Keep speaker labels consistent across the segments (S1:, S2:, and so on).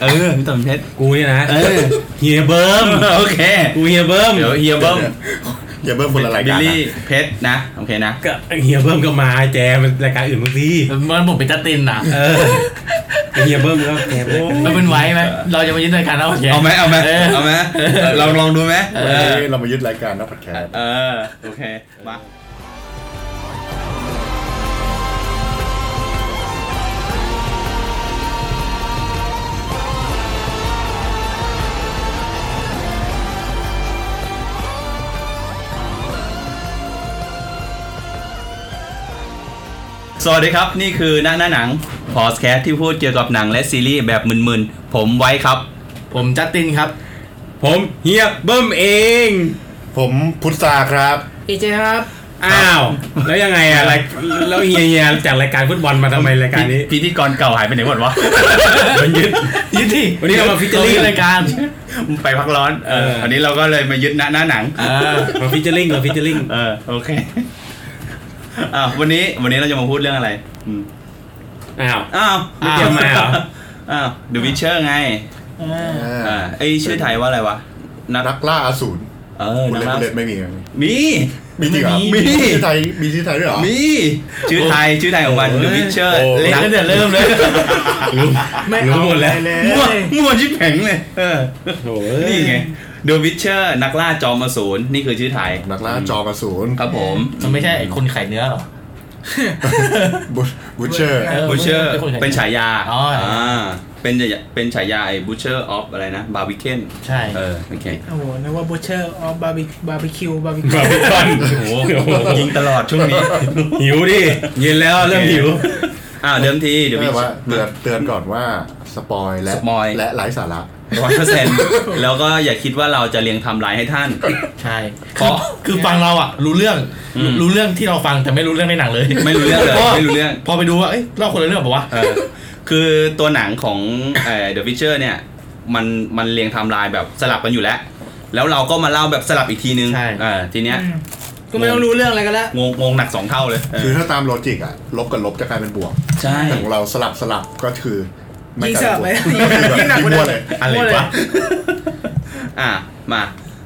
S1: เออพี่ต่อมเพชร
S2: กูเนี่ยนะ
S1: เออ
S2: เฮียเบิ้ม
S1: โอเค
S2: กูเฮียเบิ้ม
S1: เดี๋ยวเฮียเบิ้ม
S3: อย่าเบิ้มคนละราย
S1: บิล
S3: การนะ
S1: ลี่เพชรนะ โอเคนะ
S2: ก็เฮียเบิ้มก็มาแจมันรายการอื่นบางที
S4: มันผมเป็นจัสตินนะ
S2: เออเฮียเบิ้มก็แจมโอ้
S4: มัน
S2: ย
S4: เป็นไว้ไหมเราจะมายึดรายการแล้วโอเค
S1: เอาไหมเอาไหมเอาไหมลองลองดูไหมเอ
S3: วัน
S1: อ
S3: นี้เรามายึดรายการนักพัดแคส
S1: เออโอเคมาสวัสดีครับนี่คือหน้าหน้าหนังพอสแคสที่พูดเกี่ยวกับหนังและซีรีส์แบบมึนๆผมไว้ครับ
S4: ผมจัสตินครับ
S2: ผมเฮียเบิ้มเอง
S3: ผมพุทธาครับ
S4: เอเจครับ
S2: อ้าว แล้วยังไงอะรายแล้วเฮียเฮียจากรายการฟุตบอลมาทำไมรายการนี้
S1: พิธีกรเก่าหายไปไหนหมดวะ
S2: มันยึด
S4: ยึดที่
S2: วันนี้เรามา featuring
S4: รายการ
S1: ไปพักร้อน เออ
S2: เออ
S1: วันนี้เราก็เลยมายึดหน้าหน้าหนัง
S4: เออ
S2: มาฟิชเชอร์ลิงมาฟิชเชอร์ลิง
S1: เออ โอเค อ่าวันนี้วันนี้เราจะมาพูดเรื่องอะไร อืม
S2: อ้าว
S1: อ้าว
S2: ไม่เกี่ยวมาเหรอ
S1: อ้าวดูวิเชอร์ไง อ่าไอยชื่อไทยว่าอะไรวะ นัก
S3: นักล่าอสูร
S1: เออ
S3: คุณ
S1: นัก
S3: เล่น
S1: ล่า
S3: คุณเล่นไม่มีนะ
S1: มี
S3: มีจริงเหรอ
S1: มี
S3: มีชื่อไทยมีชื่อไทยด้วยเหรอ
S1: มี ชื่อไทยชื่อไทยของมันดูวิเชอร์
S3: โอ้
S4: เล่น
S1: นัก
S4: ตั้งแต่เริ่มเลย
S2: รู้รู้หมดแล้ว
S1: มั่วมั่วชิบแผงเลย เออ
S2: โถ่
S1: นี่ไงดูวิเชอร์นักล่าจอมอสูรนี่คือชื่อไทย
S3: นักล่าจอมอสูร
S1: ครับผม
S4: มันไม่ใช่ไอ้คนไข่เนื้อหรอ
S3: บูเชอร์
S4: เออ
S1: บูเชอร์
S4: เป็นคนฉา
S1: เป็นฉา
S4: ยา
S1: ยา
S4: อ๋ออ่
S1: าเป็นฉายาเป็นฉายาไอ้บูเชอร์ออฟอะไรนะบาร์บีเคน
S4: ใช่
S1: เออโอเค
S5: โอ้โหนึกว่าบูเชอร์ออบาร์บีบาร์บีคิวบาร์บีคิว
S2: บาร์บีคอน
S1: โอ้โหยิงตลอดช่วงนี้
S2: หิวดิเย็นแล้วเริ่มหิว
S1: อ้าวเดิมทีเดี๋ยว
S3: ไม่
S1: พี่
S3: ว่าเตือนเตือนก่อนว่าสปอยและ
S1: สปอย
S3: และไร้สาระ
S1: ร้อยเปอร์เซ็นต์แล้วก็อย่าคิดว่าเราจะเรียงไทำลายให้ท่าน
S4: ใช่
S1: เพราะ
S4: คือฟังเราอะรู้เรื่อง
S1: อืม
S4: รู้เรื่องที่เราฟังแต่ไม่รู้เรื่องในหนังเลย
S1: ไม่รู้เรื่องเลย
S4: พอ
S1: ไม่รู้เรื่อง
S4: พอไปดูว่าเอ้ยเล่าคนละเรื่องป่าวะ
S1: เออคือตัวหนังของเอ่อ The Witcher เนี่ยมันมันเรียงไทำลายแบบสลับกันอยู่แล้ว แล้วเราก็มาเล่าแบบสลับอีกทีนึงเอ่าทีเนี้ย
S5: อืมก็ไม่ต้องรู้เรื่องอะไรกันละ
S1: งงงงหนักสองเท่าเลยเออ
S3: คือถ้าตามโลจิกอะลบกับลบจะกลายเป็นบวก
S1: ใช่
S3: แต่ของเราสลับสลับก็คือไม่
S5: ยิ่ง
S3: ก
S5: ส
S3: ลาย
S5: ลับไป
S3: เป็นบวก
S5: ยิ่งหนัก
S3: ยิ่
S5: ก
S3: งมั่
S5: ว่า
S3: วเล
S5: เดิ
S3: ย
S5: ม
S1: อะไร
S5: มั่เลยว
S1: ะ อ่ะ มา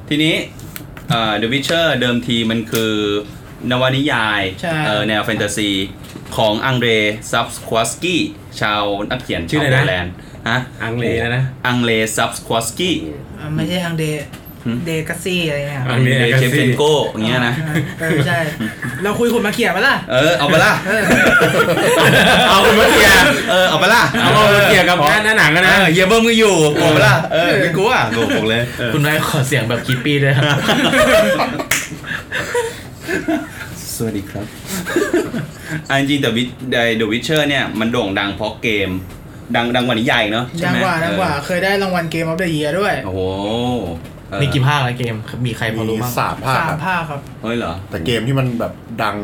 S1: ทีนี้เอ่อ The Witcher เดิมทีมันคือนวนิยาย
S5: ใช่
S1: เอ่อแนวแฟนตาซี ของอังเดรซับควอสกี้ชาวนักเขียน
S2: ชื่ออะไรนะ
S1: ชาวโปแลนด์ฮะ
S2: อังเลแล้วนะ
S1: อังเดรซับควอสกี้
S5: อ่ะไม่ใช่ทางเดย์
S1: หืม
S5: เดย์กัสซี่อะไรเงี้ย
S2: อั
S1: อั
S2: ง
S1: ง
S2: เด
S1: เด
S2: ร
S1: ร
S2: แอค
S1: เช
S2: เซ
S1: ฟ
S2: สซี่
S1: เซนโกอย่างเงี้ยนะ
S5: เออใช่ เราคุยคนมาเขียนมาล่ะ
S1: เออ เอาไปละ
S5: เออ
S2: เอาคุณมาเกียร์
S1: เออ เอาไปละ
S2: เอามาเกียร์กับหน้าหน้าหนังกัน
S1: เอ
S2: นะ
S1: อเฮียเบิ้มก็อยู่กลัวไปละเออไม่กลัวโกหกเลย
S4: คุณนายขอเสียงแบบคีปปี้ด้วยครับ
S1: สวัสดีครับอันจริงแต่วิดเดอะวิเชอร์เนี่ย มันโด่งดังเพราะเกม ดังดังกว่านิยายอีกเนาะใช่
S5: ดัง
S1: ไหม
S5: กว่าดังกว่า
S1: เอ
S5: เคยได้รางวัลเกมออฟเดอะเยียด้วย
S1: อโอ้โหเออ
S4: มีกี่ภาคแล้วเกมมีใครพอ
S3: มี
S4: รู้บ้าง
S3: สามภาค
S5: สา
S3: ค
S5: ม
S3: รับ
S5: ภาคครับ
S1: เฮ้ยเหรอ
S3: แต่เกมที่มันแบบดัง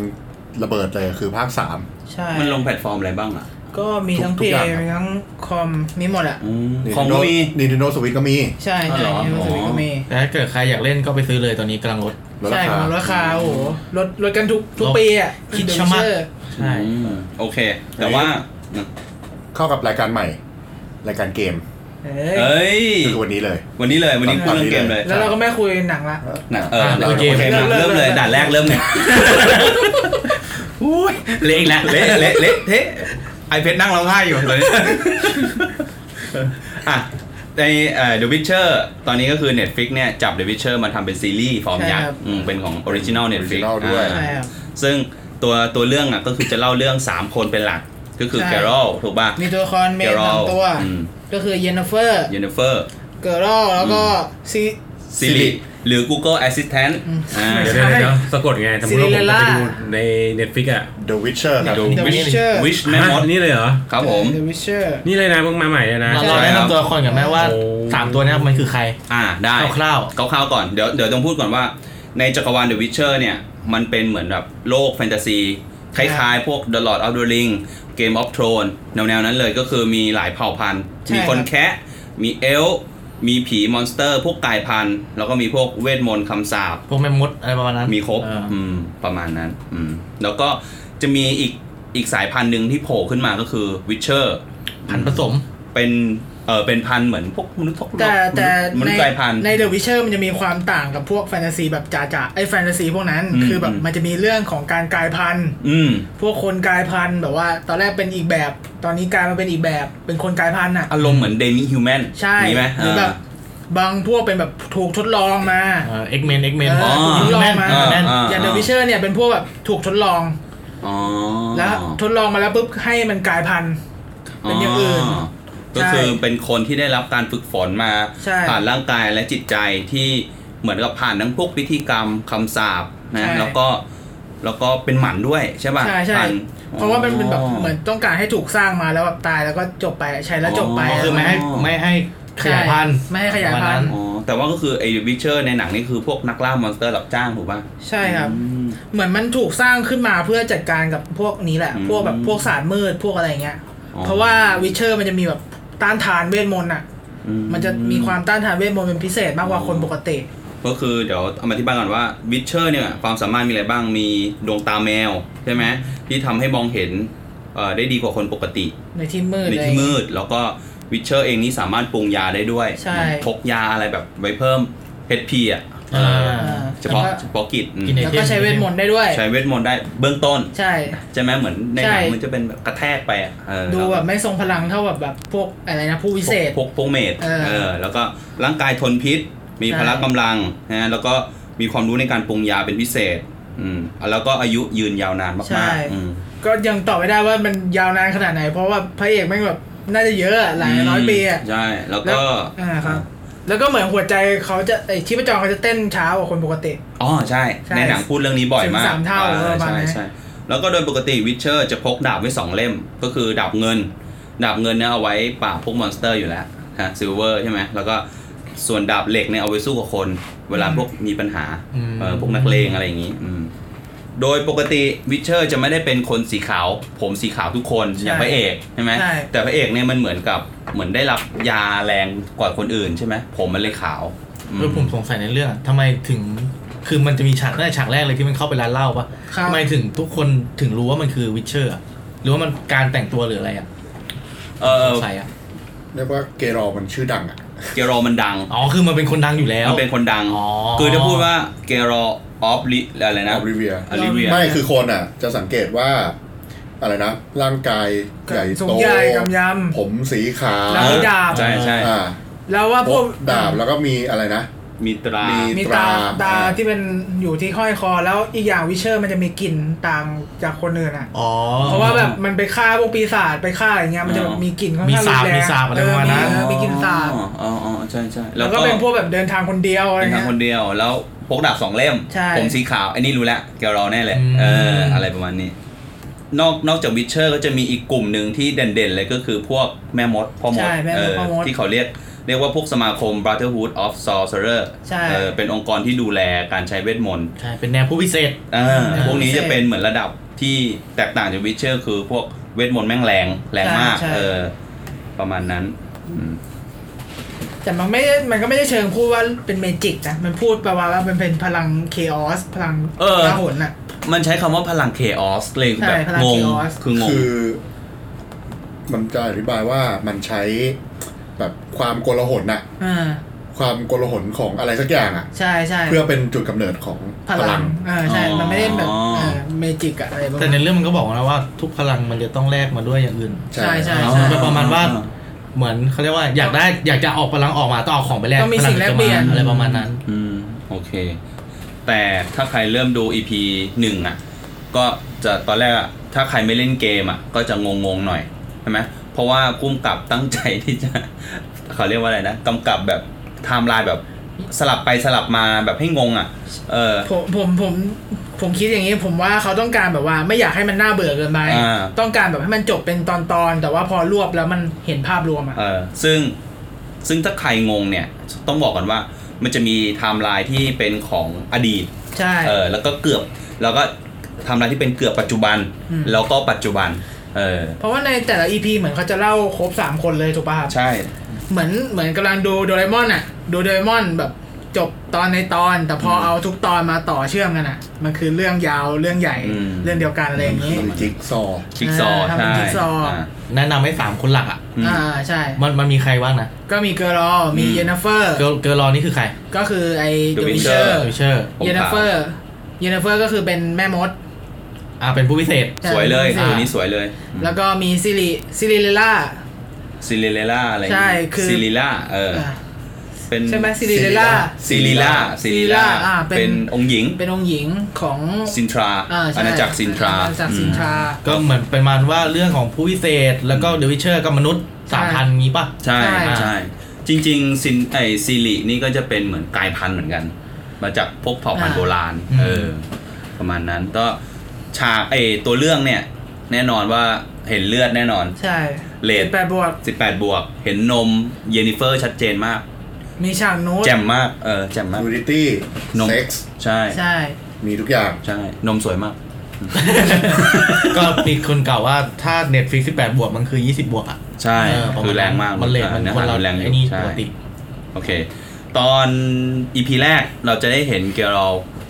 S3: ระเบิดเลยคือภาคสาม
S5: ใช่
S1: มันลงแพลตฟอร์มอะไรบ้างอ่ะ
S5: ก็มีทั้ง
S3: ทุ
S5: เพ
S3: ก
S5: ล
S3: อย่างค
S5: ย์
S3: รับ
S5: มีทั้งคอมมีหมดอ่ะ
S1: ของก็มี
S3: Nintendo Switch ก็มี
S5: ใช่
S1: อ๋อเหร
S5: ใช่
S1: อ
S5: มีมือถือก็มี
S4: แต่ถ้าเกิดใครอยากเล่นก็ไปซื้อเลยตอนนี้กำลังลด
S3: ลด
S5: ใช่
S3: รา
S5: ข
S3: คา
S5: องราคาโอ้โหลดลดกันทุกทุก
S4: ลด
S5: ปีอ่ะ
S4: คิด
S5: The
S4: ชะมัด
S5: Witcher
S4: ใช่
S1: อืมโอเค แต่ว่า
S3: เข้ากับรายการใหม่ รายการเกม
S5: เอ้ย
S1: เอ้ย
S3: คือวันนี้เลย
S1: วันนี้เลย วันนี้พูดเรื่องเกมเลย
S5: แล้วเราก็ไม่คุยหนังละ
S1: หนังเออ
S4: เริ่มเกม
S1: โอคมาเริ่มเลย ด่านแรกเริ่มเนี่ย
S4: อุ้ยเละอีกแล้ว
S1: เละเละเละเทะไอเพชรนั่งร้องไห้อยู่เลยอ่ะ ในเอ่อ The Witcher ตอนนี้ก็คือ Netflix เนี่ย จับ The Witcher มาทำเป็นซีรีส์ฟอร์มยัก
S5: ใช่ครั
S1: ษ์
S5: บ
S1: อืมเป็นของ Original Netflix
S3: Original ด้วย
S1: อ่า
S5: ใช่ครับ
S1: ซึ่งตัวตัวเรื่องอ่ะก็คือจะเล่าเรื่อง 3 คนเป็นหลัก ก็คือ
S5: ใช่
S1: แกรอลถูกป่ะ
S5: มีตัวละครเม
S1: แก
S5: น
S1: รอ
S5: สา
S1: ล
S5: มตัว ก็คือเยนเฟอร์
S1: ยูนิเฟอร์
S5: เกิร์ลแล้วก็ซี
S1: ซิริหรือ Google Assistant อ่า
S2: เดี๋ยวเดี๋ยวเดี๋ยวสะกดไงทำไมเราผมจะไปดูในเน็ตฟิกอ่ะ
S3: The Witcher ครับ
S1: ดู
S5: เดอะวิชเชอร์
S1: Wish แม่มด
S2: อ่ะนี่เลยเหรอ
S1: ครับผม
S5: เดอะวิชเชอร์
S2: นี่เลยนะเพิ่งมาใหม่เลยนะ
S4: เรา
S5: ใช่
S4: เราแนะนำตัวคนกันไหมว่า
S2: โอ้
S4: สามตัวเนี้มันคือใคร
S1: อ่าได้
S4: คร่าว
S1: ๆคร่าวๆก่อน เดี๋ยวเดี๋ยวต้องพูดก่อนว่า ในจักรวาล The Witcher เนี่ย มันเป็นเหมือนแบบโลกแฟนตาซี คล้ายๆ พวก The Lord of the Ring Game of Thrones แนวๆนั้นเลยก็คือมีหลายเผ่าพันธุ์
S5: ใช่
S1: มีคน
S5: ครับ
S1: แคะมีเอลฟ์มีผีมอนสเตอร์ พวกกายพันธุ์ แล้วก็มีพวกเวทมนต์คำสาป
S4: พวกแม่มดอะไรประมาณนั้น
S1: มีครบ
S4: เออ
S1: มประมาณนั้นอืมแล้วก็จะมีอีกอีกสายพันธุ์หนึ่งที่โผล่ขึ้นมาก็คือวิเชอร์
S4: พันผสม
S1: เป็น เออเป็นพันธุ์เหมือนพวกมนุษย์ทก
S5: แต่แต่
S1: ม
S5: ใน
S1: นุษย์กลายพันธุ์
S5: ในเดอะวิเชอร์มันจะมีความต่างกับพวกแฟนตาซีแบบจ๋าๆไอ้แฟนตาซีพวกนั้น
S1: อืม
S5: คือแบบ
S1: อืม
S5: มันจะมีเรื่องของการกลายพันธุ์
S1: อืม
S5: พวกคนกลายพันธุ์แบบว่าตอนแรกเป็นอีกแบบ ตอนนี้กลายมาเป็นอีกแบบ เป็นคนกลายพันธุ์อ่ะ
S1: อารมณ์เหมือนเดมิฮิวแมน
S5: ใช่
S1: นี่ไหม
S5: หรือแบ
S1: า
S5: บบางพวกเป็นแบบถูกทดลองมา
S4: เอ็กเมนเอ็กเมน
S5: เออถูกทดลอง
S4: แม่น
S5: มา
S4: แม่น
S1: อ่า
S5: อย่างเดอะวิเชอร์เนี่ยเป็นพวกแบบถูกทดลอง
S1: อ๋อ
S5: แล้วทดลองมาแล้วปุ๊บให้มันกลายพันธุ์ เป็นอย่างอื่น
S1: ก็
S5: ใช่
S1: คือเป็นคนที่ได้รับการฝึกฝนมา
S5: ใช่
S1: ผ่านร่างกายและจิตใจที่เหมือนกับผ่านทั้งพวกพิธีกรรมคำสาปนะ
S5: ใช่
S1: แล้วก็แล้วก็เป็นหมันด้วยใช่ป่ะ
S5: ใช่ใช่
S1: ผ่น
S5: เพราะว่ามันเป็นแบบ
S1: อ๋อ
S5: เหมือนต้องการให้ถูกสร้างมาแล้วแบบตายแล้วก็จบไปใช้แล้วจบไป
S1: อ๋อ
S4: คือไม่ให้ไม่ให้ข
S5: ใช่
S4: ยายพันธุ์
S5: ไม่ให้ขยายพันธุ์
S1: อ๋อแต่ว่าก็คือไอ้วิเชอร์ในหนังนี่คือพวกนักล่ามอนสเตอร์รับจ้างถูกป่ะ
S5: ใช่ครับ เหมือนมันถูกสร้างขึ้นมาเพื่อจัดการกับพวกนี้แหละ
S1: อืม
S5: พวกแบบพวกศาสตร์มืดพวกอะไรอย่างเงี้ย
S1: อ๋อ
S5: เพราะว่าวิเชอร์มันจะมีแบบต้านทานเวทมนต์อ่ะ
S1: อื
S5: มันจะมีความต้านทานเวทมนต์เป็นพิเศษมากกว่า
S1: อ๋อ
S5: คนปกติ
S1: ก็คือเดี๋ยวเอามาอธิบายก่อนว่าวิเชอร์เนี่ยความสามารถมีอะไรบ้างมีดวงตาแมวใช่ไหมที่ทำให้มองเห็นเอ่อได้ดีกว่าคนปกติ
S5: ในที่มืด
S1: ใน
S5: อะไร
S1: ที่มืดแล้วก็วิเชอร์เองนี่สามารถปรุงยาได้ด้วย
S5: ใช่
S1: พกยาอะไรแบบไว้เพิ่ม HP อ่ะ
S4: อ่า
S1: เออ
S5: อ่า
S1: เฉพาะเฉพาะกิจอืม
S4: กินเอ
S5: แล้ว
S4: ง
S5: ก็ใช้เวทมนต์ได้ด้วย
S1: ใช้เวทมนต์ได้เบื้องต้น
S5: ใช่
S1: ใช่ไหมเหมือนในหนัง
S5: ใช่
S1: มันจะเป็นแบบกระแทกไปอ่ะเออ
S5: ดูแบบไม่ทรงพลังเท่าแบบแบบพวกอะไรนะผู้วิเศษ
S1: พวกพวกเมด
S5: เออ
S1: เออแล้วก็ร่างกายทนพิษ มี
S5: ใช่
S1: พละกำลังนะแล้วก็มีความรู้ในการปรุงยาเป็นพิเศษอืมแล้วก็อายุยืนยาวนานมากๆอืม
S5: ก็ยังตอบไม่ได้ว่ามันยาวนานขนาดไหน เพราะว่าพระเอกแม่งแบบน่าจะเยอะอะหลายร้อยปีอะ
S1: ใช่ แล้ว
S5: แล้
S1: ก็
S5: วอ่าครับ แล้วก็เหมือนหัวใจเขาจะไอชีพจรเขาจะเต้นช้ากว่าคนปกติ
S1: อ๋อใช่
S5: ใช่
S1: ในหนังพูดเรื่องนี้บ่อยมาก
S5: ถึงสามเท่า
S1: อ่
S5: ประมาณ
S1: ใช่
S5: นั้น
S1: ใช่แล้วก็โดยปกติวิเชอร์จะพกดาบไว้สองเล่ม ก็คือดาบเงิน ดาบเงินเนี่ยเอาไว้ปราบพวกมอนสเตอร์อยู่แล้วฮะซิลเวอร์ใช่ไหมแล้วก็ส่วนดาบเหล็กเนี่ยเอาไว้สู้กับคน เวลาพวกมีปัญหา
S4: อืม
S1: เออพวกนักเลงอะไรอย่างนี้อืมโดยปกติวิเชอร์จะไม่ได้เป็นคนสีขาว ผมสีขาวทุกคนอย่างพระเอกใช่ไหม
S5: ใช่
S1: แต่พระเอกเนี่ยมันเหมือนกับเหมือนได้รับยาแรงกว่าคนอื่นใช่ไหมผมมันเลยขาวม
S4: เออผมสงสัยในเรื่องอะทำไมถึงคือมันจะมีฉากตั้งแต่ฉากแรกเลยที่มันเข้าไปร้านเหล้าปะ
S5: ครับ
S4: ทำไมถึงทุกคนถึงรู้ว่ามันคือวิเชอร์หรือว่ามันการแต่งตัวหรืออะไรอ่ะ
S1: เออ
S4: สงสัยอ่ะ
S3: เรียกว่าเกรอมันชื่อดังอ่ะ
S1: เกโรมันดัง
S4: อ๋อคือมันเป็นคนดังอยู่แล้ว
S1: มันเป็นคนดัง
S4: อ๋อ
S1: คือจะพูดว่าเกโรออฟลิอะไรนะ
S3: Olivia
S1: อลิเวีย
S3: ไม่คือคนอ่ะ จะสังเกตว่า อะไรนะ ร่างกายใหญ่
S5: สู
S3: โต
S5: งใหญ่กำยำ
S3: ผมสีขาว
S5: แล้วมีดาบ
S1: ใช่ใช่
S3: อ่า
S5: แล้วว่าพ
S3: พ
S5: วก
S3: กดาบแล้วก็มีอะไรนะ
S1: มีตราม
S5: มี
S3: ตรา
S5: ตาตา
S3: อ่า
S5: ที่เป็นอยู่ที่ห้อยคอ แล้วอีกอย่างวิเชอร์มันจะมีกลิ่นต่างจากคนอื่นอ่ะ
S4: อ๋อ
S5: เพราะว่าแบบมันไปฆ่าพวกปีศาจไปฆ่าอย่างเงี้ยมันจะแบ
S1: อ๋
S5: บ
S1: อ
S5: มีกลิ่นค่อน
S4: มี
S5: ข้าง
S4: สาบ
S5: รุนแรง
S4: มีสาบอะไรประมาณนั้น
S5: เออมีกลิ่นสาบ
S1: อ๋ออ๋ออ๋อใช่ใช่
S5: แล้วก็เป็นพวกแบบเดินทางคนเดียวอะไร
S1: เป็นทาง
S5: เงี้ย
S1: คนเดียว แล้วพกดาบสองเล่ม
S5: ใช่
S1: ผมสีขาว อันนี้รู้แล้วเกโรแน่เลย
S4: อืม
S1: เออ อะไรประมาณนี้ นอกนอกจากวิเชอร์ก็จะมีอีกกลุ่มหนึ่งที่เด่นๆเลยก็คือพวกแม่มดพ่อมด
S5: ใช่แม่มด
S1: เออ
S5: พ่อมด
S1: ที่เขาเรียกเรียกว่าพวกสมาคม Brotherhood of Sorcerer
S5: ใช่
S1: เออเป็นองค์กรที่ดูแลการใช้เวทมนต์
S4: ใช่เป็นแนวผู้พิเศษ
S1: เออ
S5: เออ
S1: พวกนี้
S5: พิเศษ
S1: จะเป็นเหมือนระดับที่แตกต่างจากวิเชอร์คือพวกเวทมนต์แม่งแรงแรงมาก
S5: ใช่ใช่
S1: เออ ประมาณนั้นอืม
S5: แต่มันไม่ได้มันก็ไม่ได้เชิงพูดว่าเป็นเมจิกนะมันพูดประมาณว่ามันเป็นพลังเคออสพลังราหุนอ่ะ
S1: มันใช้คำว่าพลังเคออสเลย
S5: ใช่
S1: แบบ
S5: พลัง
S1: งง
S5: chaos
S1: คืองง
S3: คือ มันจะอธิบายว่ามันใช้แบบความโกลาหลน่ะ
S5: อ่า
S3: ความโกลาหลของอะไรสักอย่างอ่ะ
S5: ใช่ใช่
S3: เพื่อเป็นจุดกำเนิดของ
S5: พลังอ่าใช่ มันไม่ได้แบบ
S1: อ๋ออ่
S5: เมจิกอะอะไรประมา
S4: แต่
S5: ณ
S4: ใน
S5: นั้น
S4: เรื่องมันก็บอกนะว่าทุกพลังมันจะต้องแลกมาด้วยอย่างอื่น
S5: ใช่ใช่
S1: อ๋อ
S4: ใช่มันประมาณว่า เหมือนเขาเรียกว่าอยากได้อยากจะออกพลังออกมาต้องเอาของไปแลก
S5: ต้องมีสิ่งแลกเปลี่ยน
S4: พงจะมาอะไรประมาณนั้น
S1: อืม โอเค แต่ถ้าใครเริ่มดู EP หนึ่งอ่ะ ก็จะตอนแรกอะถ้าใครไม่เล่นเกมอ่ะ ก็จะงงงๆหน่อย ใช่ไหมเพราะว่ากุ้มกับตั้งใจที่จะ เขาเรียกว่าอะไรนะกำกับแบบไทม์ไลน์แบบสลับไปสลับมาแบบให้งงอ่ะ เออ
S5: ผมผมผมผมคิดอย่างนี้ผมว่าเขาต้องการแบบว่าไม่อยากให้มันน่าเบื่อเกินไป
S1: อ่า
S5: ต้องการแบบให้มันจบเป็นตอนตอนๆแต่ว่าพอรวบแล้วมันเห็นภาพรวมอะ
S1: เออซึ่งซึ่งถ้าใครงงเนี่ย ต้องบอกก่อนว่ามันจะมีไทม์ไลน์ที่เป็นของอดีต
S5: ใช่
S1: เออแล้วก็เกือบแล้วก็ไทม์ไลน์ที่เป็นเกือบปัจจุบัน
S5: อืม
S1: แล้วก็ปัจจุบันเออ
S5: เพราะว่าในแต่ละ EP เหมือนเขาจะเล่าครบ 3 คนเลยถูกป่ะครับ
S1: ใช่
S5: เหมือนเหมือนกำลังดูโดเรมอนอะดูโดเรมอนแบบ จบตอนในตอน แต่พอเอาทุกตอนมาต่อเชื่อมกันอ่ะ มันคือเรื่องยาวเรื่องใหญ่
S1: อืม
S5: เรื่องเดียวกันอะไรอย่างนี้
S3: มันจิ๊กซอว์
S1: ชิกซอว์
S5: เออทำเป็
S1: ใช่
S5: นจิ๊กซอว์
S1: า
S4: แนะนำให้สามคนหลักอ่ะ
S1: อืม
S5: อ่าใช่
S4: มันมันมีใครบ้างนะ
S5: ก็มีเกอร์ลอมี
S1: อืม
S5: เยนเฟอร์
S4: เกิร์ลเกิร์ลรอนี่คือใคร
S5: ก็คือไอ
S1: The
S5: เดวิเชอ
S1: Witcher
S5: ร์
S4: วิเชอร์
S1: ผม
S5: เยน
S1: ขาว
S5: เฟอร์เยนเฟอร์ก็คือเป็นแม่มด
S4: อ่าเป็นผู้พิเศษ
S1: สวยเลย
S5: ใช่
S1: ตัวนี้สวยเลย
S5: แล้วก็มีซิริซิริเลล่า
S1: ซิลิเลล่าอะไร
S5: ใช่คือ
S1: ซิลิล่าเออ เป็น
S5: ใช่ไหมซิริเลล่า
S1: ซิลิล่าซิลิล่า
S5: อ่าเป็น
S1: เป็นองค์หญิง
S5: เป็นองค์หญิงของ
S1: ซินทรา
S5: อ่าใช่
S1: อาณาจักรซินทรา
S5: อาณาจักรซินทรา
S4: ก็เหมือนเป็นมาว่าเรื่องของผู้พิเศษ แล้วก็เดวิเชอร์ก็มนุษย์สามพันงี้ ป่ะ
S1: ใช่
S5: ใช่
S1: ใช่จริงๆซินไอซิลินี่ก็จะเป็นเหมือนกายพันธุ์เหมือนกัน มาจากพวกเผ่าพันธุ์โบราณ
S4: อืม
S1: เออประมาณนั้นก็ฉากเออตัวเรื่องเนี่ย แน่นอนว่าเห็นเลือดแน่นอน
S5: ใช่
S1: เรท
S5: แปดบวก
S1: 18 บวก เห็นนมเยนนิเฟอร์ชัดเจนมาก
S5: มีฉากโน้ต
S1: แจ่มมากเออแจ่มมาก
S3: นูดิตี้
S1: นม
S3: เซ็กซ์
S1: ใช่
S5: ใช่
S3: มีทุกอย่าง
S1: ใช่ นมสวยมาก
S4: ก็มีคนกล่าวว่าถ้า Netflix 18 บวกมันคือ 20 บวกอ่ะ
S1: ใช่
S4: เปะ
S1: คือ
S4: ณ
S1: แรงมาก
S4: มันเลท
S1: อ่ะ
S4: มัน
S1: เนื้อ
S4: คน
S1: หา
S4: เรา
S1: รุนแรงอยู่
S4: ไอ้นี่
S1: ใช่
S4: ปกติ
S1: โอเค ตอนอีพีแรกเราจะได้เห็นเกียร์เรา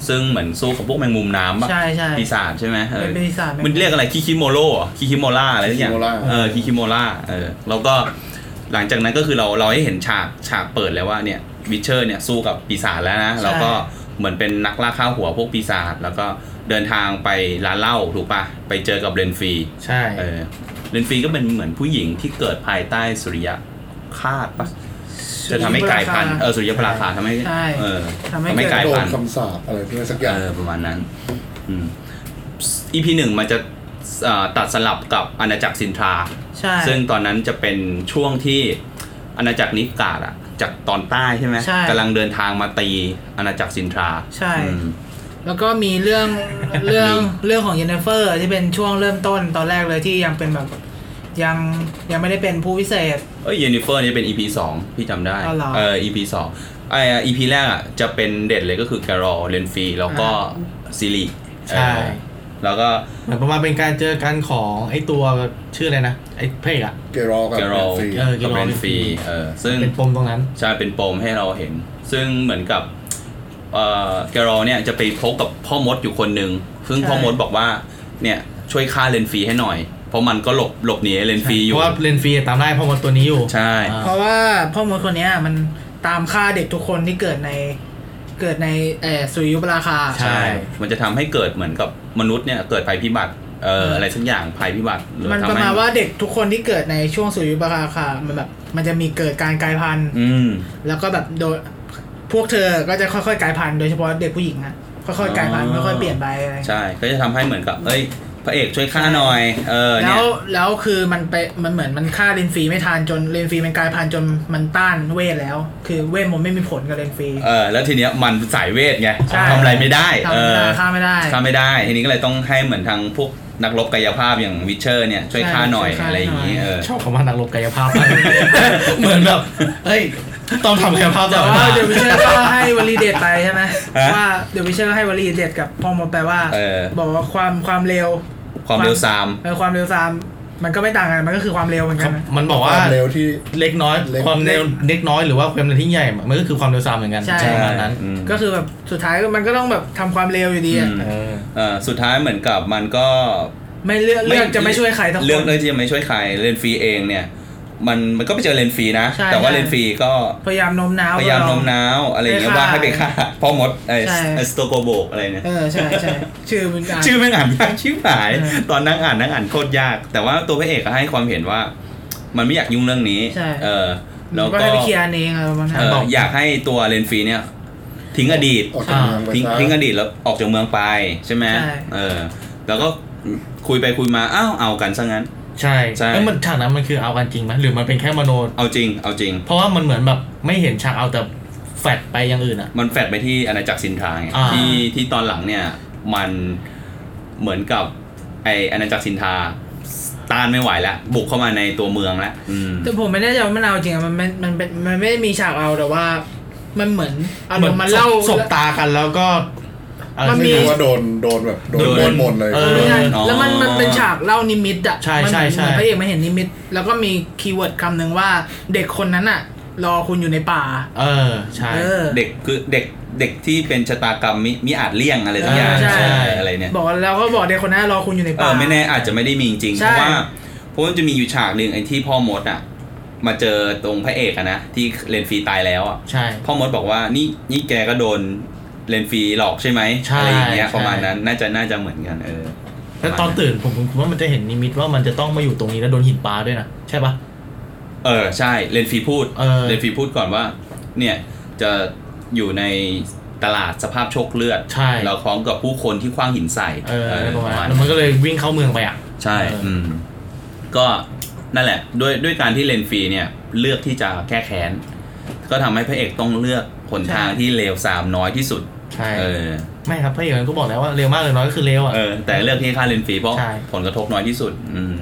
S1: ซึ่งเหมือนสู้กับพวกแมงมุมน้ำปะ
S5: ใช่ใช่
S1: ปีศาจใช่ไหมเออ
S5: เป็นปีศาจแมงมุม
S1: มันเรียกอะไรคิคิโมโร่เหรอคิคิโมล่าอะไรสักอย่าง
S3: คิคิโมล่า
S1: เออคิคิโมล่าเออแล้วก็หลังจากนั้นก็คือเราเราให้เห็นฉากฉากเปิดแล้วว่าเนี่ยวิเชอร์เนี่ยสู้กับปีศาจแล้วนะ แล้วก็เหมือนเป็นนักล่าข้าหัวพวกปีศาจแล้วก็เดินทางไปร้านเหล้าถูกปะไปเจอกับเรนฟรี
S4: ใช่
S1: เออเลนฟรีก็เป็นเหมือนผู้หญิงที่เกิดภายใต้สุริยะคาตปะจะทำให้กลายพันธุ์เออสุริยะปราคาทำให้
S5: ใช่
S1: เออ
S5: ทำให้
S1: กลาย
S3: โด
S1: พัน
S3: น
S1: ธุ์
S3: คำสาปอะไรเพื่อสักอ
S1: เอย่าง อประมาณนั้นอืมอีพีหนึ่งมันจะเอ่อตัดสลับกับอาณาจักรซินทรา
S5: ใช่
S1: ซึ่งตอนนั้นจะเป็นช่วงที่อาณาจักรนิกาดอะจากตอนใต้ใช่ไหม
S5: ใช่
S1: กำลังเดินทางมาตีอาณาจักรซินทรา
S5: ใช่
S1: อืม
S5: แล้วก็มีเรื่อง เรื่องเรื่องของเยนเฟอร์ที่เป็นช่วงเริ่มต้นตอนแรกเลยที่ยังเป็นแบบ ยังยังไม่ได้เป็นผู้พิเศษ
S1: เอ้ยยูนิเฟอร์นี่เป็น EP สองพี่จำได้
S5: อ๋อเหรอ
S1: เออ EP สองไออ่ะ EP แรกอ่ะจะเป็นเด็ดเลยก็คือแกรอเลนฟรีแล้วก็ซิริ
S4: ใช่
S1: เออแล้วก็
S4: เหมือนประมาณเป็นการเจอกันของไอ้ตัวชื่ออะไรนะ ไอ้เพลกอ่ะ
S3: เกรอกับ
S1: เกรอ
S3: ฟรี
S4: เออ
S1: กับเลนฟรี
S4: Renfree
S1: เออซึ่ง
S4: เป็นปมตรงนั้น
S1: ใช่เป็นปมให้เราเห็น ซึ่งเหมือนกับเอ่อแกรอเนี่ยจะไปพบกับพ่อมดอยู่คนหนึ่งซึ่ง
S5: ใช่
S1: พ่อมดบอกว่าเนี่ยช่วยฆ่าเลนฟรีให้หน่อย เพราะมันก็หลบหลบหนีเลนฟรีอ
S4: เพ
S1: ยู่
S4: ราะว่าเลนฟรีตามได้เพราะว่าตัวนี้อยู่
S1: ใช่
S4: อ่า
S5: เพราะว่าพ่อมดคนเนี้ยมันตามฆ่าเด็กทุกคนที่เกิดในเกิดในเออสุริยุปราคา
S4: ใช่
S1: ใช่ มันจะทำให้เกิดเหมือนกับมนุษย์เนี่ยเกิดภัยพิบัติ เอ่ออะไรสักอย่างภัยพิบัติหรือ
S5: มัน
S1: ทำ
S5: ประ
S1: ให้
S5: มาณว่าเด็กทุกคนที่เกิดในช่วงสุริยุปราคามันแบบมันจะมีเกิดการกลายพันธุ์
S1: อืม
S5: แล้วก็แบบโดยพวกเธอก็จะค่อยๆกลายพันธุ์โดยเฉพาะเด็กผู้หญิงอะค่อยๆกลายพันธุ์
S1: อ๋อ
S5: ค่อยๆเปลี่ยนไปอะไร
S1: ใช่ ก็จะทำให้เหมือนกับ เอ้ย พระเอกช่วยฆ่าหน่อย เออ
S5: แล้
S1: เนี่
S5: วย แล้วคือมันไปมันเหมือนมันฆ่าเรนฟรีไม่ทันจนเรนฟรีมันกลายพันธุ์จนมันต้านเวทแล้ว คือเวทมนต์ไม่มีผลกับเรนฟรี
S1: เออ แล้วทีเนี้ยมันสายเวทไง
S5: ใช่
S1: ทำอะไรไม่ได้
S5: ทำ
S1: เอ
S5: ไม่
S1: อ
S5: ได้ฆ่าไม่ได้
S1: ทำไม่ได้ ทีนี้ก็เลยต้องให้เหมือนทางพวกนักรบกายภาพอย่างวิเชอร์เนี่ยช่วย
S5: ใช่
S1: ฆ่าหน่อย
S5: ช่วยฆ่า
S1: อะไรอย่างนี้
S5: หน่อย
S1: เออ
S4: ชอบคำว่านักรบกายภาพ มาก เหมือนแบบเฮ้ย ต้องทำกายภาพต
S5: แต่
S4: ลอด
S5: ว่า
S4: เวลา
S5: เดวิเชอร์ก็ให้วลีเด็ดไปใช่ไหม
S1: ฮะ
S5: ว่าเดวิเชอร์ให้วลีเด็ดกับพ่อมดไปว่า
S1: เออ
S5: บอกว่าความความเร็ว
S1: ความเร็วซาม
S5: เออความเร็วตามมันก็ไม่ต่างกันมันก็คือความเร็วเหมือน
S4: ค
S5: กั
S4: รั
S5: น
S4: บ
S5: นะ
S4: มันบอกว่าว
S3: คามเร็วที่
S4: เล็กน้อย
S3: เล็ก
S4: ความเร็วเล็กน้อยหรือว่าความเร็วที่ใหญ่ มันก็คือความเร็วซ้ำเหมือนกัน
S5: ใช่
S4: ประมาณนั้น
S1: อืม
S5: ก็คือแบบสุดท้ายก็มันก็ต้องแบบทำความเร็วอยู่ดีอะ
S1: อืม
S4: เออ
S1: เออสุดท้ายเหมือนกับมันก็
S5: ไม่เลือกเลือกจะไม่ช่วยใครทั้งคน
S1: เลือกเลือกที่จะไม่ช่วยใครเลนฟรีเองเนี่ย มันมันก็ไปเจอเลนฟรีนะ
S5: ใช่
S1: แต่ว่า
S5: ใช่
S1: เลนฟรีก็
S5: พยายามโน้มน้าว
S1: พยายามโน้มน้าวอะไรอย่างเงี้ย
S5: ไป
S1: ว่า
S5: ฆ่า
S1: ให้ไปฆ่าพ่อมดไอ้
S5: ใช่
S1: ไอ้สโตโกโบกอะไรเนี่ย
S5: เออใช่ใช่ชื่อมันอ่าน
S1: ชื่อไม่งอ่านยาก ชื่อหาย
S5: เออ
S1: ตอนนั่งอ่านนั่งอ่านโคตรยาก แต่ว่าตัวพระเอกก็ให้ความเห็นว่า มันไม่อยากยุ่งเรื่องนี้
S5: ใช่
S1: เออแล้ว
S5: ก็
S1: ก็
S5: ให้ไปเคลียร์เองอะไรประมาณนั้
S1: เอนออยากให้ตัวเลนฟรีเนี่ย ทิ้งอดีต
S3: ออกจากเมืองไป
S1: ทิ้ง
S3: ซะ
S1: ทิ้งอดีตแล้วออกจากเมืองไปใช่ไหมเออ แล้วก็คุยไปคุยมาอ้าวเอากันซะงั้น
S4: ใช่
S1: ใช่
S4: แล้วมันฉากนั้นมันคือเอากันจริงไหมหรือมันเป็นแค่มโน
S1: เอาจริง เอาจริง
S4: เพราะว่ามันเหมือนแบบไม่เห็นฉากเอาแต่แฟดไปอย่างอื่นอะ
S1: มันแฟดไปที่อาณาจักรซินทราไง
S4: อ่า
S1: ที่ที่ตอนหลังเนี่ย มันเหมือนกับไออาณาจักรซินทราต้านไม่ไหวแล้ว บุกเข้ามาในตัวเมืองแล้วอืม
S5: แต่ผมไม่แน่ใจว่ามันเอาจริงอะมันมันมันเป็นมันไม่ได้มีฉากเอาแต่ว่า มันเหมือนอารมณ์มันเล่า
S4: สบตากันแล้วก็อะไร
S5: มันมี
S4: ไรู้
S3: ว่า
S4: อะ
S3: โดนโดนแบบโดน
S1: โดน
S3: โดนมนต์เลย
S4: เออ
S5: ใช่
S1: อ๋อ
S5: แล้วมันมันเป็นฉากเล่านิมิตอ่ะ
S4: ใช่ใช่
S5: มันเห
S4: ใช่
S5: มือนเหมือนพระเอกมาเห็นนิมิต แล้วก็มีคีย์เวิร์ดคำหนึ่งว่าเด็กคนนั้นอ่ะ รอคุณอยู่ในป่า
S4: เออ ใช่
S5: เออ
S1: เด็กคือเด็กเด็กที่เป็นชะตากรรมมิมิอาจเลี่ยงอะไรทุกอย่าง
S5: ใช่
S1: ใช่อะไรเนี่ย
S5: บอกแล้วก็บอกเด็กคนนั้นรอคุณอยู่ใน
S1: เอ
S5: ป่า
S1: อไม่แน่อาจจะไม่ได้มีจริงๆ
S5: ใช่
S1: เพราะว่าเพราะมันจะมีอยู่ฉากหนึ่งไอ้ที่พ่อมดอ่ะ มาเจอตรงพระเอกอะนะที่เลนฟรีตายแล้วอ่ะ
S4: ใช่
S1: พ่อมดบอกว่านี่นี่แกก็โดนเลนฟรีหลอกใช่ไหม
S4: ใช่
S1: อะไรอย่างเงี้ย
S4: ใช่
S1: ประมาณนั้นน่าจะน่าจะเหมือนกันเออ
S4: แล้วตอนตื่นผมผมว่ามันจะเห็นนิมิตว่ามันจะต้องมาอยู่ตรงนี้แล้วโดนหินปลาด้วยนะ ใช่ปะ
S1: เออใช่เลนฟรีพูด
S4: เออ
S1: นฟรีพูดก่อนว่า เนี่ยจะอยู่ในตลาดสภาพโชคเลือด
S4: ใช่
S1: เราพร้อมกับผู้คนที่คว้างหินใส่
S4: เออ
S1: เออ
S4: ประ
S1: ประมา
S4: มาณ
S1: ณ
S4: นั้นแล้วมันก็เลยวิ่งเข้าเมืองไปอ่ะ
S1: ใช่
S4: เอออื
S1: อืมก็นั่นแหละ ด้วยด้วยการที่เลนฟรีเนี่ยเลือกที่จะแก้แค้น ก็ทำให้พระเอกต้องเลือกหนทางที่เลวสามน้อยที่สุด
S4: ใช่
S1: เออ
S4: ไม่ครับพระเอกก็บอกแล้วว่าเร็วมากเลยน้อยก็คือเร็วอ่ะ
S1: เออ แต่เลือกที่ฆ่าเลนฟรีเพราะ
S4: ใช่
S1: ผลกระทบน้อยที่สุด อืม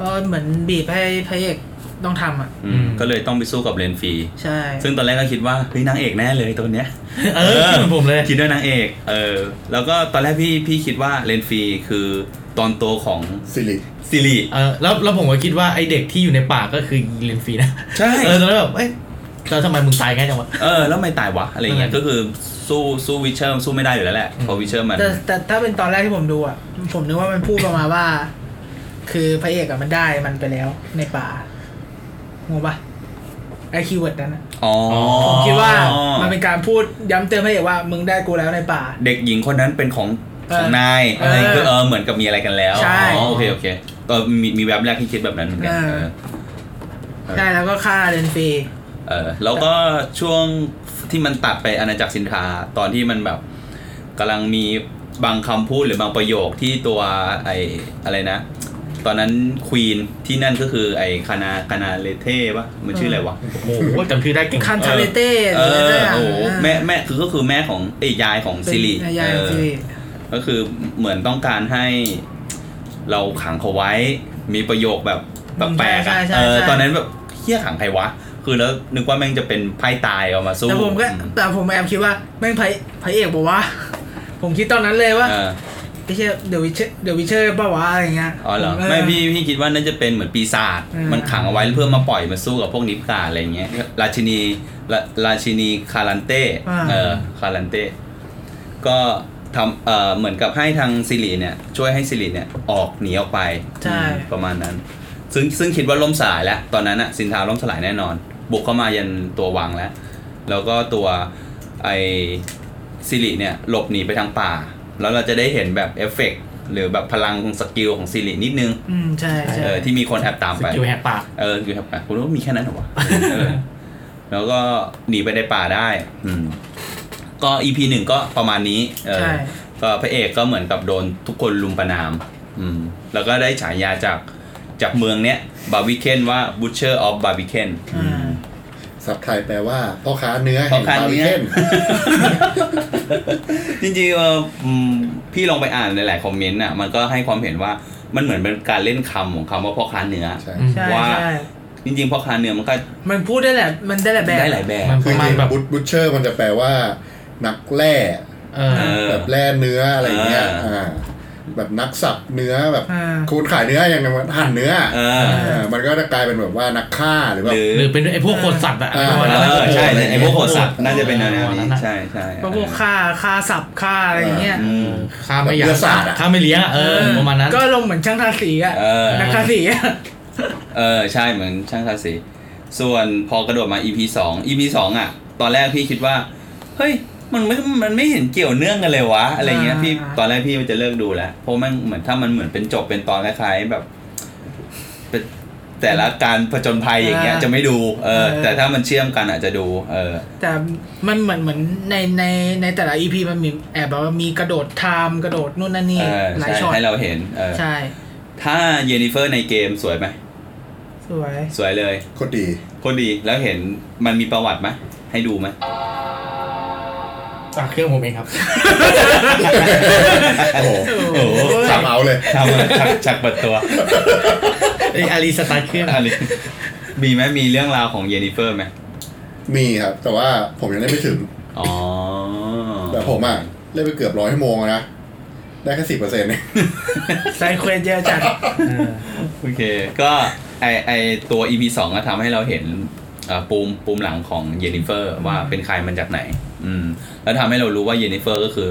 S5: ก็เหมือนบีบให้พระเอกต้องทำอ่ะ
S1: อืมก็เลยต้องไปสู้กับเลนฟรี
S5: ใช่
S1: ซึ่งตอนแรกก็คิดว่าเฮ้ยนางเอกแน่เลยตัวเนี้ย
S4: เออคิดเหมือนผมเลย
S1: คิดด้วยนางเอก เออ แล้วก็ตอนแรกพี่พี่คิดว่าเลนฟรีคือตอนโตของ
S3: สิริ
S1: ซิริ
S4: เออแล้วแล้วผมก็คิดว่าไอเด็กที่อยู่ในป่าก็คือเลนฟีนะ
S1: ใช่
S4: เออตอนนั้นแบบเอ้ยแล้วทำไมมึงตายง่ายจังวะ
S1: เออ แล้วไม่ตายวะ อะไรเงี้ย
S4: เออ
S1: ก็คือสู้สู้วิเชอร์สู้ไม่ได้อยู่แล้วแหละเพราะวิเชอร์มัน
S5: แต่แต่ถ้าเป็นตอนแรกที่ผมดูอ่ะ ผมนึกว่ามันพูดประมาณว่า คือพระเอกอะมันได้มันไปแล้วในป่างงปะไอคีย์เวิร์ดนั้นอะ
S1: อ๋อ
S5: ผมคิดว่ามันเป็นการพูดย้ำเตือนพระเอกว่ามึงได้กูแล้วในป่า
S1: เด็กหญิงคนนั้นเป็นของของ
S5: เออน
S1: ายอะไร
S5: เออ
S1: ก็เออเหมือนกับมีอะไรกันแล้ว
S5: ใช่
S1: อ๋อโอเคโอเคเออมีมีแว็บแรกที่คิดแบบนั้นเหมือนกัน
S5: เออ
S1: เออ
S5: ได้แล้วก็ฆ่าเรนฟรี
S1: เออแล้วก็ช่วงที่มันตัดไปอาณาจักรสินคาตอนที่มันแบบกำลังมีบางคำพูดหรือบางประโยคที่ตัวไออะไรนะ ตอนนั้นควีนที่นั่นก็คือไอคานาคานาเลเท่ปะมันชื่ออะไรวะ
S4: โอ้โหจำชื่อได้เก่ง
S5: คันทาเลเต้ห
S1: เอ
S5: รืออะ
S1: อ
S5: ไรสักย่าง
S1: โอ้โหแม่แม่คือก็คือแม่ของเอ้ยยายของซิริ
S5: ยาย
S1: เอ
S5: ของ
S1: อ
S5: ซิริ
S1: ก็คือเหมือนต้องการให้เราขังเขาไว้มีประโยคแบบแปลกๆอะเออตอนนั้นแบบเฮี้ยขังใครวะ คือแล้วนึกว่าแม่งจะเป็นไพ่ตายเอามาสู้
S5: แต่ผมก็แต่ผมแอบคิดว่าแม่งไพ่ไพ่เอกบอกว่า ผมคิดตอนนั้นเลยว่า
S1: เออ
S5: ไอ้เชี่ยเดี๋ยววิเชเดี๋ยววิเชอร์ป่าวะอะไรอย่างเงี้ย
S1: อ๋อเหรอ
S5: ผ
S1: ไม่พี่พี่คิดว่าน่าจะเป็นเหมือนปีศาจ
S5: อืม
S1: มันขังเอาไว้เพื่อมาปล่อยมาสู้กับพวกนิพกาอะไรอย่างเงี้ยราชินีราราชินีคารันเต้เออคารันเต้ก็ทำเอ่อเหมือนกับให้ทางซิริเนี่ย ช่วยให้ซิริเนี่ยออกหนีออกไป
S5: ใช่
S1: อืมประมาณนั้น ซึ่งซึ่งคิดว่าล่มสลายแล้ว ตอนนั้นอะสินทาล่มสลายแน่นอน บุกเข้ามายันตัววังแล้ว แล้วก็ตัวไอซิริเนี่ยหลบหนีไปทางป่า แล้วเราจะได้เห็นแบบเอฟเฟกต์หรือแบบพลังของสกิลของซิรินิดนึง
S5: อืมใช่ใช่
S1: เออที่มีคนแอบตาม
S4: ส
S1: ไป
S4: กิลแหกปาก
S1: เอออยู่แถบไหนคุณรู้ว่ามีแค่นั้นเหรอวะ เออแล้วก็หนีไปในป่าได้ อืม ก็อีพีหนึ่งก็ประมาณนี้ เออ
S5: ใช่
S1: ก็พระเอกก็เหมือนกับโดนทุกคนลุมประนาม อืม แล้วก็ได้ฉายาจากจากเมืองเนี้ยบาร์บิเคนว่า Butcher of b a r b i c a n
S5: อืม
S3: สับไทยแปลว่าพ่อค้าเนื้อ
S1: พ่อ
S3: แห่ง
S1: ค้า
S3: บาร์บี
S1: เนื้อ
S3: เคน
S1: จริงๆเอออืมพี่ลองไปอ่านหลายๆคอมเมนต์น่ะ มันก็ให้ความเห็นว่ามันเหมือนเป็นการเล่นคำของคำว่าพ่อค้าเนื้อ
S3: ใช่
S4: อืม
S5: ใช่
S1: ว่า
S5: ใช่
S1: จริงๆพ่อค้าเนื้อมันก็
S5: มันพูดได้แหละ มันได้แหละแบบ
S1: ได้หลายแบบ
S4: มัน
S3: คื
S4: ป
S3: อ
S4: ระมาณ
S3: จริง
S4: แบบ
S3: บุชบุชเชอร์มันจะแปลว่า นักแร่
S4: เออ
S1: เออ
S3: แบบแร่เนื้ออะไรเงี้ย
S1: เอออ่
S3: ่าแบบนักสับเนื้อแบบ
S5: อ่า
S3: คุณขายเนื้ออย่างนั้นหั่นเนื้อ
S1: เออ
S5: อ
S3: เออมันก็จะกลายเป็นแบบว่านักฆ่าหรือแบ
S1: ห
S3: บ
S1: รือ
S4: หรือเป็นไอพวกโคตรสัตว์อะ
S3: เออ
S4: ประมาณ
S1: เอ
S4: นั้น
S1: อใช่
S4: ะ
S1: ใช่ไอพวกโหดสัตว์น่าจะเป็นแนวๆนี้ใช่ใช่
S5: เพราะพวกค่าค่าสับค่าอะไรอย่างเงี้ย
S1: อืม
S4: ข้าไม่อยาก
S3: แบบวิทยาศาสตร์อะ
S4: ข้าไม่เลี้ยงอะเออประมาณนั้น
S5: ก็ลงเหมือนช่างทาสีอ่ะ
S1: เออ
S5: นักทาสีอะ
S1: เออใช่เหมือนช่างทาสี ส่วนพอกระโดดมา EP สอง EP สองอ่ะ ตอนแรกพี่คิดว่า เฮ้ย มันไม่มันไม่เห็นเกี่ยวเนื่องกันเลยวะ อะไรเงี้ย
S5: อ่า
S1: พี่ตอนแรกพี่จะเลิกดูแล้ว เพราะมันเหมือนถ้ามันเหมือนเป็นจบเป็นตอนคล้ายๆแบบเป็นแต่ละการผจญภัยอย่างเงี้ยจะไม่ดูเออแต่ถ้ามันเชื่อมกันอาจจะดู เออ
S5: แต่มันเหมือนเหมือนในในในแต่ละ EP มันมีแอบแบบว่ามีกระโดดไทม์กระโดดนู่นนั่นนี่
S1: เออ
S5: หลาย
S1: ใช่
S5: ช็อต
S1: ให้เราเห็นเออ
S5: ใช่
S1: ถ้าเยนิเฟอร์ในเกมสวยไหม
S5: สวย
S1: สวยเลย
S3: โคตรดี
S1: คนดีแล้วเห็นมันมีประวัติไหมให้ดูไหม
S4: จากเครื่องผมเองครับ
S3: โอ้โห
S1: โอ้โห
S3: สับเอาเลย
S1: ทำชักชักเปิดตัว
S4: ไออารีสตาร์ทเครื่อง
S1: อะไรมีไหมมีเรื่องราวของเยนิเฟอร์ไหม
S3: มีครับ แต่ว่าผมยังได้ไม่ถึง
S1: อ๋อ
S3: แต่ผมอ่ะเล่นไปเกือบร้อยชั่วโมงแล้วนะ ได้แค่สิบเปอร์เซ็นต์เนี่ย
S5: ไซเควสเยอะจัด
S1: โอเค ก็ไอไอตัว EP สองก็ทำให้เราเห็น เอ่อปูมปูมหลังของเยนนิเฟอร์ว่าเป็นใครมันจากไหน อืม แล้วทำให้เรารู้ว่าเยนนิเฟอร์ก็คือ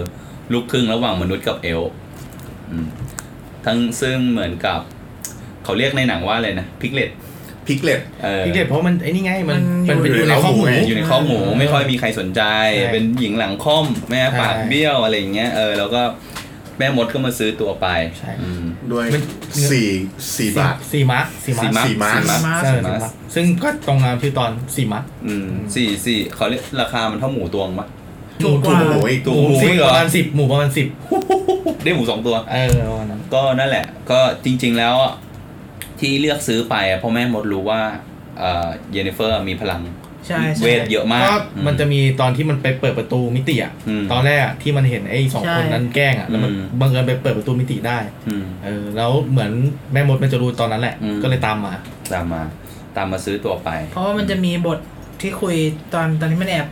S1: ลูกครึ่งระหว่างมนุษย์กับเอลฟ์อืมทั้งซึ่งเหมือนกับ เขาเรียกในหนังว่าอะไรนะพิกเลต
S3: พิกเล็ต
S1: เออ
S4: พิกเด็ดเพราะมันไอ้นี่ไงมัน
S5: มั
S4: มัน
S5: นอยู่
S4: เป็นอยู่ในข้อหมู
S3: ในข้อหมูไง
S1: อยู่ในข้อหมูไม่ค่อยมีใครสนใจ
S4: ใช่
S1: เป็นหญิงหลังค่อมแม่ปาก
S4: ใช่
S1: เบี้ยวอะไรอย่างเงี้ยเออแล้วก็แม่มดก็มาซื้อตัวไป
S4: ใช่
S1: อืม
S3: ด้วย
S4: มัน
S3: สี่สี่บาท
S4: สี่มาร์คสี่มาร์ค
S1: สี่มาร์ค
S3: สี่มาร์ค
S5: มา
S4: ใช่สี่มาร์คซึ่งก็ตรงงามที่ตอนสี่มาร์ค
S1: อืมสี่สี่เขาเรียกราคามันเท่าหมูตัวงปะ
S5: ถูกกว่า
S3: โอ้โหอีก
S1: ตัว
S4: หมู
S1: หมู
S4: สิ
S1: อีกเหร
S4: ป
S1: อ
S4: ระมาณสิบหมูประมาณสิบ
S1: ได้หมูสองตัว
S4: เออประมาณนั้น
S1: ก็นั่นแหละ ก็จริง ๆ แล้วอะที่เลือกซื้อไปอะเพราะแม่มดรู้ว่าเอ่อเยนนิเฟอร์มีพลัง
S5: ใช่
S1: เว
S5: ใช่
S1: ท เยอะมาก
S4: ก็
S1: อืม
S4: มันจะมีตอนที่มันไปเปิดประตูมิติอ่ะ
S1: อืม
S4: ตอนแรกอะที่มันเห็นไอ้สอง
S5: ใช่
S4: คนนั้นแกล้งอ่ะแล้วมัน
S1: อืม
S4: บังเอิญไปเปิดประตูมิติได้
S1: อืม
S4: เออแล้วเหมือนแม่มดมันจะรู้ตอนนั้นแหละ
S1: อืม
S4: ก็เลยตามมา
S1: ตามมาตามมาซื้อตัวไป
S5: เพราะว่ามันจะมีบทที่คุยตอนตอนที่มันแอบ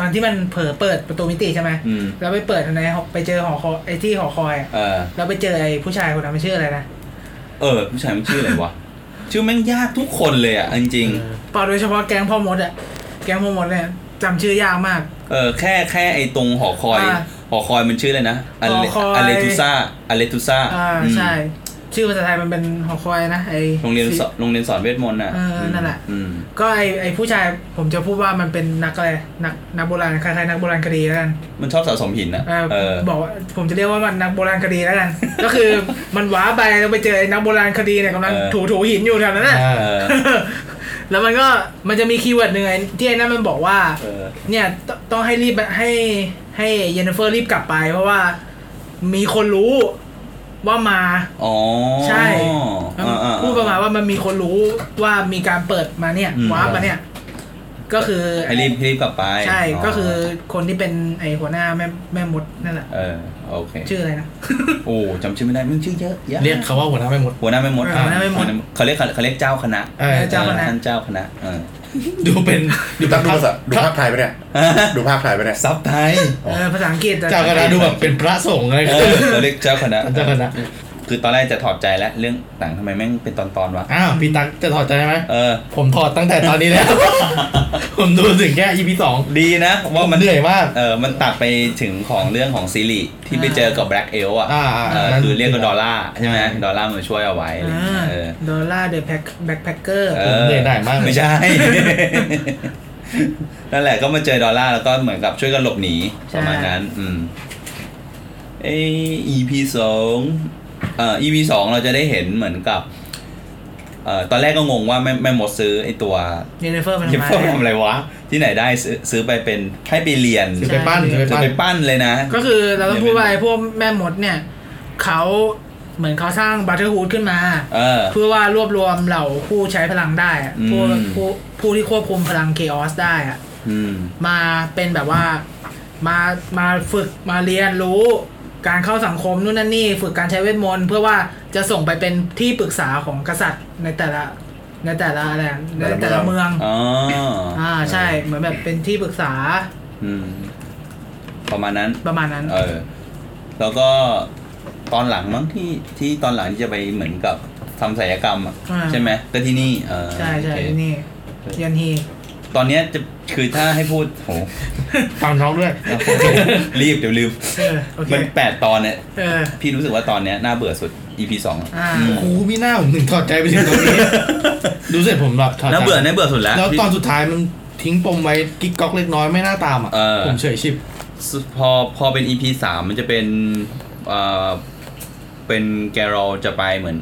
S5: ตอนที่มันเผลอเปิดประตูมิติใช่ไหม
S1: อืม
S5: แล้วไปเปิดในหอไปเจอหอคอยไอ้ที่หอคอยอะ
S1: เออ
S5: แล้วไปเจอไอ้ผู้ชายคนนั้นมันชื่ออะไรนะ
S1: เออผู้ชายมันชื่ออะไรวะ ชื่อแม่งยากทุกคนเลยอ่ะ จริง
S4: เออ
S5: เปล่าโดยเฉพาะแก๊งพ่อมดอะแก๊งพ่อมดเนี่ยจำชื่อยากมาก
S1: ๆเออแค่แค่ไอ้ตรงหอคอย
S5: อ่า
S1: หอคอยมันชื่ออะไรนะอเล
S5: หอคอย
S1: อเลทูซ่าอเลทูซ่า
S5: อ่าใช่ ชื่อภาษาไทยมันเป็นหอคอยนะไอ
S1: โรงเรียนสอนโรงเรียนสอนเวทมนต์อ่ะ
S5: เออนั่นแหละ
S1: อืม
S5: ก็ไอไอผู้ชายผมจะพูดว่ามันเป็นนักอะไรนักนักโบราณคล้ายๆนักโบราณคดีแล้วกัน
S1: มันชอบสะสมหินนะ
S5: เอ่อ
S1: เออ
S5: บอกว่าผมจะเรียกว่ามันนักโบราณคดีแล้วกัน ก็คือมันว้าไปแล้วไปเจอไอ้นักโบราณคดีเนี่ยกำลัง
S1: เออ
S5: ถูถูหินอยู่แถวนั้นน่ะ
S1: เออ
S5: แล้วมันก็มันจะมีคีย์เวิร์ดหนึ่งไอ้ที่ไอ้นั่นมันบอกว่า
S1: เออ
S5: เนี่ยตต้องให้รีบให้ให้เยนนิเฟอร์รีบกลับไป เพราะว่ามีคนรู้ว่ามา
S1: อ๋อ
S5: ใช่
S1: อ่อ่อ่
S5: พูดประมาณว่ามันมีคนรู้ว่ามีการเปิดมาเนี่ย
S1: อืม
S5: ว้าร์ปมาเนี่ย ก็คือ
S1: ให้รีบให้รีบกลับไป
S5: ใช่ก็คือ
S1: อ
S5: คนที่เป็นไอหัวหน้าแม่แม่มดนั่นแหละ
S1: เออ โอเค
S5: ชื่ออะไรนะ
S1: โอ้จำชื่อไม่ได้มันชื่อเยอะแยะ
S4: เรียกเขาว่าหัวหน้าแม่มด
S1: หัวหน้าแม่มด
S5: หัวหน้าแม่มด
S1: เขาเรียกเขาเรียกเจ้าคณะ
S4: เออ
S5: เจ้าคณะ
S1: ออท่านเจ้าคณะเออ
S4: ดูเป็น
S3: ดูภาพดูภาษาดูภาพไทยไปะเนี่ยดูภาพไทยไปะเนี่ย
S1: ซับไทย
S3: อ๋อ
S5: เออภาษาอังกฤษ
S4: เจ้าคณะดูแบบเป็นพระสงฆ์อะไร
S1: เออเขาเรียกเจ้าคณะ
S4: เจ้าคณะ
S1: คือตอนแรกจะถอดใจแล้วเรื่องต่างทำไมแม่งเป็นตอนๆวะ
S4: อ้าวพี่ตั๊กจะถอดใจไหม
S1: เออ
S4: ผมถอดตั้งแต่ตอนนี้แล้ว ผมดูถึงแค่ EP สอง
S1: ดีนะว่า
S4: มั
S1: มัน น
S4: เหนื่อยมาก
S1: เออมันตัดไปถึงของเรื่องของซีรีส์ที่ไปเจอกับแบล็กเอลอ่ะ
S4: อ่าอ่า
S1: เออ
S4: นั่น
S1: คือเรียกกันดอลลาร์ใช่ไหมดอลลาร์มันช่วยเอาไว้อะไรอย่างเงี้ยเออ
S5: ดอลลาร์เดอะแพ็คแบ็คแพคเกอร์
S1: ออ
S4: เหนื่อยหน่ายมากเลย
S1: ไม่ใช่ นั่นแหละก็มาเจอดอลลาร์แล้วก็เหมือนกับช่วยกันหลบหนีป
S5: ใช่
S1: ระมาณนั้นอืมเอ EP สองเอ่อ EP สองเราจะได้เห็นเหมือนกับเอ่อตอนแรกก็งงว่าแม่แม่หมดซื้อไอตัว
S5: เยนนิเฟอร์มัน
S1: เย็บ
S5: มา
S1: เพิ่มทำอะไรวะ ที่ไหนได้ซื้อซื้อไปเป็นให้ไปเรียน
S4: จะไปปั้น
S5: ใช่
S4: จะ
S1: จะ
S4: ไปปั้น
S1: ไปปั้นเลยนะ
S5: ก็คือเราต้องพูดว่าไอพวกแม่มดเนี่ย เขาเหมือนเขาสร้างบัตเทอร์ฮูดขึ้นมา
S1: เออ
S5: เพื่อว่ารวบรวมเหล่าผู้ใช้พลังได้อะ
S1: อืม
S5: ผู้ผู้ผู้ที่ควบคุมพลังเคออสได้อะ
S1: อืม
S5: มาเป็นแบบว่ามามาฝึกมาเรียนรู้การเข้าสังคมนู่นนั่นนี่ ฝึกการใช้เวทมนต์เพื่อว่าจะส่งไปเป็นที่ปรึกษาของกษัตริย์ในแต่ละในแต่ละอะไรอะในแต่ละเมือง
S1: อ๋ออ
S5: อ่าใช่ เหมือนแบบเป็นที่ปรึกษา
S1: อืม ประมาณนั้น
S5: ประมาณนั้น
S1: เออ แล้วก็ตอนหลังมั้งที่ที่ตอนหลังที่จะไปเหมือนกับทำศัลยกรรมอะ
S5: อ่า
S1: ใช่ไหมก็ที่นี่เออ
S5: ใช่ใช่
S1: โอเค
S5: ที่นี่ยันฮี
S1: ตอนเนี้ยจะคือถ้าให้พูดโห
S4: ฟังน้องด้วย
S1: รีบเดี๋ยวลืม
S5: เออ โอเค
S1: มันแปดตอนเนี่ย
S5: เออ
S1: พี่รู้สึกว่าตอนเนี้ยน่าเบื่อสุด EP สองอะ
S5: อ่า
S1: อืม
S4: กูมีหน้าผมถึงถอดใจไปถึง ตรงนี้ ดูเสร็จผมแบบถอดใจ
S1: น่าเบื่อน่าเบื่อสุดแล้ว
S4: แล้วตอนสุดท้ายมันทิ้งปมไว้กิ๊กก๊อกเล็กน้อยไม่น่าตามอ่ะ
S1: เออ
S4: ผมเฉยชิบ
S1: พอพอเป็น EP สามมันจะเป็นเอ่อเป็นแกรอลจะไปเหมือน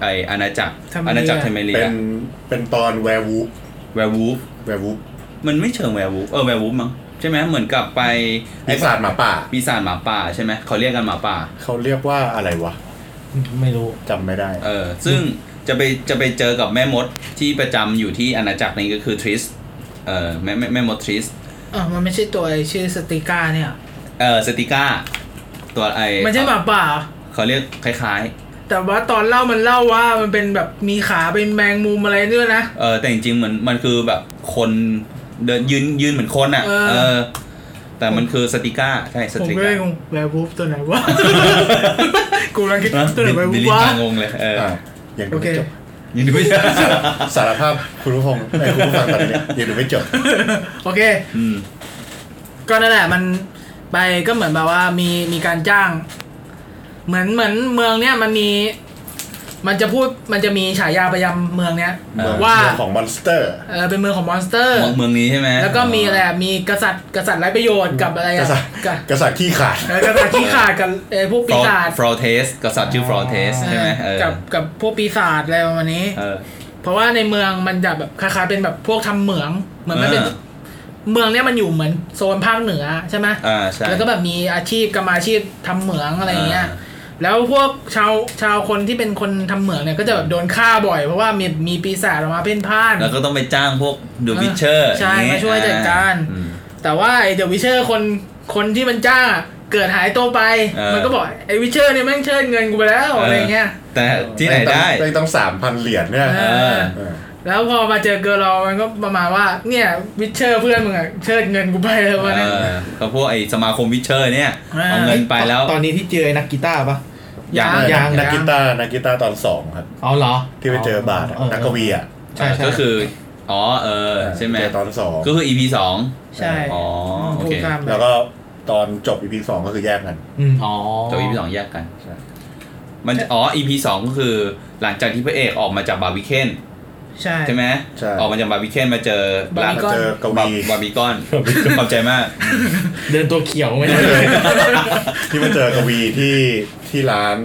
S1: ไออาณาจักร
S5: ไมเรีย
S1: อาณาจักรไทเมเรี
S3: เป็
S1: ย
S3: นเป็นตอนแวร์วูฟ
S1: แวร์วูฟ
S3: แวร์วูฟ
S1: มันไม่เชิงแวร์วูฟเออแวร์วูฟมั้งใช่ไหมเหมือนกับไป
S3: ปีศาจหมาป่า
S1: ปีศาจหมาป่าใช่ไหมเขาเรียกกันหมาป่า
S3: เขาเรียกว่าอะไรวะ
S4: ไม่รู้
S3: จำไม่ได้
S1: เออ ซึ่งจะไปจะไปเจอกับแม่มดที่ประจำอยู่ที่อาณาจักรนี้ก็คือทริสเออแม่แม่แม่มดทริส
S5: อ่ะมันไม่ใช่ตัวไอ้ชื่อสติก้าเนี่ย
S1: เออสติก้า ตัวไอ
S5: มันใช่หมาป่า
S1: เขาเรียกคล้าย
S5: แต่ว่าตอนเล่ามันเล่าว่ามันเป็นแบบมีขาเป็นแมงมุมอะไรด้วยนะ
S1: ๆเออแต่จริงๆเหมือนมันคือแบบคนเดินยืนยืนเหมือนคนอ่ะ
S5: เออ
S1: เออ แต่มันคือสติก้าใช่ส
S5: ผม
S1: ติ
S5: ก็
S1: ก้า
S5: เลยงงแวร์วูฟตัวไหน วะ กูกำลังคิดตัวไหนแวร์วู
S1: บิล
S5: ฟ
S1: ลี่
S5: วะ
S1: ตางงเลยเออ
S3: อ่ะยังดู
S5: โอเค
S3: ไม่จบ
S1: ยังดูไม่จบ
S3: สารภาพคุณผู้ฟังไอ้ยคุณผู้ฟังตอนนี้ยังดูไม่จบ
S5: โอเค
S1: อืม
S5: ก็นั่นแหละมันไปก็เหมือนแบบว่ามีมีการจ้าง เหมือนเหมือนเมืองเนี้ยมันมี มันจะพูดมันจะมีฉายาประจำเมืองเนี้ย
S1: เออ
S5: ว่า
S3: เรื่องของมอนสเตอร์
S5: เออเป็นเมืองของมอนสเตอร์
S1: เมืองเมืองนี้ใช่ไหม
S5: แล้วก็มีอะไรอะมีกษัตริย์กษัตริย์ไร้ประโยชน์กับอะไร
S3: ก
S5: อะ
S3: ษัตริย์
S5: กับ
S3: กษัตริย์ที่ขาด
S5: เออกษัตริย์ที่ขาดกับเออพวก
S1: ฟ
S5: ปี
S1: รอ
S5: ศาจ
S1: ฟรอเทสกษัตริย์ชื่อฟรอเทสใช่ไหมเออ
S5: กับกับพวกปีศาจอะไรประมาณนี้
S1: เออ
S5: เพราะว่าในเมืองมันจะแบบคล้ายๆเป็นแบบพวกทำเหมือง เหมือนมันเป็น
S1: ออ
S5: เมืองเนี้ยมันอยู่เหมือนโซนภาคเหนือใช่ไหม
S1: อ่าใช่
S5: แล้วก็แบบมีอาชีพกรรมอาชีพทำเหมืองอะไรอย่างเงี้ย แล้วพวกชาวชาวคนที่เป็นคนทำเหมืองเนี่ยก็จะแบบโดนฆ่าบ่อยเพราะว่ามีมีปีศาจออกมาเพ่นพ่าน
S1: แล้วก็ต้องไปจ้างพวกดู
S5: เออ
S1: วิเชอร์
S5: ใช่มาช่วยจัดการ แต่ว่าไอ้เดอะวิเชอร์คนคนที่มันจ้างอะเกิดหายตัวไป
S1: เออ
S5: มันก็บอกไอ้วิเชอร์เนี่ยแม่งเชิดเงินกูไปแล้วอะไรอย่างเงี้ย
S1: แต่ที่ไหนได้
S3: แม่งต้องสามพันเหรียญเนี่ย
S5: เอ
S1: เออ
S3: เออ
S5: แล้วพอมาเจอเกอร์ลอมันก็ประมาณว่าเนี่ยวิเชอร์เพื่อนมึงอะเชิดเงินกูไปแล้ววัน
S1: เอ
S5: นั้น
S1: อเขาพวกไอสมาคมวิเชอร์เนี่ย
S5: อ่า
S1: เอาเงินไปแล้ว
S4: ตอนนี้ที่เจอไอ้นักกีตาร์ปะ
S1: ยัง
S3: เออ
S4: ยัง
S3: นักกีตาร์นักกีตาร์ตอนสองครับ
S4: เอาเหรอ
S3: ที่ไปเจอบาทอะนักกวีอ่ะ
S4: ใช่ใช่
S1: ก็คือ อ๋อ เออ ใช่ไหม
S3: เจอตอนสอง
S1: ก็คือ EP สอง
S5: ใช่
S1: อ๋อโอเค
S5: พูดข้ามไป
S3: แล้วก็ตอนจบอีพีสองก็คือแยกกัน
S4: อืม
S1: อ๋อจบ EP สองแยกกัน
S3: ใช่
S1: มันจะอ๋อ EP สองก็คือหลังจากที่พระเอกออกมาจากบาร์บีเคน
S5: ใช่
S1: ใช่ไหม
S3: ใช่
S1: ออกมาจากบาร์บีเคนมาเจอบ
S5: าร์
S3: มา
S5: บีก็
S3: เจอกวี
S1: บาร์บีคอนขอบใจมาก
S4: เดินตัวเขียวไม่ได้เลย
S3: ที่มาเจอกวีที่ที่ร้าน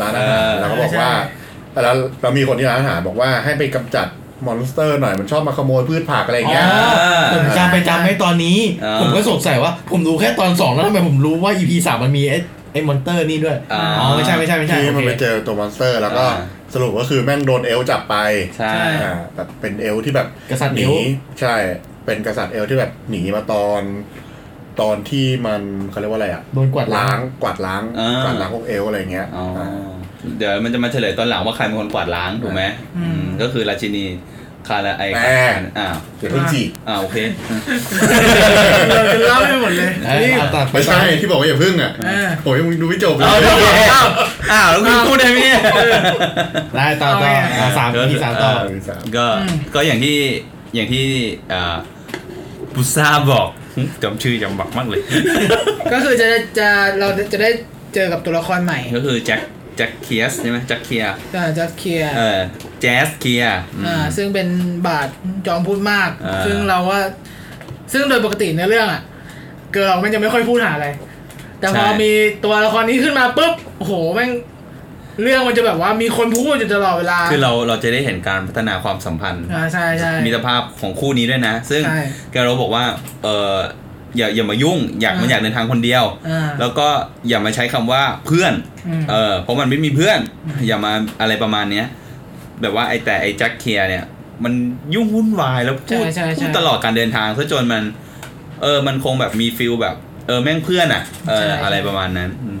S3: ร้านอาหาร
S1: เออ
S3: แล้วก็บอกว่า
S5: ใช่
S3: แล้วเรามีคนที่ร้านอาหารบอกว่าให้ไปกำจัดมอนสเตอร์หน่อยมันชอบมาขโมยพืชผักอะไรอย่างเงี้ย
S4: อ๋อ ผมจำไปจำให้ตอนนี้
S1: อ่า
S4: ผมก็สงสัยว่าผมรู้แค่ตอนสองแล้วทำไมผมรู้ว่า EP สามมันมีไอ้ไอ้มอนเตอร์นี่ด้วย
S1: อ๋อ
S4: อ๋อ ไม่ใช่ไม่ใช่ไม่ใช่
S3: ที่มัน
S4: โอ
S3: ไป
S4: เค
S3: เจอตัวมอนสเตอร์ แล้วก็
S1: อ่า
S3: สรุปก็คือแม่งโดนเอลจับไป
S1: ใช่
S3: อ่าแบบเป็นเอลที่แบบ
S4: กษัตริย์
S3: ห
S4: เอ
S3: นี
S4: ว
S3: ใช่เป็นกษัตริย์เอลที่แบบหนีมาตอน ตอนที่มันเขาเรียกว่าอะไรอะ
S4: โดนกวาดล้า
S3: ล้าง งกวาดล้าง
S1: อ่าก ก
S3: วาดล้างพวกเอลอะไรเงี้ย
S1: อ๋อ เดี๋ยวมันจะมาเฉลยตอนหลังว่าใครเป็นคนกวาดล้างถูกไหม
S5: อืม
S1: อืมก็คือราชินีคาราไอคาอ้าว
S3: เดี๋ยวเพิ่งจีบ
S1: อ้าวโอเค
S5: เราจะเล่าไม่หมดเลย
S4: เอ้ย
S5: นี่
S4: เอาตัด
S3: ไม่ใช่ที่บอกว่าอย่าพึ่งอะ
S5: เออ
S3: โอ้ยมึงดูไม่จบเลย
S1: เอาเอาเอาอ้าวแล้วคุณพูดได้ไหมเนี่ย
S4: ได้ต่อต่ออ่ะสาม EP สามต่อ
S3: เออสาม
S1: ก็
S5: อืม
S1: ก็อย่างที่อย่างที่อ่าบุซ่าบอก จำชื่อจำบักมากเลย
S5: ก็คือจะได้จะเราจะได้เจอกับตัวละครใหม่
S1: ก็คือแจ็คแจ็คเคียสใช่ไหมแจ็คเคียร์
S5: อ่าจะเคลียร์
S1: เออแจ๊สเคียร์อืม
S5: อ่าซึ่งเป็นบาทจอมพูดมาก
S1: อ่า
S5: ซึ่งเราว่า ซึ่งโดยปกติในเรื่องอ่ะ เกิร์ลมันจะไม่ค่อยพูดหาอะไร แต่พอมีตัวละครนี้ขึ้นมาปุ๊บโอ้โหแม่งเรื่องมันจะแบบว่ามีคนพูดอยู่ตลอดเวลา
S1: คือเราเราจะได้เห็นการพัฒนาความสัมพันธ์
S5: อ่าใช่ใช่
S1: มิตรภาพของคู่นี้ด้วยนะ ซึ่ง
S5: ใช่
S1: แกโรบอกว่าเอออย่าอย่ามายุ่ง อยาก
S5: อ่ามั
S1: มันอยากเดินทางคนเดียว
S5: อ่า
S1: แล้วก็อย่ามาใช้คำว่าเพื่อน
S5: อืม
S1: เออเพราะมันไม่มีเพื่อน อย่ามาอะไรประมาณเนี้ยแบบว่าไอแต่ไอแจ็คเคียร์เนี่ย มันยุ่งวุ่นวายแล้วพูด
S5: ใช่ใช่ใช่
S1: พูดตลอดการเดินทางซะจนมัน เออมันคงแบบมีฟิลแบบ เออแม่งเพื่อนอ่ะเอ
S5: ใช่
S1: ออะไรประมาณนั้นอืม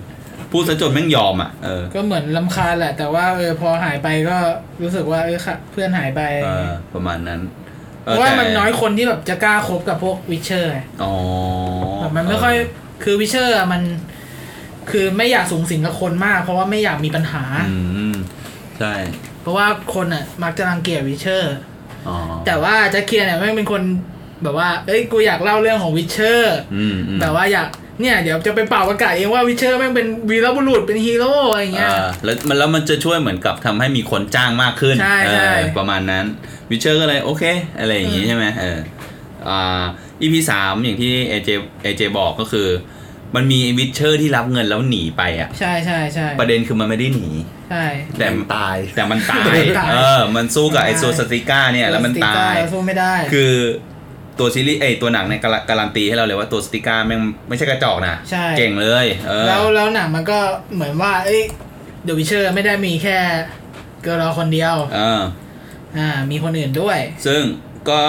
S1: พูดซะจนแม่งยอมอ่ะเออ
S5: ก็เหมือนลำคาญแหละ แต่ว่าเออพอหายไปก็รู้สึกว่าเออค่ะเพื่อนหายไป
S1: เออประมาณนั้น
S5: เพ
S1: ออ
S5: ราะว่า
S1: แต่
S5: มันน้อยคนที่แบบจะกล้าคบกับพวกวิเชอร์ไง
S1: อ๋อ
S5: แบบมันไม่ค่อยคือวิเชอร์อะมัน คือไม่อยากสูงสิงกับคนมาก เพราะว่าไม่อยากมีปัญหา
S1: อืม ใช่
S5: เพราะว่าคนอ่ะมักจะรังเกียจวิเชอร์
S1: อ๋อ
S5: แต่ว่าแจ็คเคียร์เนี่ยแม่งเป็นคนแบบว่าเอ้ยกูอยากเล่าเรื่องของวิเชอร์
S1: อืมอืม
S5: แบบว่าอยากเนี่ยเดี๋ยวจะไปเป่าประกาศเองว่าวิเชอร์แม่งเป็นวีรบุรุษเป็นฮีโร่อะไรเงี้ย
S1: อ่าแล้วมันแล้วมันจะช่วยเหมือนกับทำให้มีคนจ้างมากขึ้น
S5: ใช่ใช่
S1: เออประมาณนั้นวิเชอร์ก็เลยโอเค อะไรอย่างงี้ใช่ไหมเอออ่าอีพีสามอย่างที่เอเจเอเจบอกก็คือ มันมีวิเชอร์ที่รับเงินแล้วหนีไปอ่ะ
S5: ใช่ใช่ใช่
S1: ประเด็นคือมันไม่ได้หนี
S5: ใช่
S1: แต่
S3: งตาย
S1: แต่มันตา
S5: มั
S1: ย
S5: นตาย
S1: เออ มันสู้กับไอโซสติก้าเนี่ย แล้วมันตาย
S5: เราสู้ไม่ได้
S1: คือตัวซีรีส์ไอยตัวหนังเนี่ยการันการันตีให้เราเลยว่าตัวสติก้าแม่งไม่ใช่กระจอกนะ
S5: ใช่
S1: เก่งเลยเออ
S5: แล้วแล้วหนังมันก็เหมือนว่าเอ้ยเดอะวิเชอร์ไม่ได้มีแค่เกิร์ลคนเดียว
S1: เออ
S5: อ่า มีคนอื่นด้วย
S1: ซึ่งก็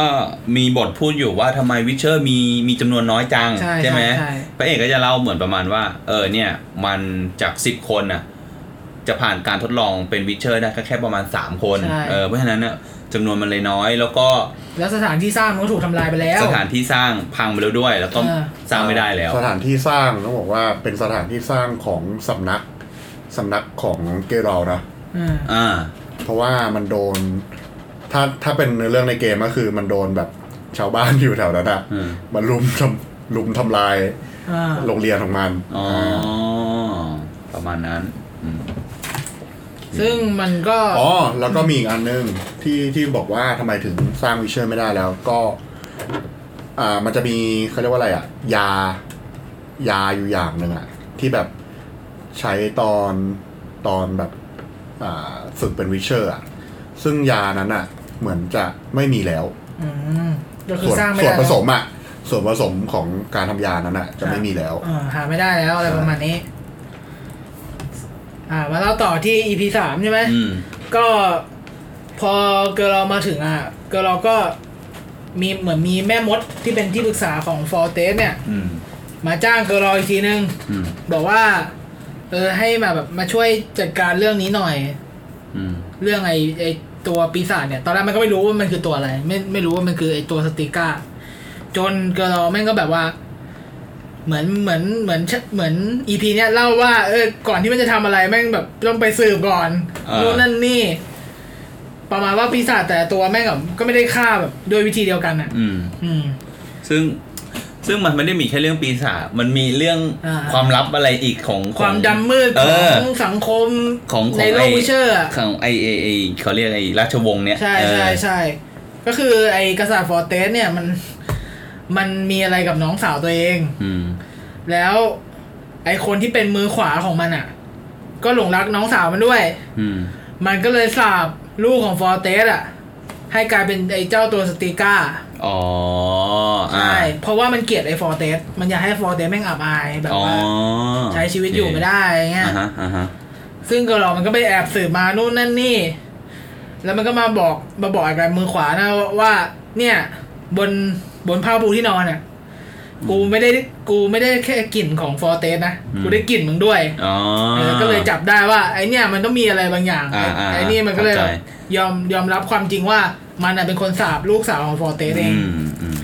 S1: มีบทพูดอยู่ว่าทำไมวิเชอร์มีมีจำนวนน้อยจัง
S5: ใช่
S1: ไหม
S5: ใช่ใช่
S1: พระเอกก็จะเล่าเหมือนประมาณว่า เออเนี่ย มันจากสิบคนน่ะ จะผ่านการทดลองเป็นวิเชอร์ได้ก็แค่ประมาณ 3 คน
S5: ใช่
S1: เออเพราะฉะนั้นน่ะจำนวนมันเลยน้อย แล้วก็
S5: แล้วสถานที่สร้างมันก็ถูกทำลายไปแล้ว
S1: สถานที่สร้างพังไปแล้วด้วย แล้วก็
S5: เออ
S1: สร้างไม่ได้แล้ว
S3: สถานที่สร้างต้องบอกว่าเป็นสถานที่สร้างของสำนักสำนักของเกเรานะ
S5: อืม
S1: อ่า
S3: เพราะว่ามันโดน ถ้าถ้าเป็นเนื้อเรื่องในเกมก็คือมันโดนแบบชาวบ้านที่อยู่แถวนั้นอะ
S1: อืม
S3: มันลุมทำลุมทำลาย
S5: อ่า
S3: โรงเรียนของมัน
S1: อ๋อ ประมาณนั้นอืม
S5: ซึ่งมันก็
S3: อ๋อแล้วก็มีอีกอันนึงที่ที่บอกว่าทำไมถึงสร้างวิเชอร์ไม่ได้แล้วก็ อ่ามันจะมีเขาเรียกว่าอะไรอะยา ยาอยู่อย่างหนึ่งอะที่แบบใช้ตอนตอนแบบ อ่าฝึกเป็นวิเชอร์อะซึ่งยานั้นอะเหมือนจะไม่มีแล้ว
S5: อืมก็คือ
S3: ส่วน
S5: สร้างไม่
S3: ส่ว
S5: ได้
S3: น
S5: แล้ว
S3: ผสมอ่ะ ส่วนผสมของการทำยานั้นอ่ะ จะไม่มีแล้ว
S5: อ่าหาไม่ได้แล้วอะไรประมาณนี้ อ่า มาเล่าต่อที่ EP สามใช่ไหม
S1: อืม
S5: ก็พอเกอร์เรามาถึงอ่ะ เกอร์เราก็มีเหมือนมีแม่มดที่เป็นที่ปรึกษาของฟอร์เตสเนี่ย
S1: อืม
S5: มาจ้างเกอร์เราอีกทีนึง
S1: อืม
S5: บอกว่า เออให้มาแบบมาช่วยจัดการเรื่องนี้หน่อย
S1: อืม
S5: เรื่องไอ้ไอ้ตัวปีศาจเนี่ย ตอนแรกมันก็ไม่รู้ว่ามันคือตัวอะไร ไม่ไม่รู้ว่ามันคือไอ้ตัวสติก้า จนเกอร์เราแม่งก็แบบว่า เหมือนเหมือนเหมือนเหมือนอีพีเนี้ยเล่าว่าเออก่อนที่มันจะทำอะไรแม่งแบบต้องไปสืบก่อน
S1: เออ
S5: นู่นนั่นนี่ ประมาณว่าปีศาจแต่ละตัวแม่งแบบก็ไม่ได้ฆ่าแบบด้วยวิธีเดียวกันอ่ะ
S1: อืม
S5: อืม
S1: ซึ่งซึ่งมันไม่ได้มีแค่เรื่องปีศาจมันมีเรื่อง
S5: อ่า
S1: ความลับอะไรอีกของของ
S5: ความดำมืด
S1: เอ
S5: ขอ
S1: อ
S5: งสังคม
S1: ของของ
S5: ในโลก
S1: ไอ้
S5: วิเชอร์อะ
S1: ของไอไอไอเขาเรียกไอราชวงศ์เนี่ย
S5: ใช่
S1: เออ
S5: ใช่ใช่ก็คือไอ้กษัตริย์ฟอร์เตสเนี่ยมันมันมีอะไรกับน้องสาวตัวเอง
S1: อืม
S5: แล้วไอ้คนที่เป็นมือขวาของมันอ่ะ ก็หลงรักน้องสาวมันด้วย
S1: อืม
S5: มันก็เลยสาบลูกของฟอร์เตสอ่ะ ให้กลายเป็นไอ้เจ้าตัวสติก้า
S1: อ๋อ
S5: ใช่เพราะว่ามันเกลียดไอ้ฟอร์เตสมันอยากให้ฟอร์เตสแม่งอับอายแบบ
S1: อ๋อ
S5: ว่าใช้ชีวิตอยู่ไม่ได้อย่างเงี้ย
S1: อ่าฮะอ่าฮะ
S5: ซึ่งก็เรามันก็ไปแอบสืบมานู่นนั่นนี่ แล้วมันก็มาบอกมาบอกไอ้มือขวานะว่า เนี่ย บนบนผ้าปูที่นอนอ่ะ กูไม่ได้กูไม่ได้แค่กลิ่นของฟอร์เตสนะ
S1: อืม
S5: กูได้กลิ่นมึงด้วย
S1: อ๋อ
S5: เออก็เลยจับได้ว่า ไอเนี่ยมันต้องมีอะไรบางอย่าง
S1: อ่า
S5: ไอ้
S1: อ่า
S5: ไอนี่มันก็เลย
S1: เข้าใจ
S5: แบบยอมยอมรับความจริงว่ามันน่ะเป็นคนสาบลูกสาวของฟอร์เตสเอ
S1: อื
S5: ง
S1: มอืม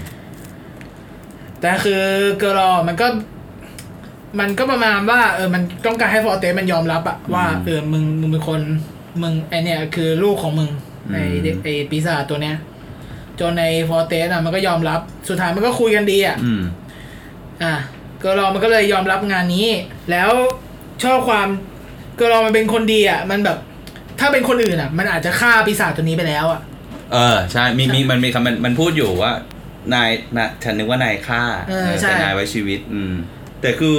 S5: แต่คือเกอรอมันก็ มันก็ประมาณว่า เออ มันต้องการให้ฟอร์เตสมันยอมรับอะว่า
S1: อืม
S5: เออมึงมึงเป็นคนมึงไอเนี่ยคือลูกของมึง
S1: อืม
S5: ไอเด็กไอปีศาจตัวเนี้ยจนในฟอร์เตสอะมันก็ยอมรับสุดท้ายมันก็คุยกันดีอะ
S1: อืม
S5: อ่ะเกอรอมันก็เลยยอมรับงานนี้ แล้วชอบความเกอรอมันเป็นคนดีอะมันแบบ ถ้าเป็นคนอื่นอะมันอาจจะฆ่าปีศาจตัวนี้ไปแล้วอะ
S1: เออ ใช่ มีมีมันมีคำมันมันพูดอยู่ว่า นายนะฉันนึกว่านายฆ่า
S5: เออใช่
S1: แต่นายไว้ชีวิต อืม แต่คือ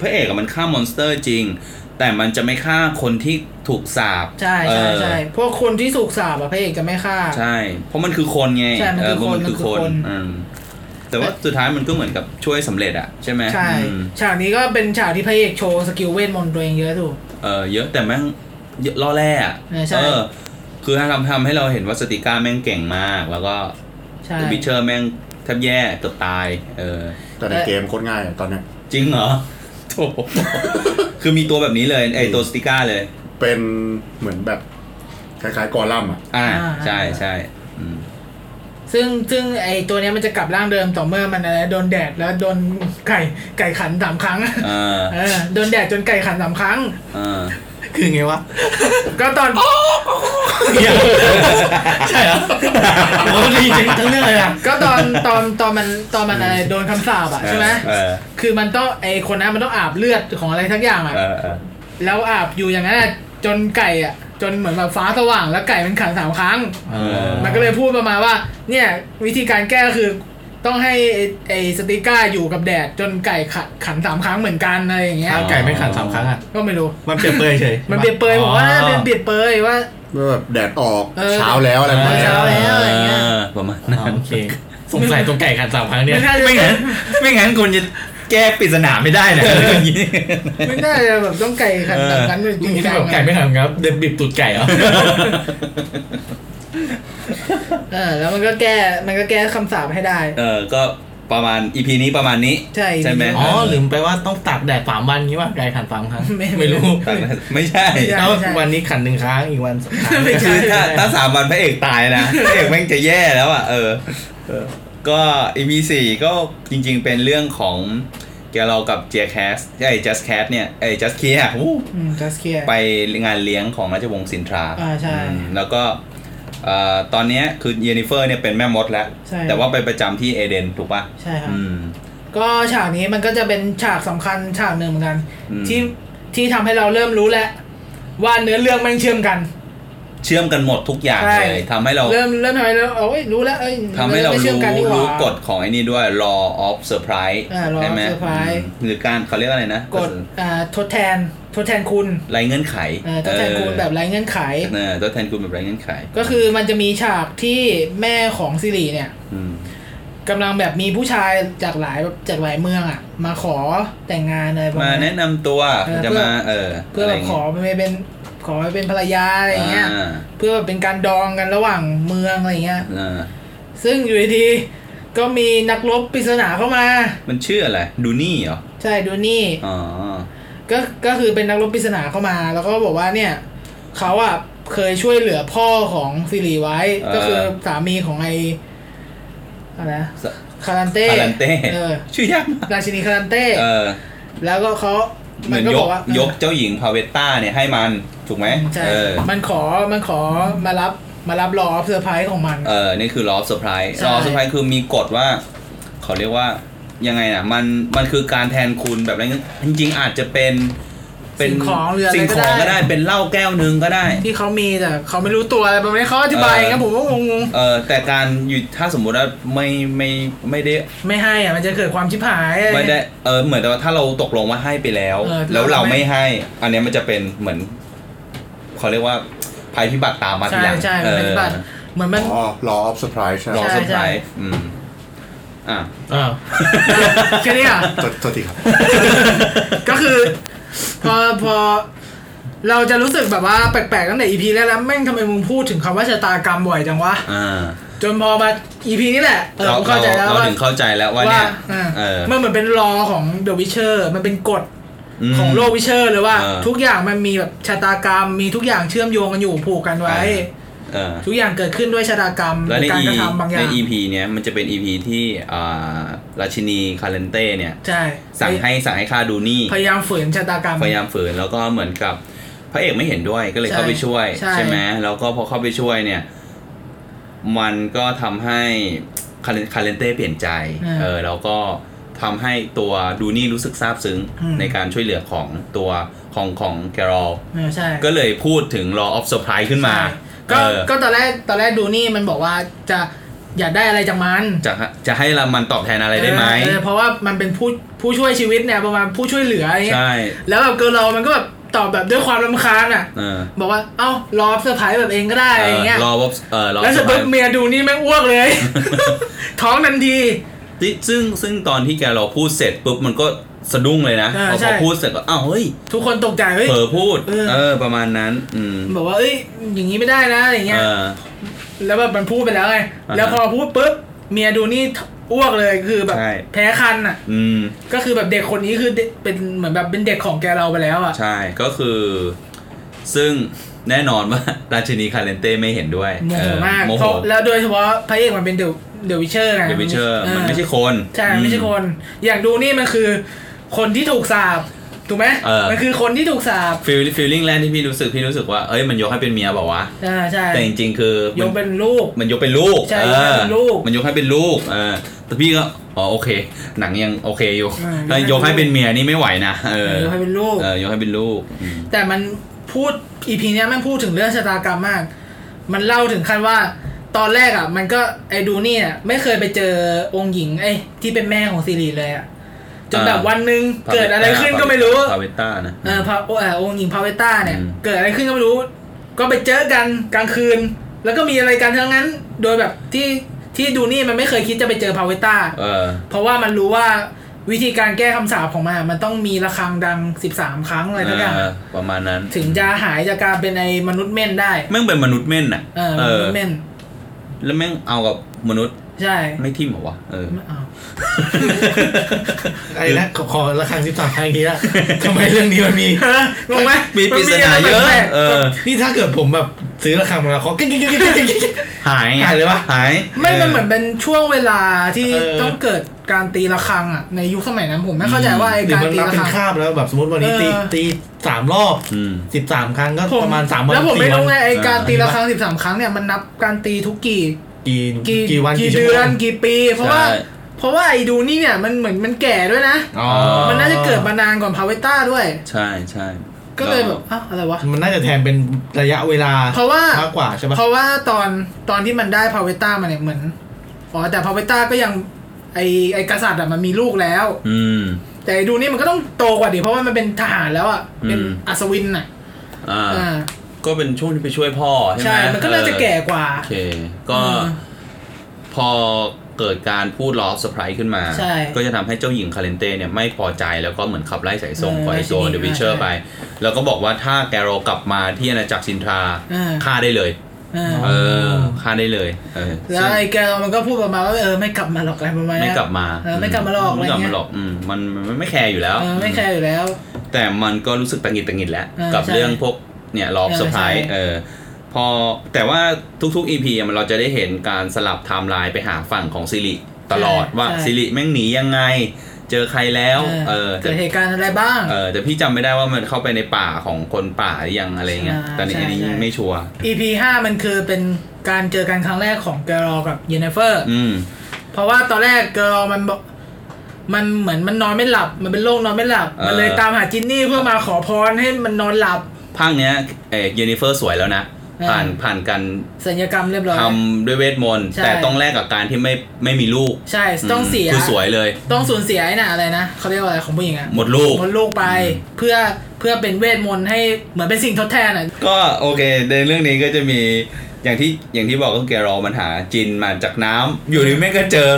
S1: พระเอกอะมันฆ่ามอนสเตอร์จริง แต่มันจะไม่ฆ่าคนที่ถูกสาบ
S5: ใช่ใช่
S1: เออ
S5: ใช่พวกคนที่สูกสาบอะพระเอกจะไม่ฆ่า
S1: ใช่ เพราะมันคือคนไง
S5: ใช่มันคือ
S1: เพราะ
S5: คนมันคือคน
S1: อืมแต่ว่าสุดท้ายมันก็เหมือนกับช่วยสำเร็จอะใช่ไหม
S5: ใช่
S1: อืม
S5: ฉากนี้ก็เป็นฉากที่พระเอกโชว์สกิลเวทมนต์ตัวเองเยอะถูก
S1: เออเยอะแต่แม่งเยอะล่อแร่อะ
S5: เออใช่
S1: เออ คือทำทำให้เราเห็นว่าสติก้าแม่งเก่งมาก แล้วก็
S5: ใช่
S1: เดอะบิชเชอร์แม่งแทบแย่เกือบตาย เออ
S3: แต่ใน
S5: เอ่อ
S3: เกมโคตรง่ายอะตอนเนี้ย
S1: จริงเหรอโถ คือมีตัวแบบนี้เลยไอตัวสติก้าเลย
S3: เป็นเหมือนแบบคล้ายๆกอลัมน์อ่ะ
S1: อ่า
S5: อ่า
S1: ใช่ใช่อืม
S5: ซึ่งซึ่งไอตัวเนี้ยมันจะกลับร่างเดิมต่อเมื่อมันอะไรโดนแดดแล้วโดนไก่ไก่ขันสามครั้ง
S1: เออ
S5: เออโดนแดดจนไก่ขันสามครั้ง
S1: เออ
S4: คือไงวะ
S5: ก็ตอน
S4: ใช่เหรอโอ้ดีจริงทั้งเรื่องเลยอ่ะ
S5: ก็ตอนตอนตอนมันตอนมันอะไรโดนคำสาปอะใช่ไหม
S1: เออ
S5: คือมันต้องไอคนนั้นมันต้องอาบเลือดของอะไรทักอย่างอะ
S1: เออเออ
S5: แล้วอาบอยู่อย่างนั้นอะจนไก่อะจนเหมือนแบบฟ้าสว่างแล้วไก่มันขันสามครั้ง
S1: เออ
S5: มันก็เลยพูดประมาณว่า เนี่ยวิธีการแก้ก็คือต้องให้ไอ้ไอ้สติก้าอยู่กับแดดจนไก่ขัดขันสามครั้งเหมือนกันอะไรอย่างเงี้ย
S4: ถ้าไก่ไม่ขันสามครั้งอ่ะ
S5: ก็ไม่รู้
S4: มันเปรียบเปรยเฉย
S5: มันเปรียบเปรยผมว่าน่าจะเป็นเปรียบเปรยว่า
S3: ว่าแบบแดดออก
S5: เออ
S3: เช้าแล้วอะไรแบบ
S5: เช้า
S3: เนี้ย
S5: แล้วอะไรเงี้ย
S1: เออประมาณ
S4: อ๋
S1: นั้
S4: อน โอเค สงสัยตรงไก่ขันสามครั้งเนี่ย
S5: ไม่น่าจะ
S4: ไม่งั้น ไม่งั้นคนจะแก้ปริศนาไม่ได้นะอย่างนี้
S5: ไม่น่าจะแบบต้องไก่ขันสามครั้งเป็นจริง
S4: นี่
S5: จัง
S4: แบบไก่ไม่ขันครับ เดินบีบตูดไก่เหรอ
S5: เออแล้วมันก็แก้มันก็แก้คำสาปให้ได้
S1: เออ ก็ประมาณอีพีนี้ประมาณนี้
S5: ใช่
S1: ใช่ไหม
S4: อ๋อลืมไปว่าต้องตากแดดสามวันนี้ว่าไก่ขันสามครั้ง
S5: ไม่
S4: ไม่รู้
S1: ต่างกันไม่ใช่
S5: ไม่ใช่
S4: แล้ววันนี้ขันหนึ่งครั้งอีกวันสองครั้ง
S5: ไม่ใช่
S1: คือถ้าถ้าสามวันพระเอกตายนะ พระเอกแม่งจะแย่แล้วอ่ะเออเออ ก็อีพีสี่ก็จริงๆเป็นเรื่องของ แกเรากับเจแคสไอ้จัสแคสเนี่ยไอ้จัสเคีย
S5: อืมจัสเคีย
S1: ไปงานเลี้ยงของราชวงศ์สินทรา
S5: อ่าใช่
S1: อืมแล้วก็เอ่อตอนเนี้ยคือเยนิเฟอร์เนี่ยเป็นแม่มดแล้ว
S5: ใช่
S1: แต่ว่าไปประจำที่เอเดนถูกปะ
S5: ใช่ครับ
S1: อืม
S5: ก็ฉากนี้มันก็จะเป็นฉากสำคัญฉากหนึ่งเหมือนกัน
S1: อืม
S5: ที่ที่ทำให้เราเริ่มรู้แล้วว่าเนื้อเรื่องแมันเชื่อมกัน
S1: เชื่อมกันหมดทุกอย่าง
S5: ใช่
S1: เลยทำให้เรา
S5: เริ่มเริ่มทำให้เราเอ้ยรู้แล้วเอ้ย
S1: ทำให้เรา
S5: ไม่
S1: รู้
S5: มกันดีกว่า
S1: รู้กฎของไอ้นี่ด้วย law of surprise
S5: อ่า law of
S1: ใช่ไหม
S5: surprise
S1: อืมหรือการเขาเรียกว่าอะไรนะ
S5: กฎอ่าทดแทนทดแทนคุณ
S1: ไรเงื่อนไข
S5: เอ่อทดแทนคุณแบบไร้เงื่อนไข
S1: เออทดแทนคุณแบบไรเงื่อนไข
S5: ก็คือมันจะมีฉากที่แม่ของซิริเนี่ย
S1: ม
S5: กำลังแบบมีผู้ชายจากหลายจากหลายเมืองอ่ะ มาขอแต่งงานอะไรประ
S1: มา
S5: มาณเนี้
S1: แนะ
S5: ย
S1: นำตัว
S5: เออ
S1: จะมาเออ
S5: เพื่อแบบขอไปเป็นขอไปเป็นภรรยาอะไรอย่างเงี้ย
S1: า
S5: เพื่อแบบเป็นการดองกันระหว่างเมืองอะไรอย่างเงี้ย
S1: เออ
S5: ซึ่งอยู่ดีๆก็มีนักรบปริศนาเข้ามา
S1: มันชื่ออะไรดูนี่เหรอ
S5: ใช่ดูนี่
S1: อ๋อ
S5: ก็ก็คือเป็นนักรบปริศนาเข้ามา แล้วก็บอกว่าเนี่ยเขาอ่ะเคยช่วยเหลือพ่อของซิริไว้ ก็คือสามีของไออะไรนะ
S1: ส
S5: คารันเต้
S1: คารันเต้
S5: เออ
S1: ชื่อยากมาก
S5: ราชินีคารันเต้
S1: เออ
S5: แล้วก็เขา
S1: เหมือนยกยกเจ้าหญิงพาเวตต้าเนี่ยให้มันถูกไหม
S5: ใช่
S1: เออ
S5: มันขอมันขอมารับมารับรอเซอร์ไพรส์ของมัน
S1: เออ นี่คือ law of surprise
S5: ใช่
S1: law of surprise คือมีกฎว่า เขาเรียกว่ายังไงนะมันมันคือการแทนคุณแบบอะไรเงี้ยจริงๆอาจจะเป็นเป็น
S5: สิ่งของหรืออะไร
S1: สิ่งของ
S5: ก็
S1: ก็
S5: ได้
S1: ได้เป็นเหล้าแก้วหนึงก็ได้
S5: ที่เขามีแต่เขาไม่รู้ตัวอะไรประมาณนี้เขาอธิบายอย่างเงี้ย
S1: เอ
S5: ผ
S1: อ
S5: มก็งง
S1: เออแต่การอยู่ถ้าสมมุติว่าไม่ไม่ไม่ได้
S5: ๆไม่ให้อ่ะมันจะเกิดความชิบหาย
S1: ไม่ได้เออเหมือนว่าถ้าเราตกลงว่าให้ไปแล้ว
S5: เออ
S1: แล้วเรา
S5: เราไม่
S1: ไม่ให้ อันเนี้ยมันจะเป็นเหมือนเขาเรียกว่าภัยพิบัติตามมาที
S5: ใช่
S1: หลัง
S5: ใช่มันปฏิบัติ
S1: เออ
S5: เหมือนมัน
S3: อ๋อ law of surprise ใช่ไหม
S1: law of
S5: ใช่
S1: surprise อืมอ่ะ
S4: อ้าว
S5: แค่เนี้ อ่ะ
S3: โทษโทษทีครับ
S5: ก็คือ พอพอเราจะรู้สึกแบบว่าแปลกๆตั้งแต่ EP แรกแล้วแม่งทำไมมึงพูดถึงคำว่าชะตากรรมบ่อยจังวะ
S1: อ่า
S5: จนพอมา EP นี้แหละเออ
S1: เรา
S5: ผม
S1: เรา
S5: เข้าใจแล้ว
S1: เรา
S5: ว่า
S1: ถึงเข้าใจแล้วว่า
S5: ว่า
S1: เนี่ย
S5: อ่า
S1: เออ
S5: มันเหมือนเป็นรอของ The Witcher มันเป็นกฎ
S1: ม
S5: ของโลกวิเชอร์เลยว่า
S1: เออ
S5: ทุกอย่างมันมีแบบชะตากรรม มีทุกอย่างเชื่อมโยงกันอยู่ผูกกันไว้
S1: เออ
S5: ทุกอย่างเกิดขึ้นด้วยชะตากรรม
S1: แล้วใน
S5: การ
S1: E
S5: กระทำบางอ
S1: ใน
S5: ย่าง
S1: EP เนี้ยมันจะเป็น EP ที่อ่าราชินีคาเลนเต้เนี่ย
S5: ใช่
S1: สั่งให้สั่งให้ฆ่าดูนี่
S5: พยายามฝืนชะตากรรม
S1: พยายามฝืนแล้วก็เหมือนกับพระเอกไม่เห็นด้วยก็เลย
S5: ใช่
S1: เข้าไปช่วย
S5: ใช่
S1: ไหมแล้วก็พอเข้าไปช่วยเนี่ย มันก็ทำให้คาเลนคาเลนเต้เปลี่ยนใจ เออแล้วก็ทำให้ตัวดูนี่รู้สึกซาบซึ้งในการช่วยเหลือของตัวของของแกรอล
S5: เออใช่
S1: ก็เลยพูดถึง law of surprise ขึ้นมา
S5: ก็
S1: เออ
S5: ก็ตอนแรกตอนแรกดูนี่มันบอกว่าจะอยากได้อะไรจากมัน
S1: จะจะให้เรามันตอบแทนอะไรได้ไหม
S5: เออเพราะว่ามันเป็นผู้ผู้ช่วยชีวิตเนี่ยประมาณผู้ช่วยเหลืออะไรเงี้ย
S1: ใช่
S5: แล้วแบบเกิร์ลเรามันก็แบบตอบแบบด้วยความรำคาญอ่ะ
S1: เออ
S5: บอกว่าเอ้ารอเซอร์ไพรส์แบบเองก็ได้
S1: เอ
S5: อะไร
S1: อ
S5: เงี้ย
S1: law of เออ law
S5: แล้ว
S1: of
S5: เสร็จปุ๊บ
S1: surprise
S5: เมียดูนี่แม่งอ้วก เลย ท้องทันที
S1: ที่ซึ่งซึ่งตอนที่แกเราพูดเสร็จปุ๊บมันก็สะดุ้งเลยนะ
S5: เออ
S1: พอ
S5: ใช่
S1: พอพูดเสร็จก็อ้าวเฮ้ย
S5: ทุกคนตกใจเฮ้ย
S1: เผลอพูด
S5: เออ
S1: เออ ประมาณนั้น อืม
S5: บอกว่าเอ้ยอย่างนี้ไม่ได้นะอะไรเงี้
S1: เอย อ
S5: แล้วแบบมันพูดไปแล้วไง
S1: อ่าฮะ
S5: แล้วพอพูดปุ๊บเมียดูนี่อ้วกเลยคือแบบ
S1: ใช่
S5: แพ้คันอ่ะ
S1: อืม
S5: ก็คือแบบเด็กคนนี้คือเด็กเป็นเหมือนแบบเป็นเด็กของแกเราไปแล้วอ่ะ
S1: ใช่ก็คือ ซึ่งแน่นอนว่า ราชินีคาเลนเต้ไม่เห็นด้วย
S5: โม
S1: เอ
S5: โห
S1: อ
S5: มาก
S1: โมโห
S5: เพราะแล้วโดยเฉพาะพระเอกมันเป็นเดอะเดอะวิเชอร์ไง
S1: เดวิเชอร์มันไม่ใช่คน
S5: ใช่มันไม่ใช่คน อย่างดูนี่มันคือ คนที่ถูกสาบถูกไหม
S1: เออ
S5: มันคือคนที่ถูกสาบ
S1: ฟีลฟีลลิ่งแรกที่พี่รู้สึกพี่รู้สึกว่าเอ้ยมันยกให้เป็นเมียบอกว่าวะ
S5: อ่าใช่
S1: แต่จริงๆคือ
S5: โย
S1: มัน
S5: งเป็นลูก
S1: มันยกเป็นลูก
S5: ใช่
S1: อย
S5: กให้เป็นลูก
S1: มันยกให้เป็นลูกเออแต่พี่ก็อ๋อโอเค หนังยังโอเคอยู่
S5: อืม
S1: ถ้ายกให้เป็นเมียนี่ไม่ไหวนะเออ
S5: โยงให้เป็นลูก
S1: เออยกให้เป็นลูกอืม
S5: แต่มันพูดอีพีนี้ยมันพูดถึงเรื่องชะตากรรมมาก มันเล่าถึงขั้นว่า ตอนแรกอ่ะ มันก็ไอ้ดูนี่อ่ะไม่เคยไปเจอองค์หญิงไอ้ที่เป็นแม่ของซีรีเลยอ่ะจนแบบวันหนึ่งเกิดอะไรขึ้นก็ไม่รู้
S1: พาเวต้านะ
S5: เออพาโอเออองค์หญิงพาเวต้าเนี่ย
S1: อืม
S5: เกิดอะไรขึ้นก็ไม่รู้ ก็ไปเจอกันกลางคืน แล้วก็มีอะไรกันทั้งนั้น โดยแบบที่ที่ดูนี่มันไม่เคยคิดจะไปเจอพาเวต้า
S1: เออ
S5: เพราะว่ามันรู้ว่าวิธีการแก้คำสาปของมันอะมันต้องมีระฆังดัง 13 ครั้งอะไรทั้งอย่าง
S1: เออประมาณนั้น
S5: ถึงจะหายจากการเป็นไอ้มนุษย์เม่นได้
S1: แม่งเป็นมนุษย์เม่นอ่ะ
S5: เออมนุษย์เม่น
S1: แล้วแม่งเอากับมนุษย์
S5: ใช่
S1: ไม่ทิ่มเหรอวะเออ
S5: ไม่เอา
S4: ไอ้นะขอขอละครั้งสิบสามครั้งอีกทีละทำไมเรื่องนี้มันมี
S5: งงไหม
S1: มีปริศนาเยอะ
S5: มันมีไรแปลกๆ
S1: เออ
S4: นี่ถ้าเกิดผมแบบซื้อละครั้งมาแล้วเขากิ๊กกิ๊กกิ๊กกิ๊กกิ๊ก
S1: หายไง
S4: หายเลยวะ
S1: หาย
S5: ไม่มันเหมือนเป็นช่วงเวลาที่
S4: เออ
S5: ต้องเกิด การตีระฆังอ่ะในยุคสมัยนั้นผมไม่เข้าใจว่าไอ้
S4: หรือก
S5: า
S4: มั
S5: ร
S4: น
S5: ตี
S4: รับ
S5: ระ
S4: เป็น
S5: ฆัง
S4: คาบแล้วแบบสมมติวันนี้ตี
S5: เออ
S4: ตีสามรอบ
S1: อืม
S4: สิบสามครั้งก็
S5: ผ
S4: ประมาณสามวัน
S5: แล้วผม
S4: สี่
S5: ไม่รู้
S4: น
S5: ไงไอ้
S1: อ่า
S5: การตีระฆังสิบสามครั้งเนี่ยมันนับการตีทุกกี่
S4: กี่
S5: กี่
S4: กี่วัน
S5: กี่
S4: ชั่ว
S5: เดื
S4: โม
S5: อน
S4: ง
S5: กี่ปี เพราะว่า เพราะว่าไอ้ดูนี่เนี่ยมันเหมือนมันแก่ด้วยนะ
S4: อ๋อ
S5: มันน่าจะเกิดมานานก่อนพาเวต้าด้วย
S1: ใช่ใช่
S5: ก็เลยแบบอ้าวอะไรวะ
S4: มันน่าจะแทนเป็นระยะเวลา
S5: เพราะว่า
S4: มากกว่าใช่ปะ
S5: เพราะว่าตอนตอนที่มันได้พาเวต้ามาเนี่ยเหมือนอ๋อแต่พาเวต้าก็ยังไอไอกษัตริย์อะมันมีลูกแล้ว
S1: อืม
S5: แต่ไอ้ดูนี่มันก็ต้องโตกว่าดิเพราะว่ามันเป็นทหารแล้วอะเป็น
S1: อืม
S5: อัศวินอะ
S1: อ่า
S5: อ่า
S1: ก็เป็นช่วงที่ไปช่วยพ่อใช่ไหม
S5: ใช่ มันก็น่าจะแก่กว่า
S1: โอเค ก็
S5: อืม
S1: พอเกิดการพูดล้อเซอร์ไพรส์ขึ้นมา
S5: ใช่
S1: ก็จะทำให้เจ้าหญิงคาเลนเต้เนี่ยไม่พอใจแล้วก็เหมือนขับไล่สายส่ง
S5: เออ
S1: ปล่อยตัว
S5: ไม่ใช่
S1: เดวิเชอร์
S5: ใช่
S1: ไป แล้วก็บอกว่าถ้าแกโรกลับมาที่อาณาจักรซินทรา
S5: เออ
S1: ฆ่าได้เลย
S5: อ่า
S1: เออฆ่าได้เลยเออ
S5: แล้วไอแกมันก็พูดประมาณว่าเออไม่กลับมาหรอกอะไรประมาณเนี้
S1: ไม่
S5: ย
S1: กลับมา
S5: เออไม่กลับมาหรอก
S1: ไม่กลับ
S5: อะไรเงี้
S1: มาย หรอกอืมมันมันไม่แคร์อยู่แล้ว
S5: เออไม่แคร์อยู่แล้ว
S1: แต่มันก็รู้สึกตังหงิดตังหงิดแล้ว
S5: เออ
S1: กับ
S5: ใช่
S1: เรื่องพวกเนี่ยลอบ
S5: เออ
S1: เซอร์ไพรส์
S5: ใช่
S1: เออพอแต่ว่าทุกๆ EP อะมันเราจะได้เห็นการสลับไทม์ไลน์ไปหาฝั่งของซิริตลอดว่าซิริแม่งหนียังไง เจอใครแล้วเออแต่
S5: เกิดเหตุการณ์อะไรบ้าง
S1: เออแต่พี่จำไม่ได้ว่ามันเข้าไปในป่าของคนป่าหรือยังอะไรเงี้ย
S5: ใช่
S1: แต่ในอันนี้
S5: ใช่
S1: ไม่ชัวร์
S5: EP 5 มันคือเป็นการเจอกันครั้งแรกของเกรอกับเยนเฟอร์
S1: อืม
S5: เพราะว่าตอนแรกเกรอมันบอกมันเหมือนมันนอนไม่หลับ มันเป็นโรคนอนไม่หลับ
S1: เออ
S5: มันเลยตามหาจินนี่เพื่อมาขอพรให้มันนอนหลับ
S1: ภาคเนี้ยเออยูนิเฟอร์สวยแล้วนะ
S5: เออ
S1: ผ่านผ่านการ
S5: สัญญกรรมเรียบร้อย
S1: ทำด้วยเวทมนต์
S5: ใช่
S1: แต่ต้องแลกกับการที่ไม่ไม่มีลูก
S5: ใช่ต้องเสีย
S1: คือสวยเลย
S5: ต้องสูญเสียไอ้น่ะอะไรนะเขาเรียกว่าอะไรของผู้หญิงอะ
S1: หมดลูก
S5: หมดลูกไปเพื่อเพื่อเป็นเวทมนต์ให้เหมือนเป็นสิ่งทดแทนอ่ะ
S1: ก็โอเคในเรื่องนี้ก็จะมีอย่างที่อย่างที่บอกก็แกรอมันหาจินมาจากน้ำอยู่ดีแม่งก็เจอ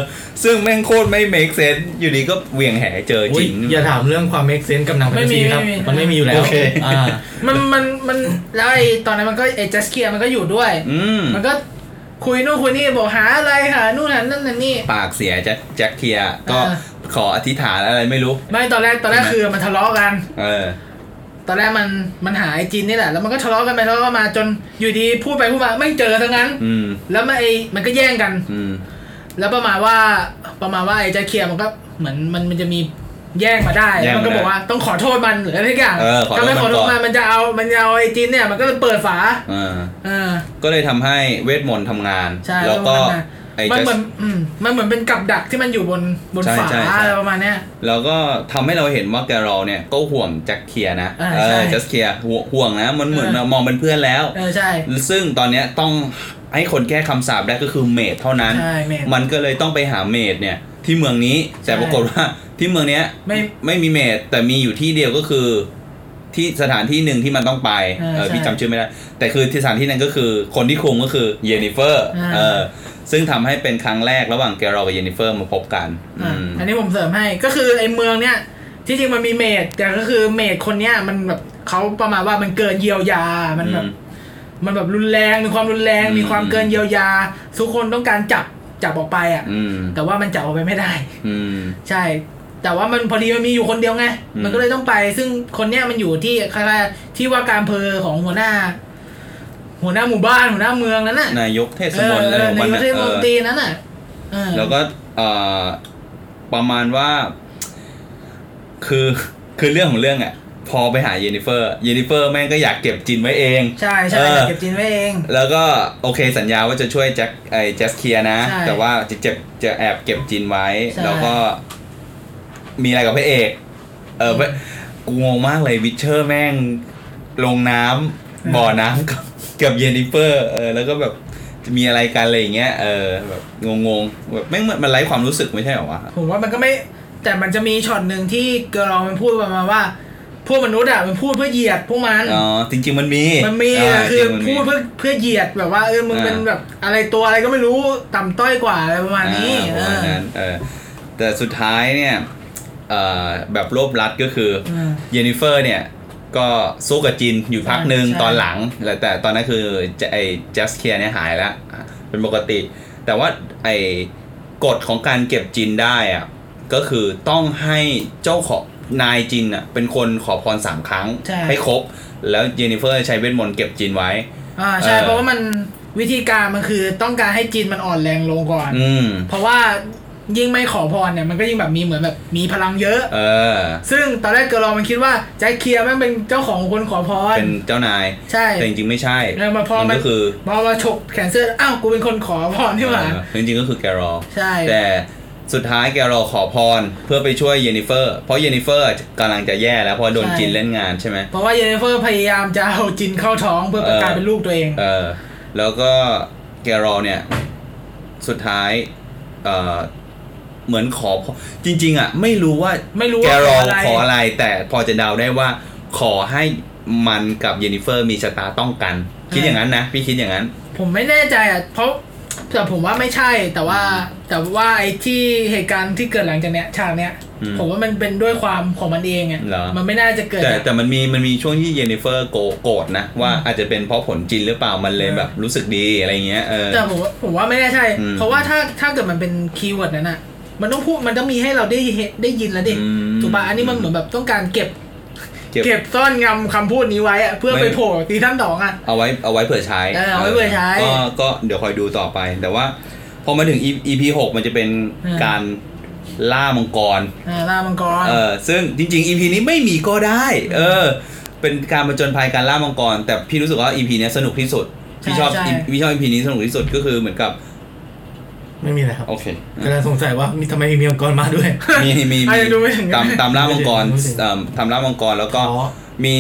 S1: ซึ่งแม่งโคตรไม่ make sense อยู่ดีก็เหวี่ยงแหเจอ
S4: อุ๊ย
S1: จิน
S4: อย่าถามเรื่องความเม e เซน s e กับหนังแฟนตาซี
S5: ไม่มี
S4: ครับ
S5: ไม่มี
S4: มันไม่มีอยู่แล้ว
S1: โอเค
S4: อ่า
S5: มันมันมันแล้วไอ้ตอนนั้นมันก็ไอ้จัสเคียมันก็อยู่ด้วย
S1: อืม
S5: มันก็คุยนู่นคุยนี่บอกหาอะไรหานู่นหานั่นนั่นนี่
S1: ปากเสียแจ็คแจ็คเทียร์ก็
S5: เออ
S1: ขออธิษฐานอะไรไม่รู้
S5: ไม่ตอนแรกตอนแรก
S1: ใช่ไหม
S5: คือมันทะเลาะกัน
S1: เออ
S5: ตอนแรกมันมันหาไอ้จินนี่แหละแล้วมันก็ทะเลาะกันไปทะเลาะกันมาจนอยู่ดีพูดไปพูดมาไม่เจอทั้งนั้น
S1: อืม
S5: แล้วมันไอ้มันก็แย่งกัน
S1: อืม
S5: แล้วประมาณว่าประมาณว่าไอ้แจ็คเคียมันก็เหมือนมันมันจะมีแย่งมาได้
S1: แย่ง
S5: มันก็
S1: มาได้
S5: บอกว่าต้องขอโทษมันหรืออะไรทุกอย่าง
S1: เออขอโทษ
S5: ถ้าไม่ขอโทษ
S1: มัก่อน
S5: มันนมันจะเอามันจะเอาไอ้จินเนี่ยมันก็เลยเปิดฝา
S1: เออ
S5: เออ
S1: ก็เลยทำให้เวทมนต์ทำงาน
S5: ใช่
S1: แล้วก็ไอ้
S5: มันเหมือนอืมมันเหมือนเป็นกับดักที่มันอยู่บนบน
S1: ใช่
S5: ฝา
S1: ใช่ใช่
S5: อะไรประมาณเนี้ย
S1: แล้วก็ทำให้เราเห็นว่าแกรอเนี่ยก็ห่วงแจ็คเทียร์นะ
S5: อ่า
S1: เอ
S5: ใช่
S1: อแจ็คเทียร์ห่วงห่วงนะมันเหมือน
S5: เออ
S1: มองเป็นเพื่อนแล้ว
S5: เออใช่
S1: ซึ่งตอนเนี้ยต้องให้คนแก้คำสาปได้ก็คือเมดเท่านั้น
S5: ใช่เมด
S1: มันก็เลยต้องไปหาเมดเนี่ยที่เมืองนี้ แต่
S5: ใช่
S1: ปรากฏว่าที่เมืองเนี้ย
S5: ไม่
S1: ไม่มีเมดแต่มีอยู่ที่เดียวก็คือที่สถานที่หนึ่งที่มันต้องไป
S5: เออ
S1: เออ
S5: ใช่
S1: พี่จำชื่อไม่ได้ แต่คือที่สถานที่นั้นก็คือคนที่คุมก็คือเยนนิเฟอร์
S5: อ่า
S1: เออซึ่งทำให้เป็นครั้งแรกระหว่างแกรอกับเยนนิเฟอร์มาพบกัน
S5: อ่ะ
S1: อืม
S5: อันนี้ผมเสริมให้ก็คือไอ้เมืองเนี่ยที่จริงมันมีเมดแต่ก็คือเมดคนเนี้ยมันแบบเขาประมาณว่ามันเกินเยียวยา มันแบบ
S1: อืม
S5: มันแบบรุนแรงมีความรุนแรง
S1: อืม
S5: มีความเกินเยียวยา ทุกคนต้องการจับจับออกไปอ่ะ
S1: อืม
S5: แต่ว่ามันจับออกไปไม่ได้
S1: อืม
S5: ใช่ แต่ว่ามันพอดีมันมีอยู่คนเดียวไง
S1: อืม
S5: มันก็เลยต้องไป ซึ่งคนเนี้ยมันอยู่ที่คล้ายๆที่ว่าการอำเภอของหัวหน้า หัวหน้าหมู่บ้านหัวหน้าเมืองนั้นน่ะ
S1: นายกเทศ
S5: เอ
S1: ม
S5: อน
S1: ตรีอะไรของ
S5: ใน
S1: มัน
S5: ป
S1: น่ะ
S5: ระเทศ
S1: เอ
S5: มน
S1: อ
S5: ตรีนั้นน่ะเออ
S1: แล้วก็เอ่อประมาณว่า คือ คือเรื่องของเรื่องอ่ะ พอไปหาเยนนิเฟอร์เยนนิเฟอร์แม่งก็อยากเก็บจินไว้เอง
S5: ใช่ใช่
S1: เออ
S5: เก็บจินไว้เอง
S1: แล้วก็โอเคสัญญาว่าจะช่วยแจ็คไอ้แจ็คเคลียร์นะ
S5: ใช่
S1: แต่ว่าจะเจ็บจะแอบเก็บจินไว้
S5: ใช่
S1: แล้วก็มีอะไรกับพระเอก เออพระกูงงมากเลยวิเชอร์แม่งลงน้ำบ่อน้ำกับกับเยนนิเฟอร์เออแล้วก็แบบจะมีอะไรกันอะไรอย่างเงี้ยเออแบบงงๆแบบแม่งมันมันไร้ความรู้สึกไม่ใช่เหรอวะ
S5: ผมว่ามันก็ไม่ แต่มันจะมีช็อตหนึ่งที่เกอร์ลองมันพูดประมาณว่า พวกมนุษย์อ่ะมันพูดเพื่อเหยียดพวกมัน
S1: อ๋อจริงๆมันมี
S5: มันมี
S1: า
S5: อะคือ
S1: จริงๆมันมี
S5: พูดเพื่อเพื่อเหยียดแบบว่าเออมึง
S1: อ่า
S5: เป็นแบบอะไรตัวอะไรก็ไม่รู้ต่ำต้อยกว่าอะไรประมาณนี้
S1: อ่าประมา
S5: เอ
S1: ณ
S5: อ
S1: นั้นเออแต่สุดท้ายเนี่ยเอ่อแบบรวบรัดก็คืออ
S5: ม
S1: เยนนิเฟอร์เนี่ย ก็สู้กับจินอยู่พักหนึ่ง
S5: ใช่
S1: ตอนหลังแต่แต่ตอนนั้นคือจะไอ้จัสเคียเนี่ยหายแล้วเป็นปกติ แต่ว่าไอ้กฎของการเก็บจินได้อะก็คือต้องให้เจ้าของนายจินอ่ะเป็นคนขอพรสามครั้ง
S5: ใช่
S1: ครบ แล้วเยนนิเฟอร์ใช้เวทมนต์เก็บจินไว้
S5: อ่าใช่
S1: เออ
S5: เพราะว่ามันวิธีการมันคือต้องการให้จีนมันอ่อนแรงลงก่อน
S1: อืม
S5: เพราะว่า ยิ่งไม่ขอพรเนี่ยมันก็ยิ่งแบบมีเหมือนแบบมีพลังเยอะ
S1: เออ
S5: ซึ่งตอนแรกเกอร์ลองมันคิดว่าแจ็คเคียร์แม่งเป็นเจ้าของคนขอพร
S1: เป็นเจ้านาย
S5: ใช่
S1: แต่จริงๆไม่ใช่
S5: แล้วมาพอ
S1: มัน
S5: มัน
S1: ก็คือ
S5: พอมาฉกแขนเสื้ออ้าวกูเป็นคนขอพรที่หว่า
S1: เออจริงๆก็คือแกรอล
S5: ใช่
S1: แต่สุดท้ายแกรอลขอพรเพื่อไปช่วยเยนนิเฟอร์ เพราะเยนนิเฟอร์กำลังจะแย่แล้วเพราะโดน
S5: ใช่
S1: จินเล่นงานใช่ไหม
S5: เพราะว่าเยนนิเฟอร์พยายามจะเอาจินเข้าท้องเพื่อประกา
S1: เอ
S5: ศ
S1: อ
S5: เป็นลูกตัวเอง
S1: เออแล้วก็แกรอลเนี่ย สุดท้ายเออเหมือนขอพรจริง ๆ อ่ะ ไม่รู้ว่า
S5: ไม่รู้
S1: แก
S5: ว่าร
S1: อล
S5: อะไร
S1: ขออะไร แต่พอจะเดาได้ว่า ขอให้มันกับเยนนิเฟอร์มีชะตาต้องกัน คิด
S5: เออ
S1: อ
S5: อ
S1: ย่างนั้นนะพี่คิดอย่างนั้น
S5: ผมไม่แน่ใจอ่ะเพราะแต่ผมว่าไม่ใช่แต่ว่า แต่ว่าไอ้ที่เหตุการณ์ที่เกิดหลังจากเนี้ยฉากเนี้ย
S1: อืม
S5: ผมว่ามันเป็นด้วยความของมันเองอ่ะ
S1: เหรอ
S5: มันไม่น่าจะเกิด
S1: แต่แต่มันมีมันมีช่วงที่เยนนิเฟอร์โกโกรธนะ ว่าอาจจะเป็นเพราะผลจินหรือเปล่ามันเลย
S5: เออ
S1: แบบรู้สึกดีอะไรเงี้ยเออ
S5: แต่ผมว่าผมว่าไม่น่าใช่
S1: อืม
S5: เพราะว่าถ้าถ้าเกิดมันเป็นคีย์เวิร์ดนั้นอ่ะ มันต้องพูดมันต้องมีให้เราได้เห็นได้ยินแล้วดิ
S1: อืม
S5: ถูกป่ะอันนี้มันเหมือนแบบต้องการเก็บ
S1: เก็บ
S5: เก็บซ่อนงำคำพูดนี้ไว้อะเพื่อไป
S1: ไม่
S5: โผล่ตีท่านสองอ่ะ
S1: เอาไว้เอาไว้เผื่อใช้
S5: เออเอาไว้เผื่อใช้
S1: ก็ก็เดี๋ยวคอยดูต่อไป แต่ว่า พอมาถึง E- EP หกมันจะเป็น
S5: อืม
S1: การล่ามังกร
S5: อ่าล่ามังกร
S1: เออซึ่งจริง ๆ EP นี้ไม่มีก็ได้ เออ เป็นการประจนภัยการล่ามังกร แต่พี่รู้สึกว่า EP เนี้ยสนุกที่สุดพี่ชอบ
S5: ใช่ใช่
S1: พี่ชอบ EP นี้สนุกที่สุดก็คือเหมือนกับ
S4: ไม่มีอะไรครับ
S1: โอเค
S4: กำลังสงสัยว่ามีทำไมมีเมียมังกรมาด้วย
S1: มีมี
S5: อ่ะ
S1: มี
S5: ยังดูไม่ถึง
S1: ตามตามล่ามังกร
S4: ยังดูไม่ถึง
S1: เอิ่มตามล่ามังกรแล้วก็
S4: อ๋อ
S1: มี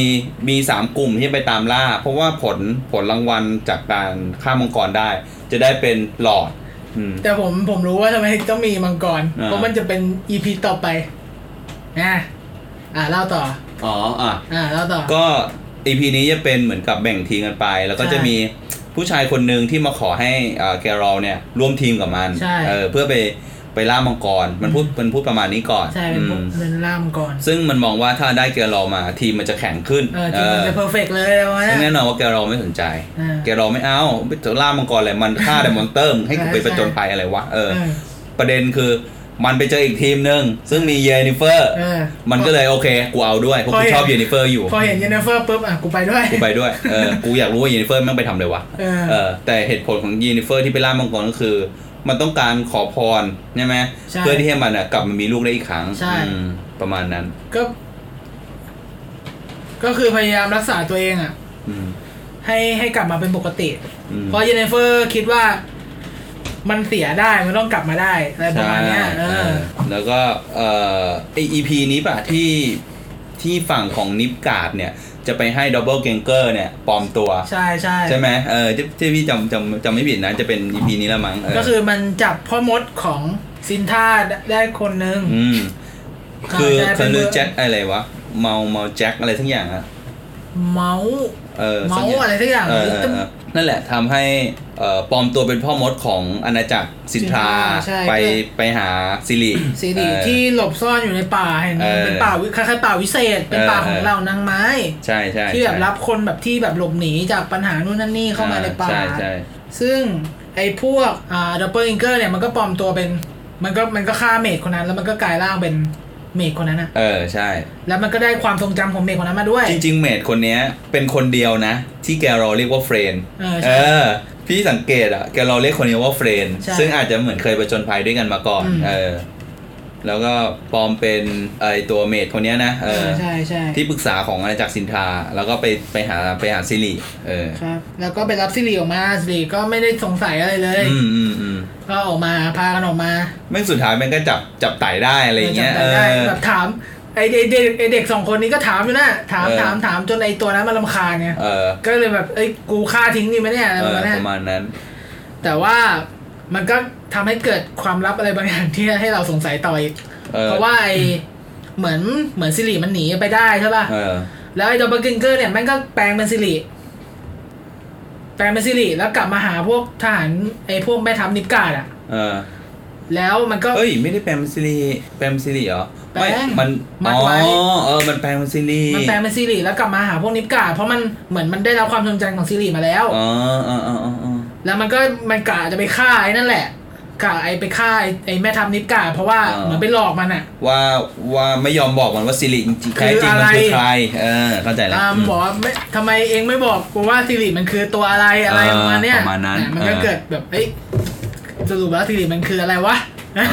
S1: มีสามกลุ่มที่ไปตามล่า เพราะว่าผลผลรางวัลจากการฆ่ามังกรได้ จะได้เป็นหลอดอืม
S5: แต่ผมผมรู้ว่าทำไมต้องมีมังกร
S1: อ่า
S5: เพราะมันจะเป็นอีพีต่อไปนะอ่าเล่าต่อ
S1: อ๋ออ่ะ
S5: อ่าเล่าต่อ
S1: ก็ EP นี้จะเป็นเหมือนกับแบ่งทีมกันไป แล้วก็
S5: ใช่
S1: จะมีผู้ชายคนหนึ่งที่มาขอให้เอ่อแกรอลเนี่ยร่วมทีมกับมัน
S5: ใช่
S1: เออเพื่อไปไปล่ามังกร มันพูดมันพูดประมาณนี้ก่อน
S5: ใช่เป็นพวก
S1: อืม
S5: เป็นล่ามังกร
S1: ซึ่งมันมองว่าถ้าได้แกรอลมาทีมมันจะแข็งขึ้น
S5: เออจริงๆมันจะเพอร์เฟกเลยประมาณ
S1: ซึ่งแน่
S5: นั้น
S1: นอนว่าแกรอลไม่สนใจ
S5: อ่า
S1: แกรอลไม่เอาไปล่ามังกรเลยมันฆ่า แต่มอนเตอร์มึงให้กูไป
S5: ใช่
S1: ประจนภัยอะไรวะเออ
S5: เออ
S1: ประเด็นคือมันไปเจออีกทีมหนึ่งซึ่งมีเยนิเฟอร์
S5: เออ
S1: มันก็เลยโอเคกูเอาด้วยเพราะกูชอบเยนิเฟอร์อยู่
S5: พอเห็นเยนเนเฟอร์ปุ๊บอ่ะกูไปด้วย
S1: กูไปด้วย เออ กูอยากรู้ว่ายูนิเฟอร์แม่งไปทำอะไรวะ
S5: เออ
S1: เออ แต่เหตุผลของยูนิเฟอร์ที่ไปล่ามังกรก็คือ มันต้องการขอพรใช่ไหม
S5: ใช่
S1: เพื่อที่ให้มันอะกลับมามีลูกได้อีกครั้ง
S5: ใช่
S1: อืมประมาณนั้น
S5: ก็ ก็คือพยายามรักษาตัวเองอ่ะ
S1: อืม
S5: ให้ให้กลับมาเป็นปกติ
S1: อืม
S5: เพราะเยนนิเฟอร์คิดว่ามันเสียได้มันต้องกลับมาได้อะไรประมาณเนี้ยเอ
S1: ใช่เอ
S5: อ
S1: อแล้วก็ เอ่อไอ EP นี้ป่ะที่ที่ฝั่งของนิฟการ์ดเนี่ย จะไปให้ดับเบิลเกงเกอร์เนี่ยปลอมตัว
S5: ใช่ใช่
S1: ใช่ไหมเออที่ที่พี่จำจำจำไม่ผิดนะ จะเป็น EP นี้ละมั้งเ
S5: ก็คือมันจับพ่อมดของซินท่าได้คนหนึ่ง
S1: อืม คือ
S5: ใช่
S1: คื
S5: เป็น
S1: อ
S5: เบอร์
S1: แจ็คอะไรวะ เมาเมาแจ็คอะไรทั้งอย่างอะ
S5: เมาส์
S1: เออ
S5: เมาส์
S1: สักย่ง
S5: อะไรสักอย่าง
S1: เออเออเออนั่นแหละทำให้เอ่อปลอมตัวเป็นพ่อมดของอาณาจักรสินทรา
S5: ใช่
S1: ไป
S5: ก็
S1: ไปหาซิริ
S5: ซีดี
S1: เออ
S5: ที่หลบซ่อนอยู่ในป่าแห่งหนึง
S1: เออ
S5: เป็นป่าวิคล้ายๆป่าวิเศษ เป็น
S1: เออ
S5: ป่าของ
S1: เออ
S5: เหล่านางไม้
S1: ใช่ใช่
S5: ที่แบบ
S1: ใช่
S5: รับคนแบบที่แบบหลบหนีจากปัญหานู่นนั่นนี่เข้ามาในป่า
S1: ใช่ใช่
S5: ซึ่งไอ้พวกอ่าดับเบิลอิงเกอร์เนี่ยมันก็ปลอมตัวเป็น มันก็มันก็ฆ่าเมดคนนั้น แล้วมันก็กลายร่างเป็นเมดคนนั้นนะ
S1: เออใช่
S5: แล้วมันก็ได้ความทรงจำของเมดคนนั้นมาด้วย
S1: จริง ๆ เมดคนเนี้ยเป็นคนเดียวนะ ที่แกเราเรียกว่าเฟรน
S5: เออใช่
S1: เออ พี่สังเกตอ่ะแกเราเรียกคนนี้ว่าเฟรน
S5: ใช่
S1: ซึ่งอาจจะเหมือนเคยประจนภัยด้วยกันมาก่อน
S5: อืม
S1: เออแล้วก็ปลอมเป็นไอตัวเมดคนเนี้ยนะเอ
S5: เอ
S1: อ
S5: อใช่ใช่
S1: ที่ปรึกษาของอาณาจักรสินทราแล้วก็ไปไปหาไปหาซิริเออ
S5: ครับ แล้วก็ไปรับซิริออกมาซิริก็ไม่ได้สงสัยอะไรเลย
S1: อืมอืมอืม
S5: ก็ออกมาพากันออกมา
S1: แม่งสุดท้ายแม่งก็จับจับไต่ได้อะไรอย่างเงี้ย
S5: จำ
S1: เอ
S5: ได้ได้
S1: อ
S5: แบบถามไอเด็กไอ้เด็กไอเด็กสองคนนี้ก็ถามอยู่นะถาม
S1: เออ
S5: ถามถามจนไอตัวนั้นมันลำคาญไง
S1: เออ
S5: ก็เลยแบบเอ้ยกูฆ่าทิ้งดีไหมเนี่ยอะไร
S1: เอ
S5: ประ
S1: อป
S5: มาณนั้น
S1: ระมาณนั้น
S5: แต่ว่ามันก็ทำให้เกิดความลับอะไรบางอย่างที่ให้เราสงสัยต่ออีก
S1: เออ
S5: เพราะว่าไอเหมือนเหมือนซิริมันหนีไปได้ใช่ป่ะ
S1: เออ
S5: แล้วไอ้ดับเบิลเกงเกอร์เนี่ยแม่งก็แปลงเป็นสิริแปลงเป็นสิริแล้วกลับมาหาพวกทหารไอ้พวกแม่ทัพนิปกาดอะ
S1: เออ
S5: แล้วมันก็
S1: เอ้ยไม่ได้แปลงเป็นซีรีส์แปลงเป็นซีรีส์เหรอไม่
S5: แปลง
S1: มัน
S5: มั
S1: อ๋
S5: ด
S1: อ
S5: ไว้
S1: เออมันแปลงเป็นซีรีส์
S5: มันแปลงเป็นสิริแล้วกลับมาหาพวกนิปกาดเพราะมันเหมือนมันได้รับความสนใจของสิริมาแล้ว
S1: อ๋ออ๋ออ๋ออ๋อ
S5: แล้วมันก็มันกะจะไปฆ่าไอ้นั่นแหละกะไอ้ไปฆ่าไอ้ไอ้แม่ทัพนิปกาดเพราะว่าเหมือนไปหลอกมันอะ
S1: ว่าว่าไม่ยอมบอกมันว่าซีรีส์จริงๆ
S5: คื
S1: แท้
S5: อ
S1: จริงมัน
S5: อะไร
S1: คือใครเออเข้าใจแล้ว
S5: อ่า
S1: อืม
S5: บอกว่าไม่ทำไมเองไม่บอกกูว่าสิริมันคือตัวอะไรอะไร
S1: เออ
S5: ประมาณเนี้ย
S1: ประมาณนั้น
S5: เยมันก็
S1: เออ
S5: เกิดแบบเอ้ยสรุปแล้วสิริมันคืออะไรวะ
S1: เอ อ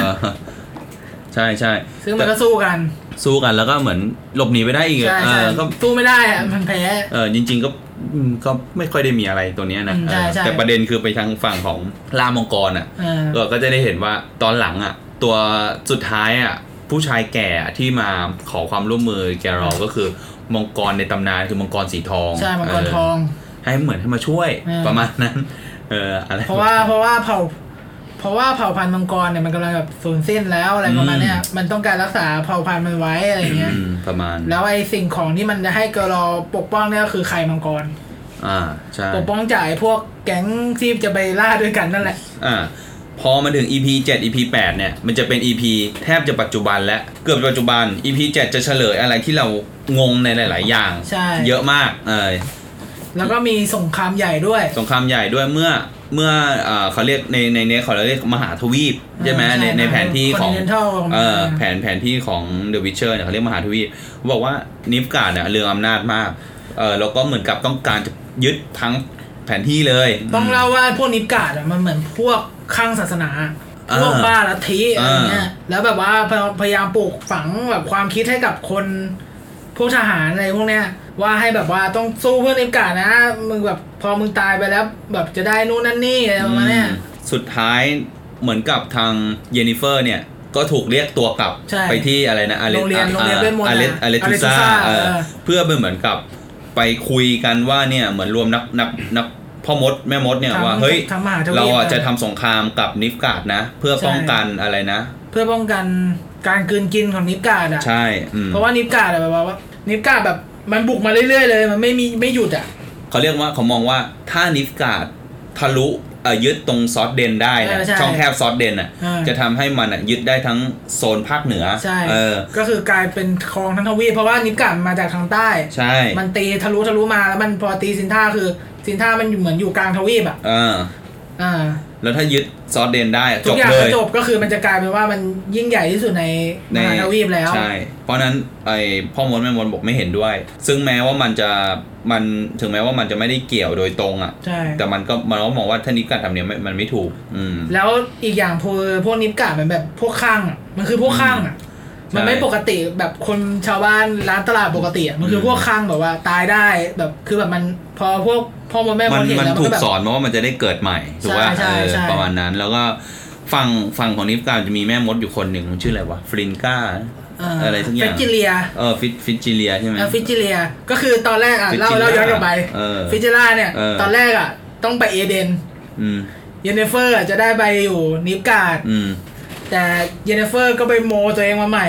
S1: ใช่ใช่
S5: ซึ่งมันก็สู้กัน
S1: สู้กันแล้วก็เหมือนหลบหนีไปได้อีกอะเอ
S5: ใช่ใช่
S1: อก็
S5: สู้ไม่ได้อะมันแพ้
S1: เออจริง ๆก็อืมก็ไม่ค่อยได้มีอะไรตัวเนี้ยนะ
S5: อืมใช่
S1: เออ
S5: ใช่
S1: แต่ประเด็นคือไปทางฝั่งของลามังกรอ่ะ
S5: เออ
S1: เออก็จะได้เห็นว่าตอนหลังอ่ะ ตัวสุดท้ายอ่ะผู้ชายแก่อะที่มาขอความร่วมมือแกเราก็คือมังกรในตำนานคือมังกรสีทอง
S5: ใช่มังกรทอง
S1: เให้เหมือนให้มาช่วย
S5: เออ
S1: ประมาณนั้น เอออะไร
S5: เพราะว่าเพราะว่าเผ่า เพราะว่าเผ่าพันธุ์มังกรเนี่ยมันกำลังแบบสูญสิ้นแล้วอะไรประมาณเนี้ย
S1: อืม
S5: มันต้องการรักษาเผ่าพันธุ์มันไว้อะไรเงี้ย
S1: อืมประมาณ
S5: แล้วไอ้สิ่งของที่มันจะให้เกลอปกป้องเนี่ยก็คือไข่มังกร
S1: อ่าใช่
S5: ปกป้องจากไอ้พวกแก๊งที่จะไปล่าด้วยกันนั่นแหละ
S1: อ่าพอมาถึง EP 7 EP 8เนี่ย มันจะเป็น EP แทบจะปัจจุบันและเกือบจะปัจจุบัน EP 7 จะเฉลยอะไรที่เรางงในหลาย ๆ อย่าง
S5: ใช่
S1: เยอะมากเออ
S5: แล้วก็มีสงครามใหญ่ด้วย
S1: สงครามใหญ่ด้วยเมื่อเมื่อเอ่อเขาเรียกในในเนี้ยเขาเรียกมหาทวีปใช่ไหม
S5: อ่าใช่
S1: ในในแผนที่ของ
S5: Continental
S1: เออ
S5: ของมัน
S1: แผนแผนที่ของ The Witcher เนี่ยเขาเรียกมหาทวีปเขาบอกว่านิฟการ์ดเนี่ยเรืองอำนาจมากเออแล้วก็เหมือนกับต้องการจะยึดทั้งแผนที่เลย
S5: ต้องเล่าว่าพวกนิกาดอะมันเหมือนพวกข้างศาสนา
S1: อ่า
S5: พวกบ้าลัทธิอะไรเงี้ย
S1: อ่า
S5: แล้วแบบว่าพยพยายามปลูกฝังแบบความคิดให้กับคน พวกทหารอะไรพวกเนี้ยว่าให้แบบว่าต้องสู้เพื่อนิกาดนะมึงแบบพอมึงตายไปแล้ว แบบจะได้นู่นนั่นนี่อะไรประมาณเนี้ย
S1: อืมสุดท้ายเหมือนกับทางเยนนิเฟอร์เนี่ย ก็ถูกเรียกตัวกลับ
S5: ใช่
S1: ไปที่อะไรนะอเล
S5: โรงเรียนโรงเรียนเวทมนต์
S1: อเล
S5: อะ
S1: อเลทู
S5: Arethusa
S1: ซาเออ
S5: เออ
S1: เพื่อเป็นเหมือนกับไปคุยกันว่าเนี่ยเหมือนรวมนักนักนักพ่อมดแม่มดเนี่ย
S5: ทั้ง
S1: ว่าเฮ้ย
S5: ทั้งมหาทวีป
S1: เราอ่ะ
S5: น
S1: จะทำสงครามกับนิฟกาดนะ เพื่อป้องกันอะไรนะ
S5: เพื่อป้องกันการกลืนกินของนิกาดอ่ะ
S1: ใช่อืม
S5: เพราะว่านิกาดอะแบบว่า นิกาดแบบมันบุกมาเรื่อยๆเลย มันไม่มีไม่หยุดอ่ะ
S1: เขาเรียกว่าเขามองว่าถ้านิฟกาดทะลุเอ่อยึดตรงซอสเดนได้นะ
S5: เออใช่
S1: ช่องแคบซอสเดนอ่ะ
S5: เออ
S1: จะทำให้มันอะยึดได้ทั้งโซนภาคเหนือ
S5: ใช่
S1: เออ
S5: ก็คือกลายเป็นคลองทั้งทวีปเพราะว่านิกาดมาจากทางใต้
S1: ใช่
S5: มันตีทะลุทะลุมาแล้วมันพอตีซินท่าคือซินท่ามันอยู่เหมือนอยู่กลางทวีปอ่ะ
S1: เออ
S5: อ่า
S1: แล้วถ้ายึดซอสเดนได้อะ
S5: ทุ
S1: จ
S5: ก
S1: บ
S5: อย่าง
S1: เล
S5: ก็
S1: ย
S5: จบก็คือมันจะกลายเป็นว่ามันยิ่งใหญ่ที่สุดในมหาทวีปแล้ว
S1: ใช่ เพราะฉะนั้นไอพ่อมดแม่มดบอกไม่เห็นด้วย ซึ่งแม้ว่ามันจะมันถึงแม้ว่ามันจะไม่ได้เกี่ยวโดยตรงอ่ะ
S5: ใช่
S1: แต่มันก็มันก็มองว่าท่านิการทำเนี่ยไม่มันไม่ถูก อืม
S5: แล้วอีกอย่างพวกพวกนิกาดมันแบบพวกข้างอะมันคือพวกข้างอ่ะ
S1: ใช่
S5: มันไม่ปกติแบบคนชาวบ้านร้านตลาดปกติอะมันคืออ
S1: ม
S5: พวกข้างแบบว่าตายได้แบบคือแบบมันพอพวกพ่อมดแม่ม
S1: มัน
S5: ดเห็น
S1: มัน
S5: แล้วมัน
S1: ถู
S5: ก็
S1: ก
S5: แบบ
S1: สอนมาว่ามันจะได้เกิดใหม่ถูกว่า
S5: ใช่ใช่
S1: เออ
S5: ใช่
S1: ประมาณนั้น แล้วก็ฝั่งฝั่งของนิฟการจะมีแม่มดอยู่คนหนึ่งชื่ออะไรวะฟรินก้า
S5: เ
S1: อะไรสักอย่าง
S5: ฟิจิเลีย
S1: เออฟิฟิจิเลียใช่ไหม
S5: เอ่อฟิจิเลียก็คือตอนแรกอ่ะเล่า
S1: Figilla
S5: เล่าย้อนกลับไป
S1: เออ
S5: ฟิจิล่าเนี่ย
S1: เออ
S5: ตอนแรกอ่ะ ต้องไปเอเดน
S1: อืม
S5: เยนเนเฟอร์จะได้ไปอยู่นิฟกาด
S1: อืม
S5: แต่เยนเนเฟอร์ก็ไปโมตัวเองมาใหม่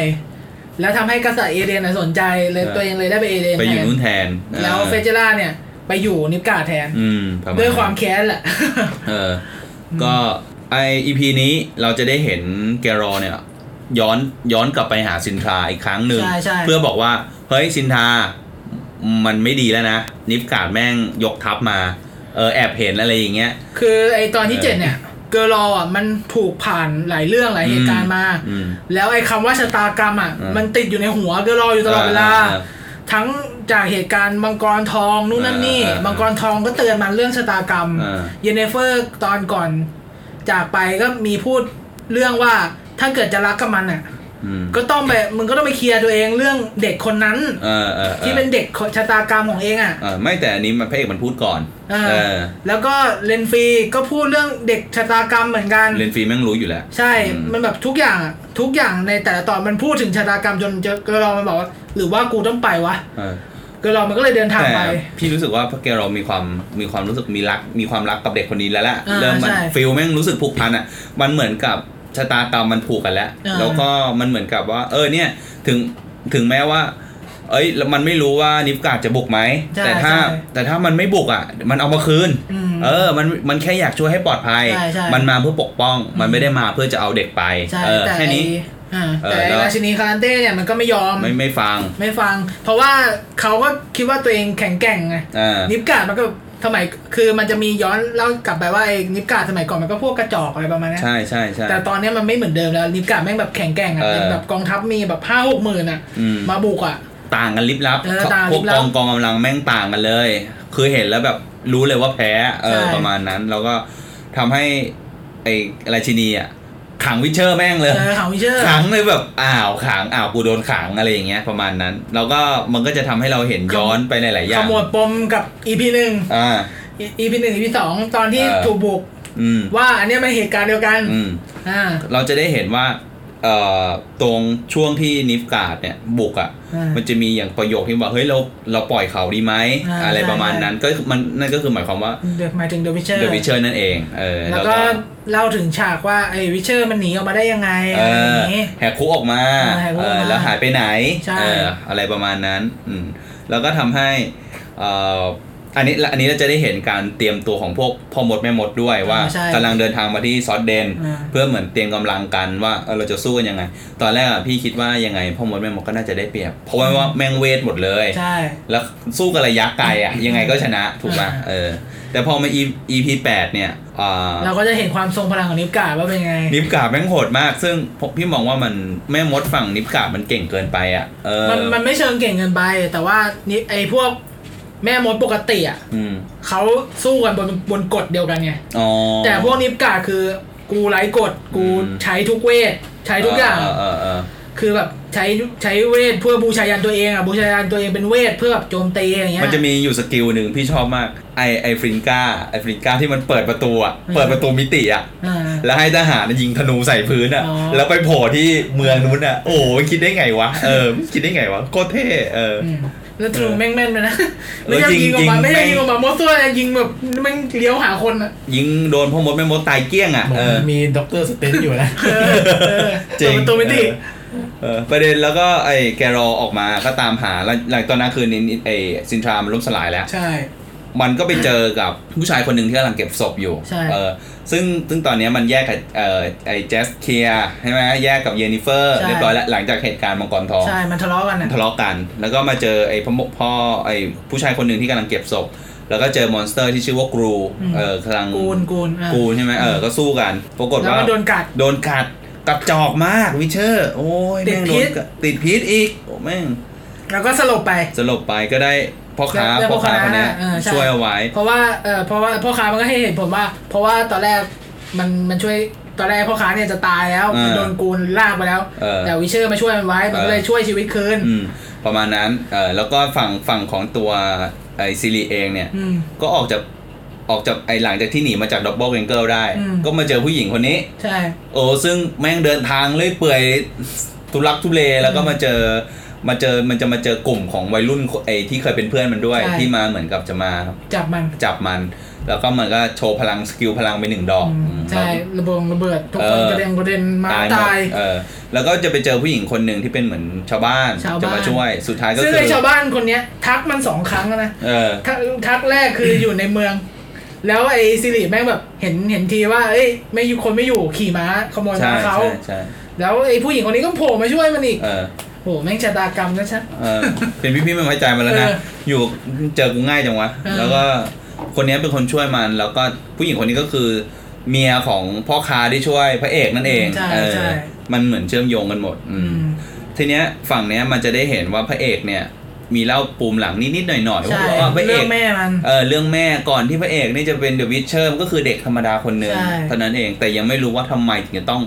S5: แล้วทำให้กษัตริย์เอเดนอะสนใจเลย
S1: เออ
S5: ตัวเองเลยได้ไปเอเดน
S1: ไปอยู่
S5: แทน
S1: นู้นแทน
S5: แล้ว
S1: ออ
S5: เฟจิล่าเนี่ย ไปอยู่นิฟกาดแทน
S1: อืมประณ
S5: ด้วย
S1: นั้น
S5: ความแค้นแหละ
S1: เออ ก็ไออีพีนี้เราจะได้เห็นแกรอเนี่ย ย้อนย้อนกลับไปหาซินทราอีกครั้งหนึ่ง
S5: ใช่ใช่
S1: เพื่อบอกว่า เฮ้ยซินทรามันไม่ดีแล้วนะ นิฟการ์ดแม่งยกทัพมา เออแอบเห็นอะไรอย่างเงี้ย
S5: คือไอตอนที่
S1: เออ
S5: เจ็ดเนี่ย เกอร์ลออ่ะมันถูกผ่านหลายเรื่องหลายเหตุการณ์มา
S1: อืม
S5: แล้วไอ้คำว่าชะตากรรมอ่ะ
S1: อืม
S5: มันติดอยู่ในหัวเกอร์ลออยู่ตลอดเวลา
S1: ออ
S5: ทั้งจากเหตุการณ์มังกรทองนู่นนั่นนี่
S1: เออเออ
S5: มังกรทองก็เตือนมันเรื่องชะตากรรม
S1: เออ
S5: เยนเนเฟอร์ตอนก่อน จากไปก็มีพูดเรื่องว่าถ้าเกิดจะรักกับมันอ่ะ
S1: อืม
S5: ก็ต้องไปมึงก็ต้องไปเคลียร์ตัวเองเรื่องเด็กคนนั้น
S1: เออเออออ
S5: ที่เป็นเด็กชะตากรรมของเองอ่ะ
S1: เออไม่แต่อันนี้มันพระเอกมันพูดก่อน
S5: เออ
S1: เออ
S5: แล้วก็เลนฟรีก็พูดเรื่องเด็กชะตากรรมเหมือนกัน
S1: เลนฟีแม่งรู้อยู่แล้ว
S5: ใช่
S1: อืม
S5: มันแบบทุกอย่างอะทุกอย่างในแต่ละตอนมันพูดถึงชะตากรรมจนเจอเกอร์ลอมันบอกว่าหรือว่ากูต้องไปวะ
S1: เออ
S5: เกอร์ลอมันก็เลยเดินทาง
S1: แต่
S5: ไป
S1: พี่รู้สึกว่าพระแกเรามีความมีความรู้สึกมีรักมีความรักกับเด็กคนนี้แล้วแหละ
S5: อ่า
S1: เริ่มมัน
S5: ใช่
S1: ฟิลแม่งรู้สึกผูกพันอ่ะมันเหมือนกับชะตากรรมมันผูกกันแล้ว
S5: อ่า
S1: แล้วก็มันเหมือนกับว่า เออเนี่ยถึงถึงแม้ว่า เอ้ยแล้วมันไม่รู้ว่านิฟกาดจะบุกไหม
S5: ใช่
S1: แต่ถ้า
S5: ใช่
S1: แต่ถ้ามันไม่บุกอ่ะ มันเอามาคืน
S5: อืม
S1: เออ มันมันแค่อยากช่วยให้ปลอดภัย
S5: ใช่ใช่
S1: มันมาเพื่อปกป้อง มันไม่ได้มาเพื่อจะเอาเด็กไป
S5: ใช่
S1: เออ
S5: แต่
S1: แค่นี้
S5: ไอ้อ่า
S1: เออ
S5: แต่ไอ้
S1: แล้ว
S5: ราชินีคารันเต้เนี่ยมันก็ไม่ยอม
S1: ไม่ไม่ฟัง
S5: ไม่ฟัง เพราะว่าเขาก็คิดว่าตัวเองแข็งแกร่งไง
S1: อ่า
S5: นิฟการ์ดมันก็สมัยคือมันจะมีย้อนเล่ากลับไปว่าไอ้นิฟการ์ดสมัยก่อนมันก็พวกกระจอกอะไรประมาณเนี้ย
S1: ใช่ใช่ใช่
S5: แต่ตอนเนี้ยมันไม่เหมือนเดิมแล้วนิฟการ์ดแม่งแบบแข็งแกร่งอ่ะ
S1: เออ
S5: เป็นแบบกองทัพมีแบบห้าหกหมื่นอ่ะ
S1: อืม
S5: มาบุกอ่ะ
S1: ต่างกันลิบลับ
S5: เออต่าง
S1: พ
S5: ลิ
S1: วก
S5: บลั
S1: ก
S5: บ
S1: องกองกำลังแม่งต่างกันเลย คือเห็นแล้วแบบรู้เลยว่าแพ้เออ
S5: ใช่
S1: ประมาณนั้น แล้วก็ทำให้ไอ้ราชินีอ่ะ ขังวิเชอร์แม่งเลย
S5: เออของวิเชอร์
S1: ขังเลยแบบอ้าวขังอ้าวกูโดนขังอะไรอย่างเงี้ยประมาณนั้น แล้วก็มันก็จะทำให้เราเห็นย้อนไปหลายๆอ
S5: ข
S1: ย่าง
S5: มวดปมกับอีพีหนึ่ง
S1: อ่า
S5: อีพีหนึ่งอีพีสองตอนที่
S1: เออ
S5: ถูกบุก
S1: อืม
S5: ว่าอันเนี้ยมันเหตุการณ์เดียวกัน
S1: อืม
S5: อ่า
S1: เราจะได้เห็นว่าเอ่อตรงช่วงที่นิฟการ์ดเนี่ยบุกอะ่ะ
S5: อ่ามั
S1: มันจะมีอย่างประโยคที่ว่าเฮ้ยเราเราปล่อยเขาดีไหม
S5: อ่า
S1: อะไรประมาณ
S5: ใช่
S1: นั้นก็คือมันนั่นก็คือหมายความว่า
S5: เดอะหมายถึงเดอะวิเชอร์
S1: เดอะวิเชอร์นั่นเองเออ
S5: แล้วก็เล่าถึงฉากว่าไอ้วิเชอร์มันหนีออกมาได้ยังไง
S1: เอ
S5: อะไรอ
S1: อย่าง
S5: งี้
S1: แหกคุกออกมา
S5: อ่าแหกคุกออกมา
S1: เออแล้วหายไปไหน
S5: ใช่
S1: เอออะไรประมาณนั้นอืมแล้วก็ทำให้เอ่ออันนี้อันนี้เราจะได้เห็นการเตรียมตัวของพวกพ่อมดแม่มดด้วยว่า
S5: อ่าใช่
S1: กำลังเดินทางมาที่ซอสเดน
S5: อ่า
S1: เพื่อเหมือนเตรียมกำลังกันว่าเออเราจะสู้กันยังไง ตอนแรกอะพี่คิดว่ายังไงพ่อมดแม่มดก็น่าจะได้เปรียบ เพราะว่าแม่งเวทหมดเลย
S5: ใช่
S1: แล้วสู้กันระยะไกลอะยังไงก็ชนะถูกป่ะ
S5: อ่า
S1: เออ แต่พอมา E- EP แปดเนี่ยอ่า
S5: เราก็จะเห็นความทรงพลังของนิฟกาว่าเป็นยังไง
S1: นิฟกาแม่งโหดมาก ซึ่งผมพี่มองว่ามันแม่มดฝั่งนิฟกามันเก่งเกินไปอะเออ
S5: มันมันไม่เชิงเก่งเกินไป แต่ว่านี่ไอ้พวกแม่มดปกติอ่ะ
S1: อืม
S5: เขาสู้กันบนบนกฎเดียวกันไง
S1: อ๋อ
S5: แต่พวกนิฟกาคือกูไร้กฎกู
S1: อืม
S5: ใช้ทุกเวท ใช้ทุกอย่าง
S1: เเออเออ
S5: คือแบบใช้ใช้เวทเพื่อบูชายันตัวเองอ่ะบูชายันตัวเองเป็นเวทเพื่อแบบโจมตีอะไรเงี้ย
S1: มันจะมีอยู่สกิลหนึ่งพี่ชอบมากไอไอฟรินกาไอฟรินกาที่มันเปิดประตูอะเปิดประตูมิติอะ
S5: อ่า
S1: แล้วให้ทหารยิงธนูใส่พื้นอ่ะ
S5: อ๋อ
S1: แล้วไปโผล่ที่เมืองนู้นอ่ะ โอ้โหคิดได้ไงวะ เออ คิดได้ไงวะ โคตรเท่ เออ
S5: อืมแล้วถึงแม่งแม่นเลยนะ
S1: เอ
S5: ไม่
S1: อ
S5: ใช่ยิงออกมา
S1: จริงๆ
S5: ไม่ใช่
S1: แม่ง
S5: ยิงออกมาโมวซั่วนะยิงแบบแม่งเลี้ยวหาคนอ่ะ
S1: ยิงโดนพ่อมดแม่มดตายเกลี้ยงอ่ะ
S4: เหมือ
S1: เอน อ
S4: มีด็อกเตอร์สเตนอยู่นะ
S5: เออเออ
S1: จริง
S5: เปิดประตัวมิติ
S1: เออ ประเด็นแล้วก็ไอ้แกรอออกมาก็ตามหาแล้วหลังตอนนั้นคืนนี้ไอ้ซินทรามันล่มสลายแล้ว
S5: ใช่
S1: มันก็ไปเจอกับ ผู้ชายคนหนึ่งที่กำลังเก็บศพอยู่
S5: ใช่
S1: เออ ซึ่งซึ่งตอนเนี้ยมันแยกกับเอ่อไอ้แจสเคียร์ใช่ไหมแยกกับเยนนิเฟอร์เรียบร้อยแล้วหลังจากเหตุการณ์มังกรทอง
S5: ใช่ มันทะเลาะกันอ่ะ
S1: ทะเลาะกัน แล้วก็มาเจอไอ้พ่อมพ่อไอ้ผู้ชายคนหนึ่งที่กำลังเก็บศพ แล้วก็เจอมอนสเตอร์ที่ชื่อว่ากรู
S5: อืม
S1: เออกำลัง
S5: กูนกูนอ่ะ
S1: กูใช่ไหมเออ ก็สู้กัน ปรากฏ
S5: แล้ว
S1: ว่า
S5: ก็โดนกัด
S1: โดนกัดกัดจอกมากวิเชอร์ โอ้ย
S5: ติด
S1: แม่ง
S5: พิษ
S1: โนกัดติดพิษอีก โอ้แม่ง
S5: แล้วก็สลบไป
S1: สลบไปก็ได้พ่อค้า
S5: ได้พ่
S1: พ่อ
S5: อ
S1: ค้า
S5: ค้า
S1: คนเนี้ย
S5: เออใช่
S1: ช่วยเอาไว้
S5: เพราะว่าเออเพราะว่าพ่อค้ามันก็ให้เหตุผลว่า เพราะว่าตอนแรกมันมันช่วยตอนแรกพ่อค้าเนี่ยจะตายแล้ว
S1: อ่า
S5: โดนกูนลากไปแล้ว
S1: เออ
S5: แต่วิเชอร์มาช่วยมันไว้ มัน
S1: เอ
S5: ก็
S1: อ
S5: เลยช่วยชีวิตคืน
S1: อืมประมาณนั้น เออแล้วก็ฝั่งฝั่งของตัวไอ้ซิริเองเนี่ย
S5: อืม
S1: ก็ออกจากออกจากไอ้หลังจากที่หนีมาจากดับเบิลเกงเกิลได้
S5: อืม
S1: ก็มาเจอผู้หญิงคนนี้
S5: ใช่
S1: โอ้ซึ่งแม่งเดินทางเลื่อยเปื่อยทุลักทุเลแล้วก็มาเจอมาเจอมันจะมาเจอกลุ่มของวัยรุ่นไอ้ที่เคยเป็นเพื่อนมันด้วย
S5: ใช่
S1: ที่มาเหมือนกับจะมา
S5: จับมัน
S1: จับมัน แล้วก็มันก็โชว์พลังสกิลพลังไปหนึ่งดอก
S5: อืม
S1: อืม
S5: ใช่
S1: แล้ว
S5: ระเบิงระเบิดทุกคน
S1: เออ
S5: กระเด็นกระเด็นมา
S1: หมด
S5: ตาย
S1: เออแล้วก็จะไปเจอผู้หญิงคนหนึ่งที่เป็นเหมือนชาวบ้าน
S5: ชาว
S1: จะ
S5: บ้าน
S1: มาช่วยสุดท้ายก็
S5: ซึ่
S1: คื
S5: ง
S1: อ
S5: ไอชาวบ้านคนเนี้ย ทักมันสองครั้งแล้วนะ
S1: เออ
S5: ทักทักแรกคืออยู่ในเมือง แล้วไอซิริแม่งแบบเห็นเห็นทีว่า เอ้ยไม่อยู่คนไม่อยู่ขี่ม้าขโมย
S1: ใช่
S5: ม้าเขา
S1: ใช่ใช่
S5: แล้วไอ้ผู้หญิงคนนี้ก็โผล่มาช่วยมันอีก
S1: เออ
S5: โห แม่งชะตากรรมนะชัด
S1: เออเป็นพี่พี่ๆไม่ไว้ใจมันแล้วนะ
S5: เออ
S1: อยู่เจอกูง่ายจังวะ
S5: เออ
S1: แล้วก็คนนี้เป็นคนช่วยมันแล้วก็ผู้หญิงคนนี้ก็คือ เมียของพ่อค้าที่ช่วยพระเอกนั่นเอง
S5: ใช่
S1: เออ
S5: ใช่
S1: มันเหมือนเชื่อมโยงกันหมด อืมทีเนี้ยฝั่งเนี้ยมันจะได้เห็นว่าพระเอกเนี่ย มีเล่าปูมหลังนิดๆหน่อยๆ
S5: ใช่
S1: ว่าพระเอ
S5: เรื่อก งแม่มัน
S1: เออเรื่องแม่ก่อนที่พระเอกนี่จะเป็นเดอะวิชเชอร์ก็คือเด็กธรรมดาคนหนึ่ง
S5: ใช่
S1: เท่านั้นเองแต่ยังไม่รู้ว่าทำไมถึงจะต้อง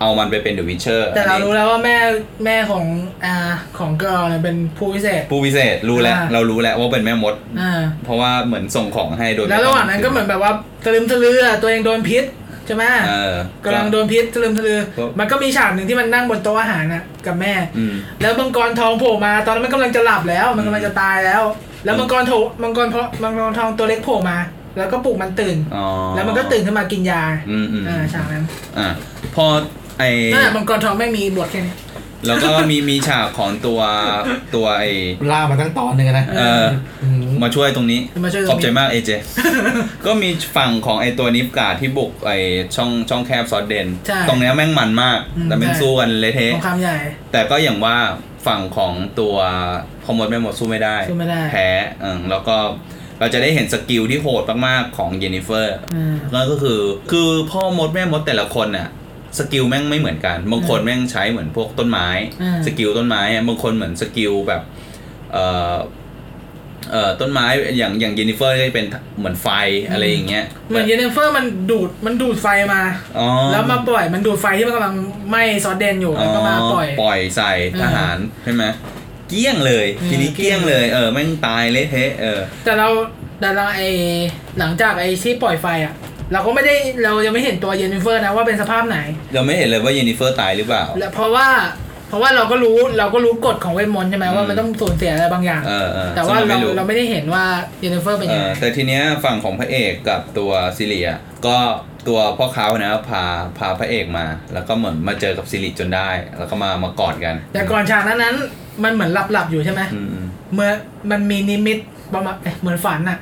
S1: เอามันไปเป็นเดอะวิชเชอร์
S5: แต่เรารู้แล้วว่าแม่แม่ของอ่าของเกิร์ลเนี่ยเป็นผู้พิเศษ
S1: ปูวิเศษรู้แล้ว
S5: อ่า
S1: เรารู้แล้วว่าเป็นแม่มด
S5: อ่า
S1: เพราะว่าเหมือนส่งของให้โดย
S5: แล้วระหว่างนั้นก็เหมือนแบบว่าทะลึมทะลือตัวเองโดนพิษใช่ไหม
S1: เออ
S5: กำลังโดนพิษทะลึมทะลือ
S1: ก็
S5: มันก็มีฉากหนึ่งที่มันนั่งบนโต๊ะอาหารน่ะกับแม่
S1: อืม
S5: แล้วมังกรทองโผล่มา ตอนนั้นมันกำลังจะหลับแล้ว มันกำลังจะตายแล้ว แล้วมังกรโถมังกรเพราะมังกรทองตัวเล็กโผล่มา แล้วก็ปลุกมันตื่น
S1: อ๋อ
S5: แล้วมันก็ตื่นขึ้นมากินยา
S1: อืมอืม
S5: อ่าฉากนั้น
S1: อ่าพอไอ
S5: นั่นแหละมังกรทองไม่มีบทแค่นี้
S1: แล้วก็มี มีฉากของตัวตัวไอ
S4: ล่ามาตั้งตอนหนึ่งอะนะ
S1: เออ
S4: ม
S1: มาช่วยตรงนี้
S5: มาช่วยตรงนี้
S1: ขอบใจมากเอเจ ก็มีฝั่งของไอตัวนิฟกาที่บุกไอช่องช่องแคบซอสเดน
S5: ใช่
S1: ตรงเนี้ยแม่งมันมาก
S5: อืม
S1: แต่เป็น
S5: ใช่
S1: สู้กันเละเทะ
S5: สงครามใหญ่
S1: แต่ก็อย่างว่าฝั่งของตัวพอมดแม่หมดสู้ไม่ได้
S5: สู้ไม่ได้
S1: แพ้เออแล้วก็เราจะได้เห็นสกิลที่โหดมากๆของเยนนิเฟอร์
S5: อืม
S1: นั่นก็คือคือพ่อมดแม่มดแต่ละคนน่ะสกิลแม่งไม่เหมือนกัน บางคน
S5: อืม
S1: แม่งใช้เหมือนพวกต้นไม้
S5: อืม
S1: สกิลต้นไม้อะบางคนเหมือนสกิลแบบเอ่อ เอ่อต้นไม้อย่างอย่างเยนิเฟอร์ก็จะเป็นเหมือนไฟอะไรอย่างเงี้ย
S5: เหมือนเยนเฟอร์มันดูดมันดูดไฟมา
S1: อ๋อ
S5: แล้วมาปล่อยมันดูดไฟที่มันกำลังไหม้ซอสเดนอยู่แล้วก็มาปล่อย
S1: ปล่อยใส่ทหารใช่ไหมเกลี้ยงเลย
S5: อืม
S1: ทีนี้เกลี้ยงเลยเออแม่งตายเละเทะเออ
S5: แต่เราแต่เราไอหลังจากไอที่ปล่อยไฟอ่ะ เราก็ไม่ได้เรายังไม่เห็นตัวเยนเฟอร์นะว่าเป็นสภาพไหน
S1: เราไม่เห็นเลยว่าเยนิเฟอร์ตายหรือเปล่า
S5: และเพราะว่าเพราะว่าเราก็รู้เราก็รู้กฎของเวทมนต์ใช่ไหม
S1: อืม
S5: ว่ามันต้องสูญเสียอะไรบางอย่าง
S1: เออเออ
S5: แต่ว่า
S1: ซึ่ง
S5: เรา
S1: ไม่
S5: เราไม่ได้เห็นว่าเยนเฟอร์เป็น
S1: เอ
S5: ยัง
S1: อ
S5: ไง
S1: แต่ทีเนี้ยฝั่งของพระเอกกับตัวซิริอ่ะก็ตัวพ่อเขานะพาพาพระเอกมา แล้วก็เหมือนมาเจอกับซิริจนได้ แล้วก็มามากอดกัน
S5: แต่ก่อนฉากนั้นนั้นมันเหมือนหลับหลับๆอยู่ใช่ไหม
S1: อืมอืม
S5: เมื่อมันมีนิมิตประมาณเอ๊ะเหมือนฝันอะ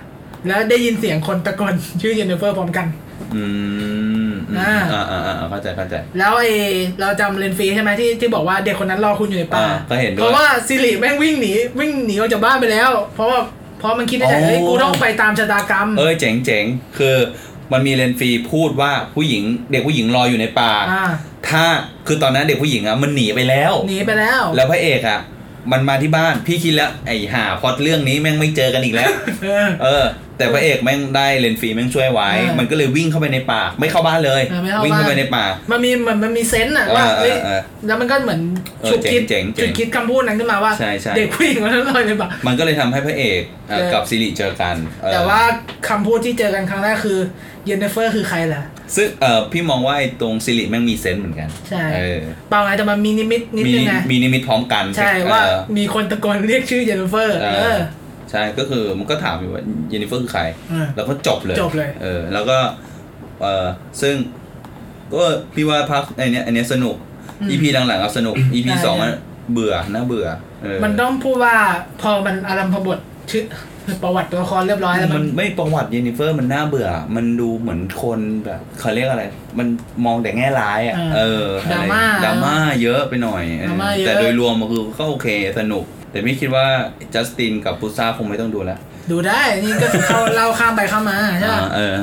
S5: แล้วได้ยินเสียงคนตะโกน ชื่อเยนเฟอร์พร้อมกัน
S1: อืมอืม
S5: อ่า
S1: อ่าอ่าอ่าเข้าใจเข้าใจ
S5: แล้วไอเราจำเรนฟรีใช่ไหมที่ที่บอกว่าเด็กคนนั้นรอคุณอยู่ในป่า
S1: อ่าก็เห็นด้วย
S5: เพราะว่าซิริแม่งวิ่งหนีวิ่งหนีออกจากบ้านไปแล้ว เพราะว่าเพราะมันคิดได้แต่เฮ้ย
S1: อ๋อ
S5: กูต้องไปตามชะตากรรม
S1: เอ้ยเจ๋งเจ๋งคือมันมีเรนฟรีพูดว่าผู้หญิงเด็กผู้หญิงรออยู่ในป่า
S5: อ่า
S1: ถ้าคือตอนนั้นเด็กผู้หญิงอ่ะมันหนีไปแล้ว
S5: หนีไปแล้ว
S1: แล้วพระเอกอ่ะมันมาที่บ้านพี่คิดแล้วไอ้ห่าพล็อดเรื่องนี้แม่งไม่เจอกันอีกแล้ว
S5: เออ
S1: เออแต่พระเอกแม่งได้เลนส์ฟรีแม่งช่วยไว้
S5: เออ
S1: มันก็เลยวิ่งเข้าไปในป่าไม่เข้าบ้านเลย
S5: เออไม่เข้า
S1: วิ่งเข้า
S5: บ้าน
S1: ไปในป่า
S5: มันมีมันมันมีเซนต์อะว่า
S1: เออเออ
S5: เฮ้ย
S1: เออ
S5: แล้วมันก็เหมือน
S1: เออ
S5: ฉุกคิด
S1: เจ๋งเจ๋
S5: ฉุ
S1: ง
S5: กคิดคำพูดนั้นขึ้นมาว่า
S1: ใช่ใช่
S5: เด็กผู้หญิงคนนั้นลอยไปบ่า
S1: มันก็เลยทำให้พระเอกเอ่อ
S5: เออ
S1: กับซิริเจอกันเออ
S5: แต่ว่าคำพูดที่เจอกันครั้งแรกคือเยนเฟอร์คือใครล่ะ
S1: ซึ่งเออพี่มองว่าไอ้ตรงซิริแม่งมีเซนส์เหมือนกัน
S5: ใช่
S1: เออ
S5: เปล่าไงแต่มันมีนิมิตนิด
S1: มี
S5: นึงนะ
S1: มีนิมิตพร้อมกัน
S5: ใช่
S1: เออ
S5: ว่ามีคนตะโกนเรียกชื่อเยนเฟอร์
S1: เอ
S5: เอ
S1: อ
S5: อ
S1: ใช่ก็คือมันก็ถามอยู่ว่าเยนนิเฟอร์คือใคร
S5: เออ
S1: แล้วก็จบเลย
S5: จบเลย
S1: เออแล้วก็เออซึ่งก็พี่ว่าพักไอเนี้ยอันเนี้ยสนุก EP หลังๆเอาสนุก EP สองอะเบื่อน่าเบื่อเออ
S5: มันต้องพูดว่าพอมันอารัมพบทชื่อประวัติตัวละครเรียบร้อยแล้ว
S1: มั
S5: มันน
S1: ไม่ประวัติเยนนิเฟอร์มันน่าเบื่อ มันดูเหมือนคนแบบเขาเรียกอะไร มันมองแต่แง่ร้ายอ่ะ
S5: เอ
S1: เอ
S5: อ
S1: อ
S5: ดราม่า
S1: อะไรดราม่าเยอะไปหน่อย
S5: ดราม่าเยอะ
S1: แต่โดยรวมมันคือก็โอเคสนุก แต่ไม่คิดว่าจัสตินกับพุซ่าคงไม่ต้องดูแล้ว
S5: ดูได้นี่ก็คือเข้า เล่าข้ามไปข้ามมาใช่ปะ
S1: อ่าเออ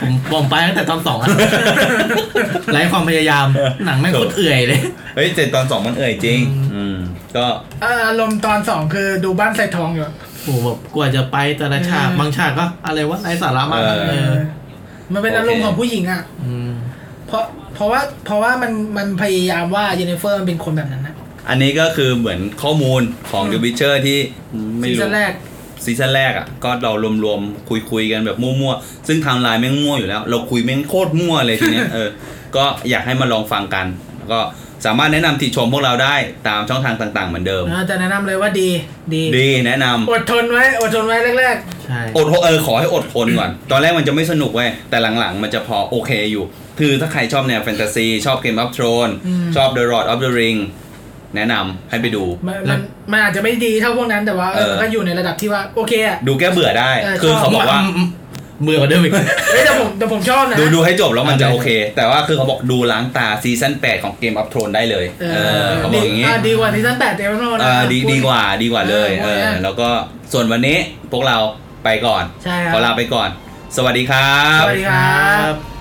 S4: ผมผมไปตั้งแต่ตอนสองอะ ไร้ความพยายามหนังไม่งโคตรเอื่อยเลย
S1: เฮ้ยแต่ตอนสองมันเอ่ยจริง อืม ก็
S5: เอออารมณ์ตอนสองคือดูบ้านใส่ทองอยู่
S4: โอ้โหแบบกว่าจะไปแต่ละฉาก
S5: เออ
S4: บางฉากก็อะไรวะไร้สาระมากนะเออ
S5: มันเป็นอารมณ์ของผู้หญิงอ่ะ
S4: ม
S5: เพราะเพราะว่าเพราะว่ามันมันพยายามว่าเจเนฟเฟอร์มันเป็นคนแบบนั้นนะ
S1: อันนี้ก็คือเหมือนข้อมูลของ The Witcher ที่ไม่
S5: ซี
S1: รู้
S5: ซั่นแรก
S1: ซีซั่นแรกอ่ะก็เรารวมๆคุยคุยๆกันแบบมั่วๆ ซึ่งไทม์ไลน์แม่งมั่วอยู่แล้ว เราคุยแม่งโคตรมั่วเลยที เนี้ย เออ ก็อยากให้มาลองฟังกันแล้วก็สามารถแนะนำติชมพวกเราได้ตามช่องทางต่างๆ เหมือนเดิม
S5: นะแต่แนะนำเลยว่าดีดี
S1: ดีแนะนำ
S5: อดทนไว้ อดทนไว้แรก
S4: ใช่
S1: อดเออขอให้อดทนก่อน ตอนแรกมันจะไม่สนุกเว้ยแต่หลังๆ มันจะพอโอเคอยู่ คือถ้าใครชอบแนวแฟนตาซีชอบเกมออฟทรอน
S5: อืม
S1: ชอบ The Lord of the Ring แนะนำให้ไปดู
S5: ๆ มันมันมันอาจจะไม่ดีเท่าพวกนั้นแต่ว่าเออ
S1: เออ
S5: ก็อยู่ในระดับที่ว่าโอเคอะ
S1: ดูแก้เบื่อได้
S5: เออ
S1: คือ
S5: ชอบ
S1: เขาบอกว่า
S4: เบื่อกว่าเดิมอีก
S5: เฮ้ยแต่ผมแต่ผมชอบนะ
S1: ดูดูให้จบแล้วมันจะ
S4: อ่ะได้
S1: โอเค แต่ว่าคือเขาบอกดูล้างตาซีซั่น8ของเกมอัพโทนได้เลย
S5: เอ
S1: เออ
S5: อ
S1: เขาบอกอย่างงี้
S5: ดีกว่าซีซั่นแปดเต็มโน่น
S1: เอ
S5: นะ
S1: อดี
S5: พู
S1: ดีกว่าดีกว่าเลย
S5: เอ
S1: เอ
S5: อ
S1: อแล้วก็ส่วนวันนี้พวกเราไปก่อน
S5: ใช่ครับ
S1: ขอลาไปก่อน สวัสดีครับ
S5: สวัสดีครับ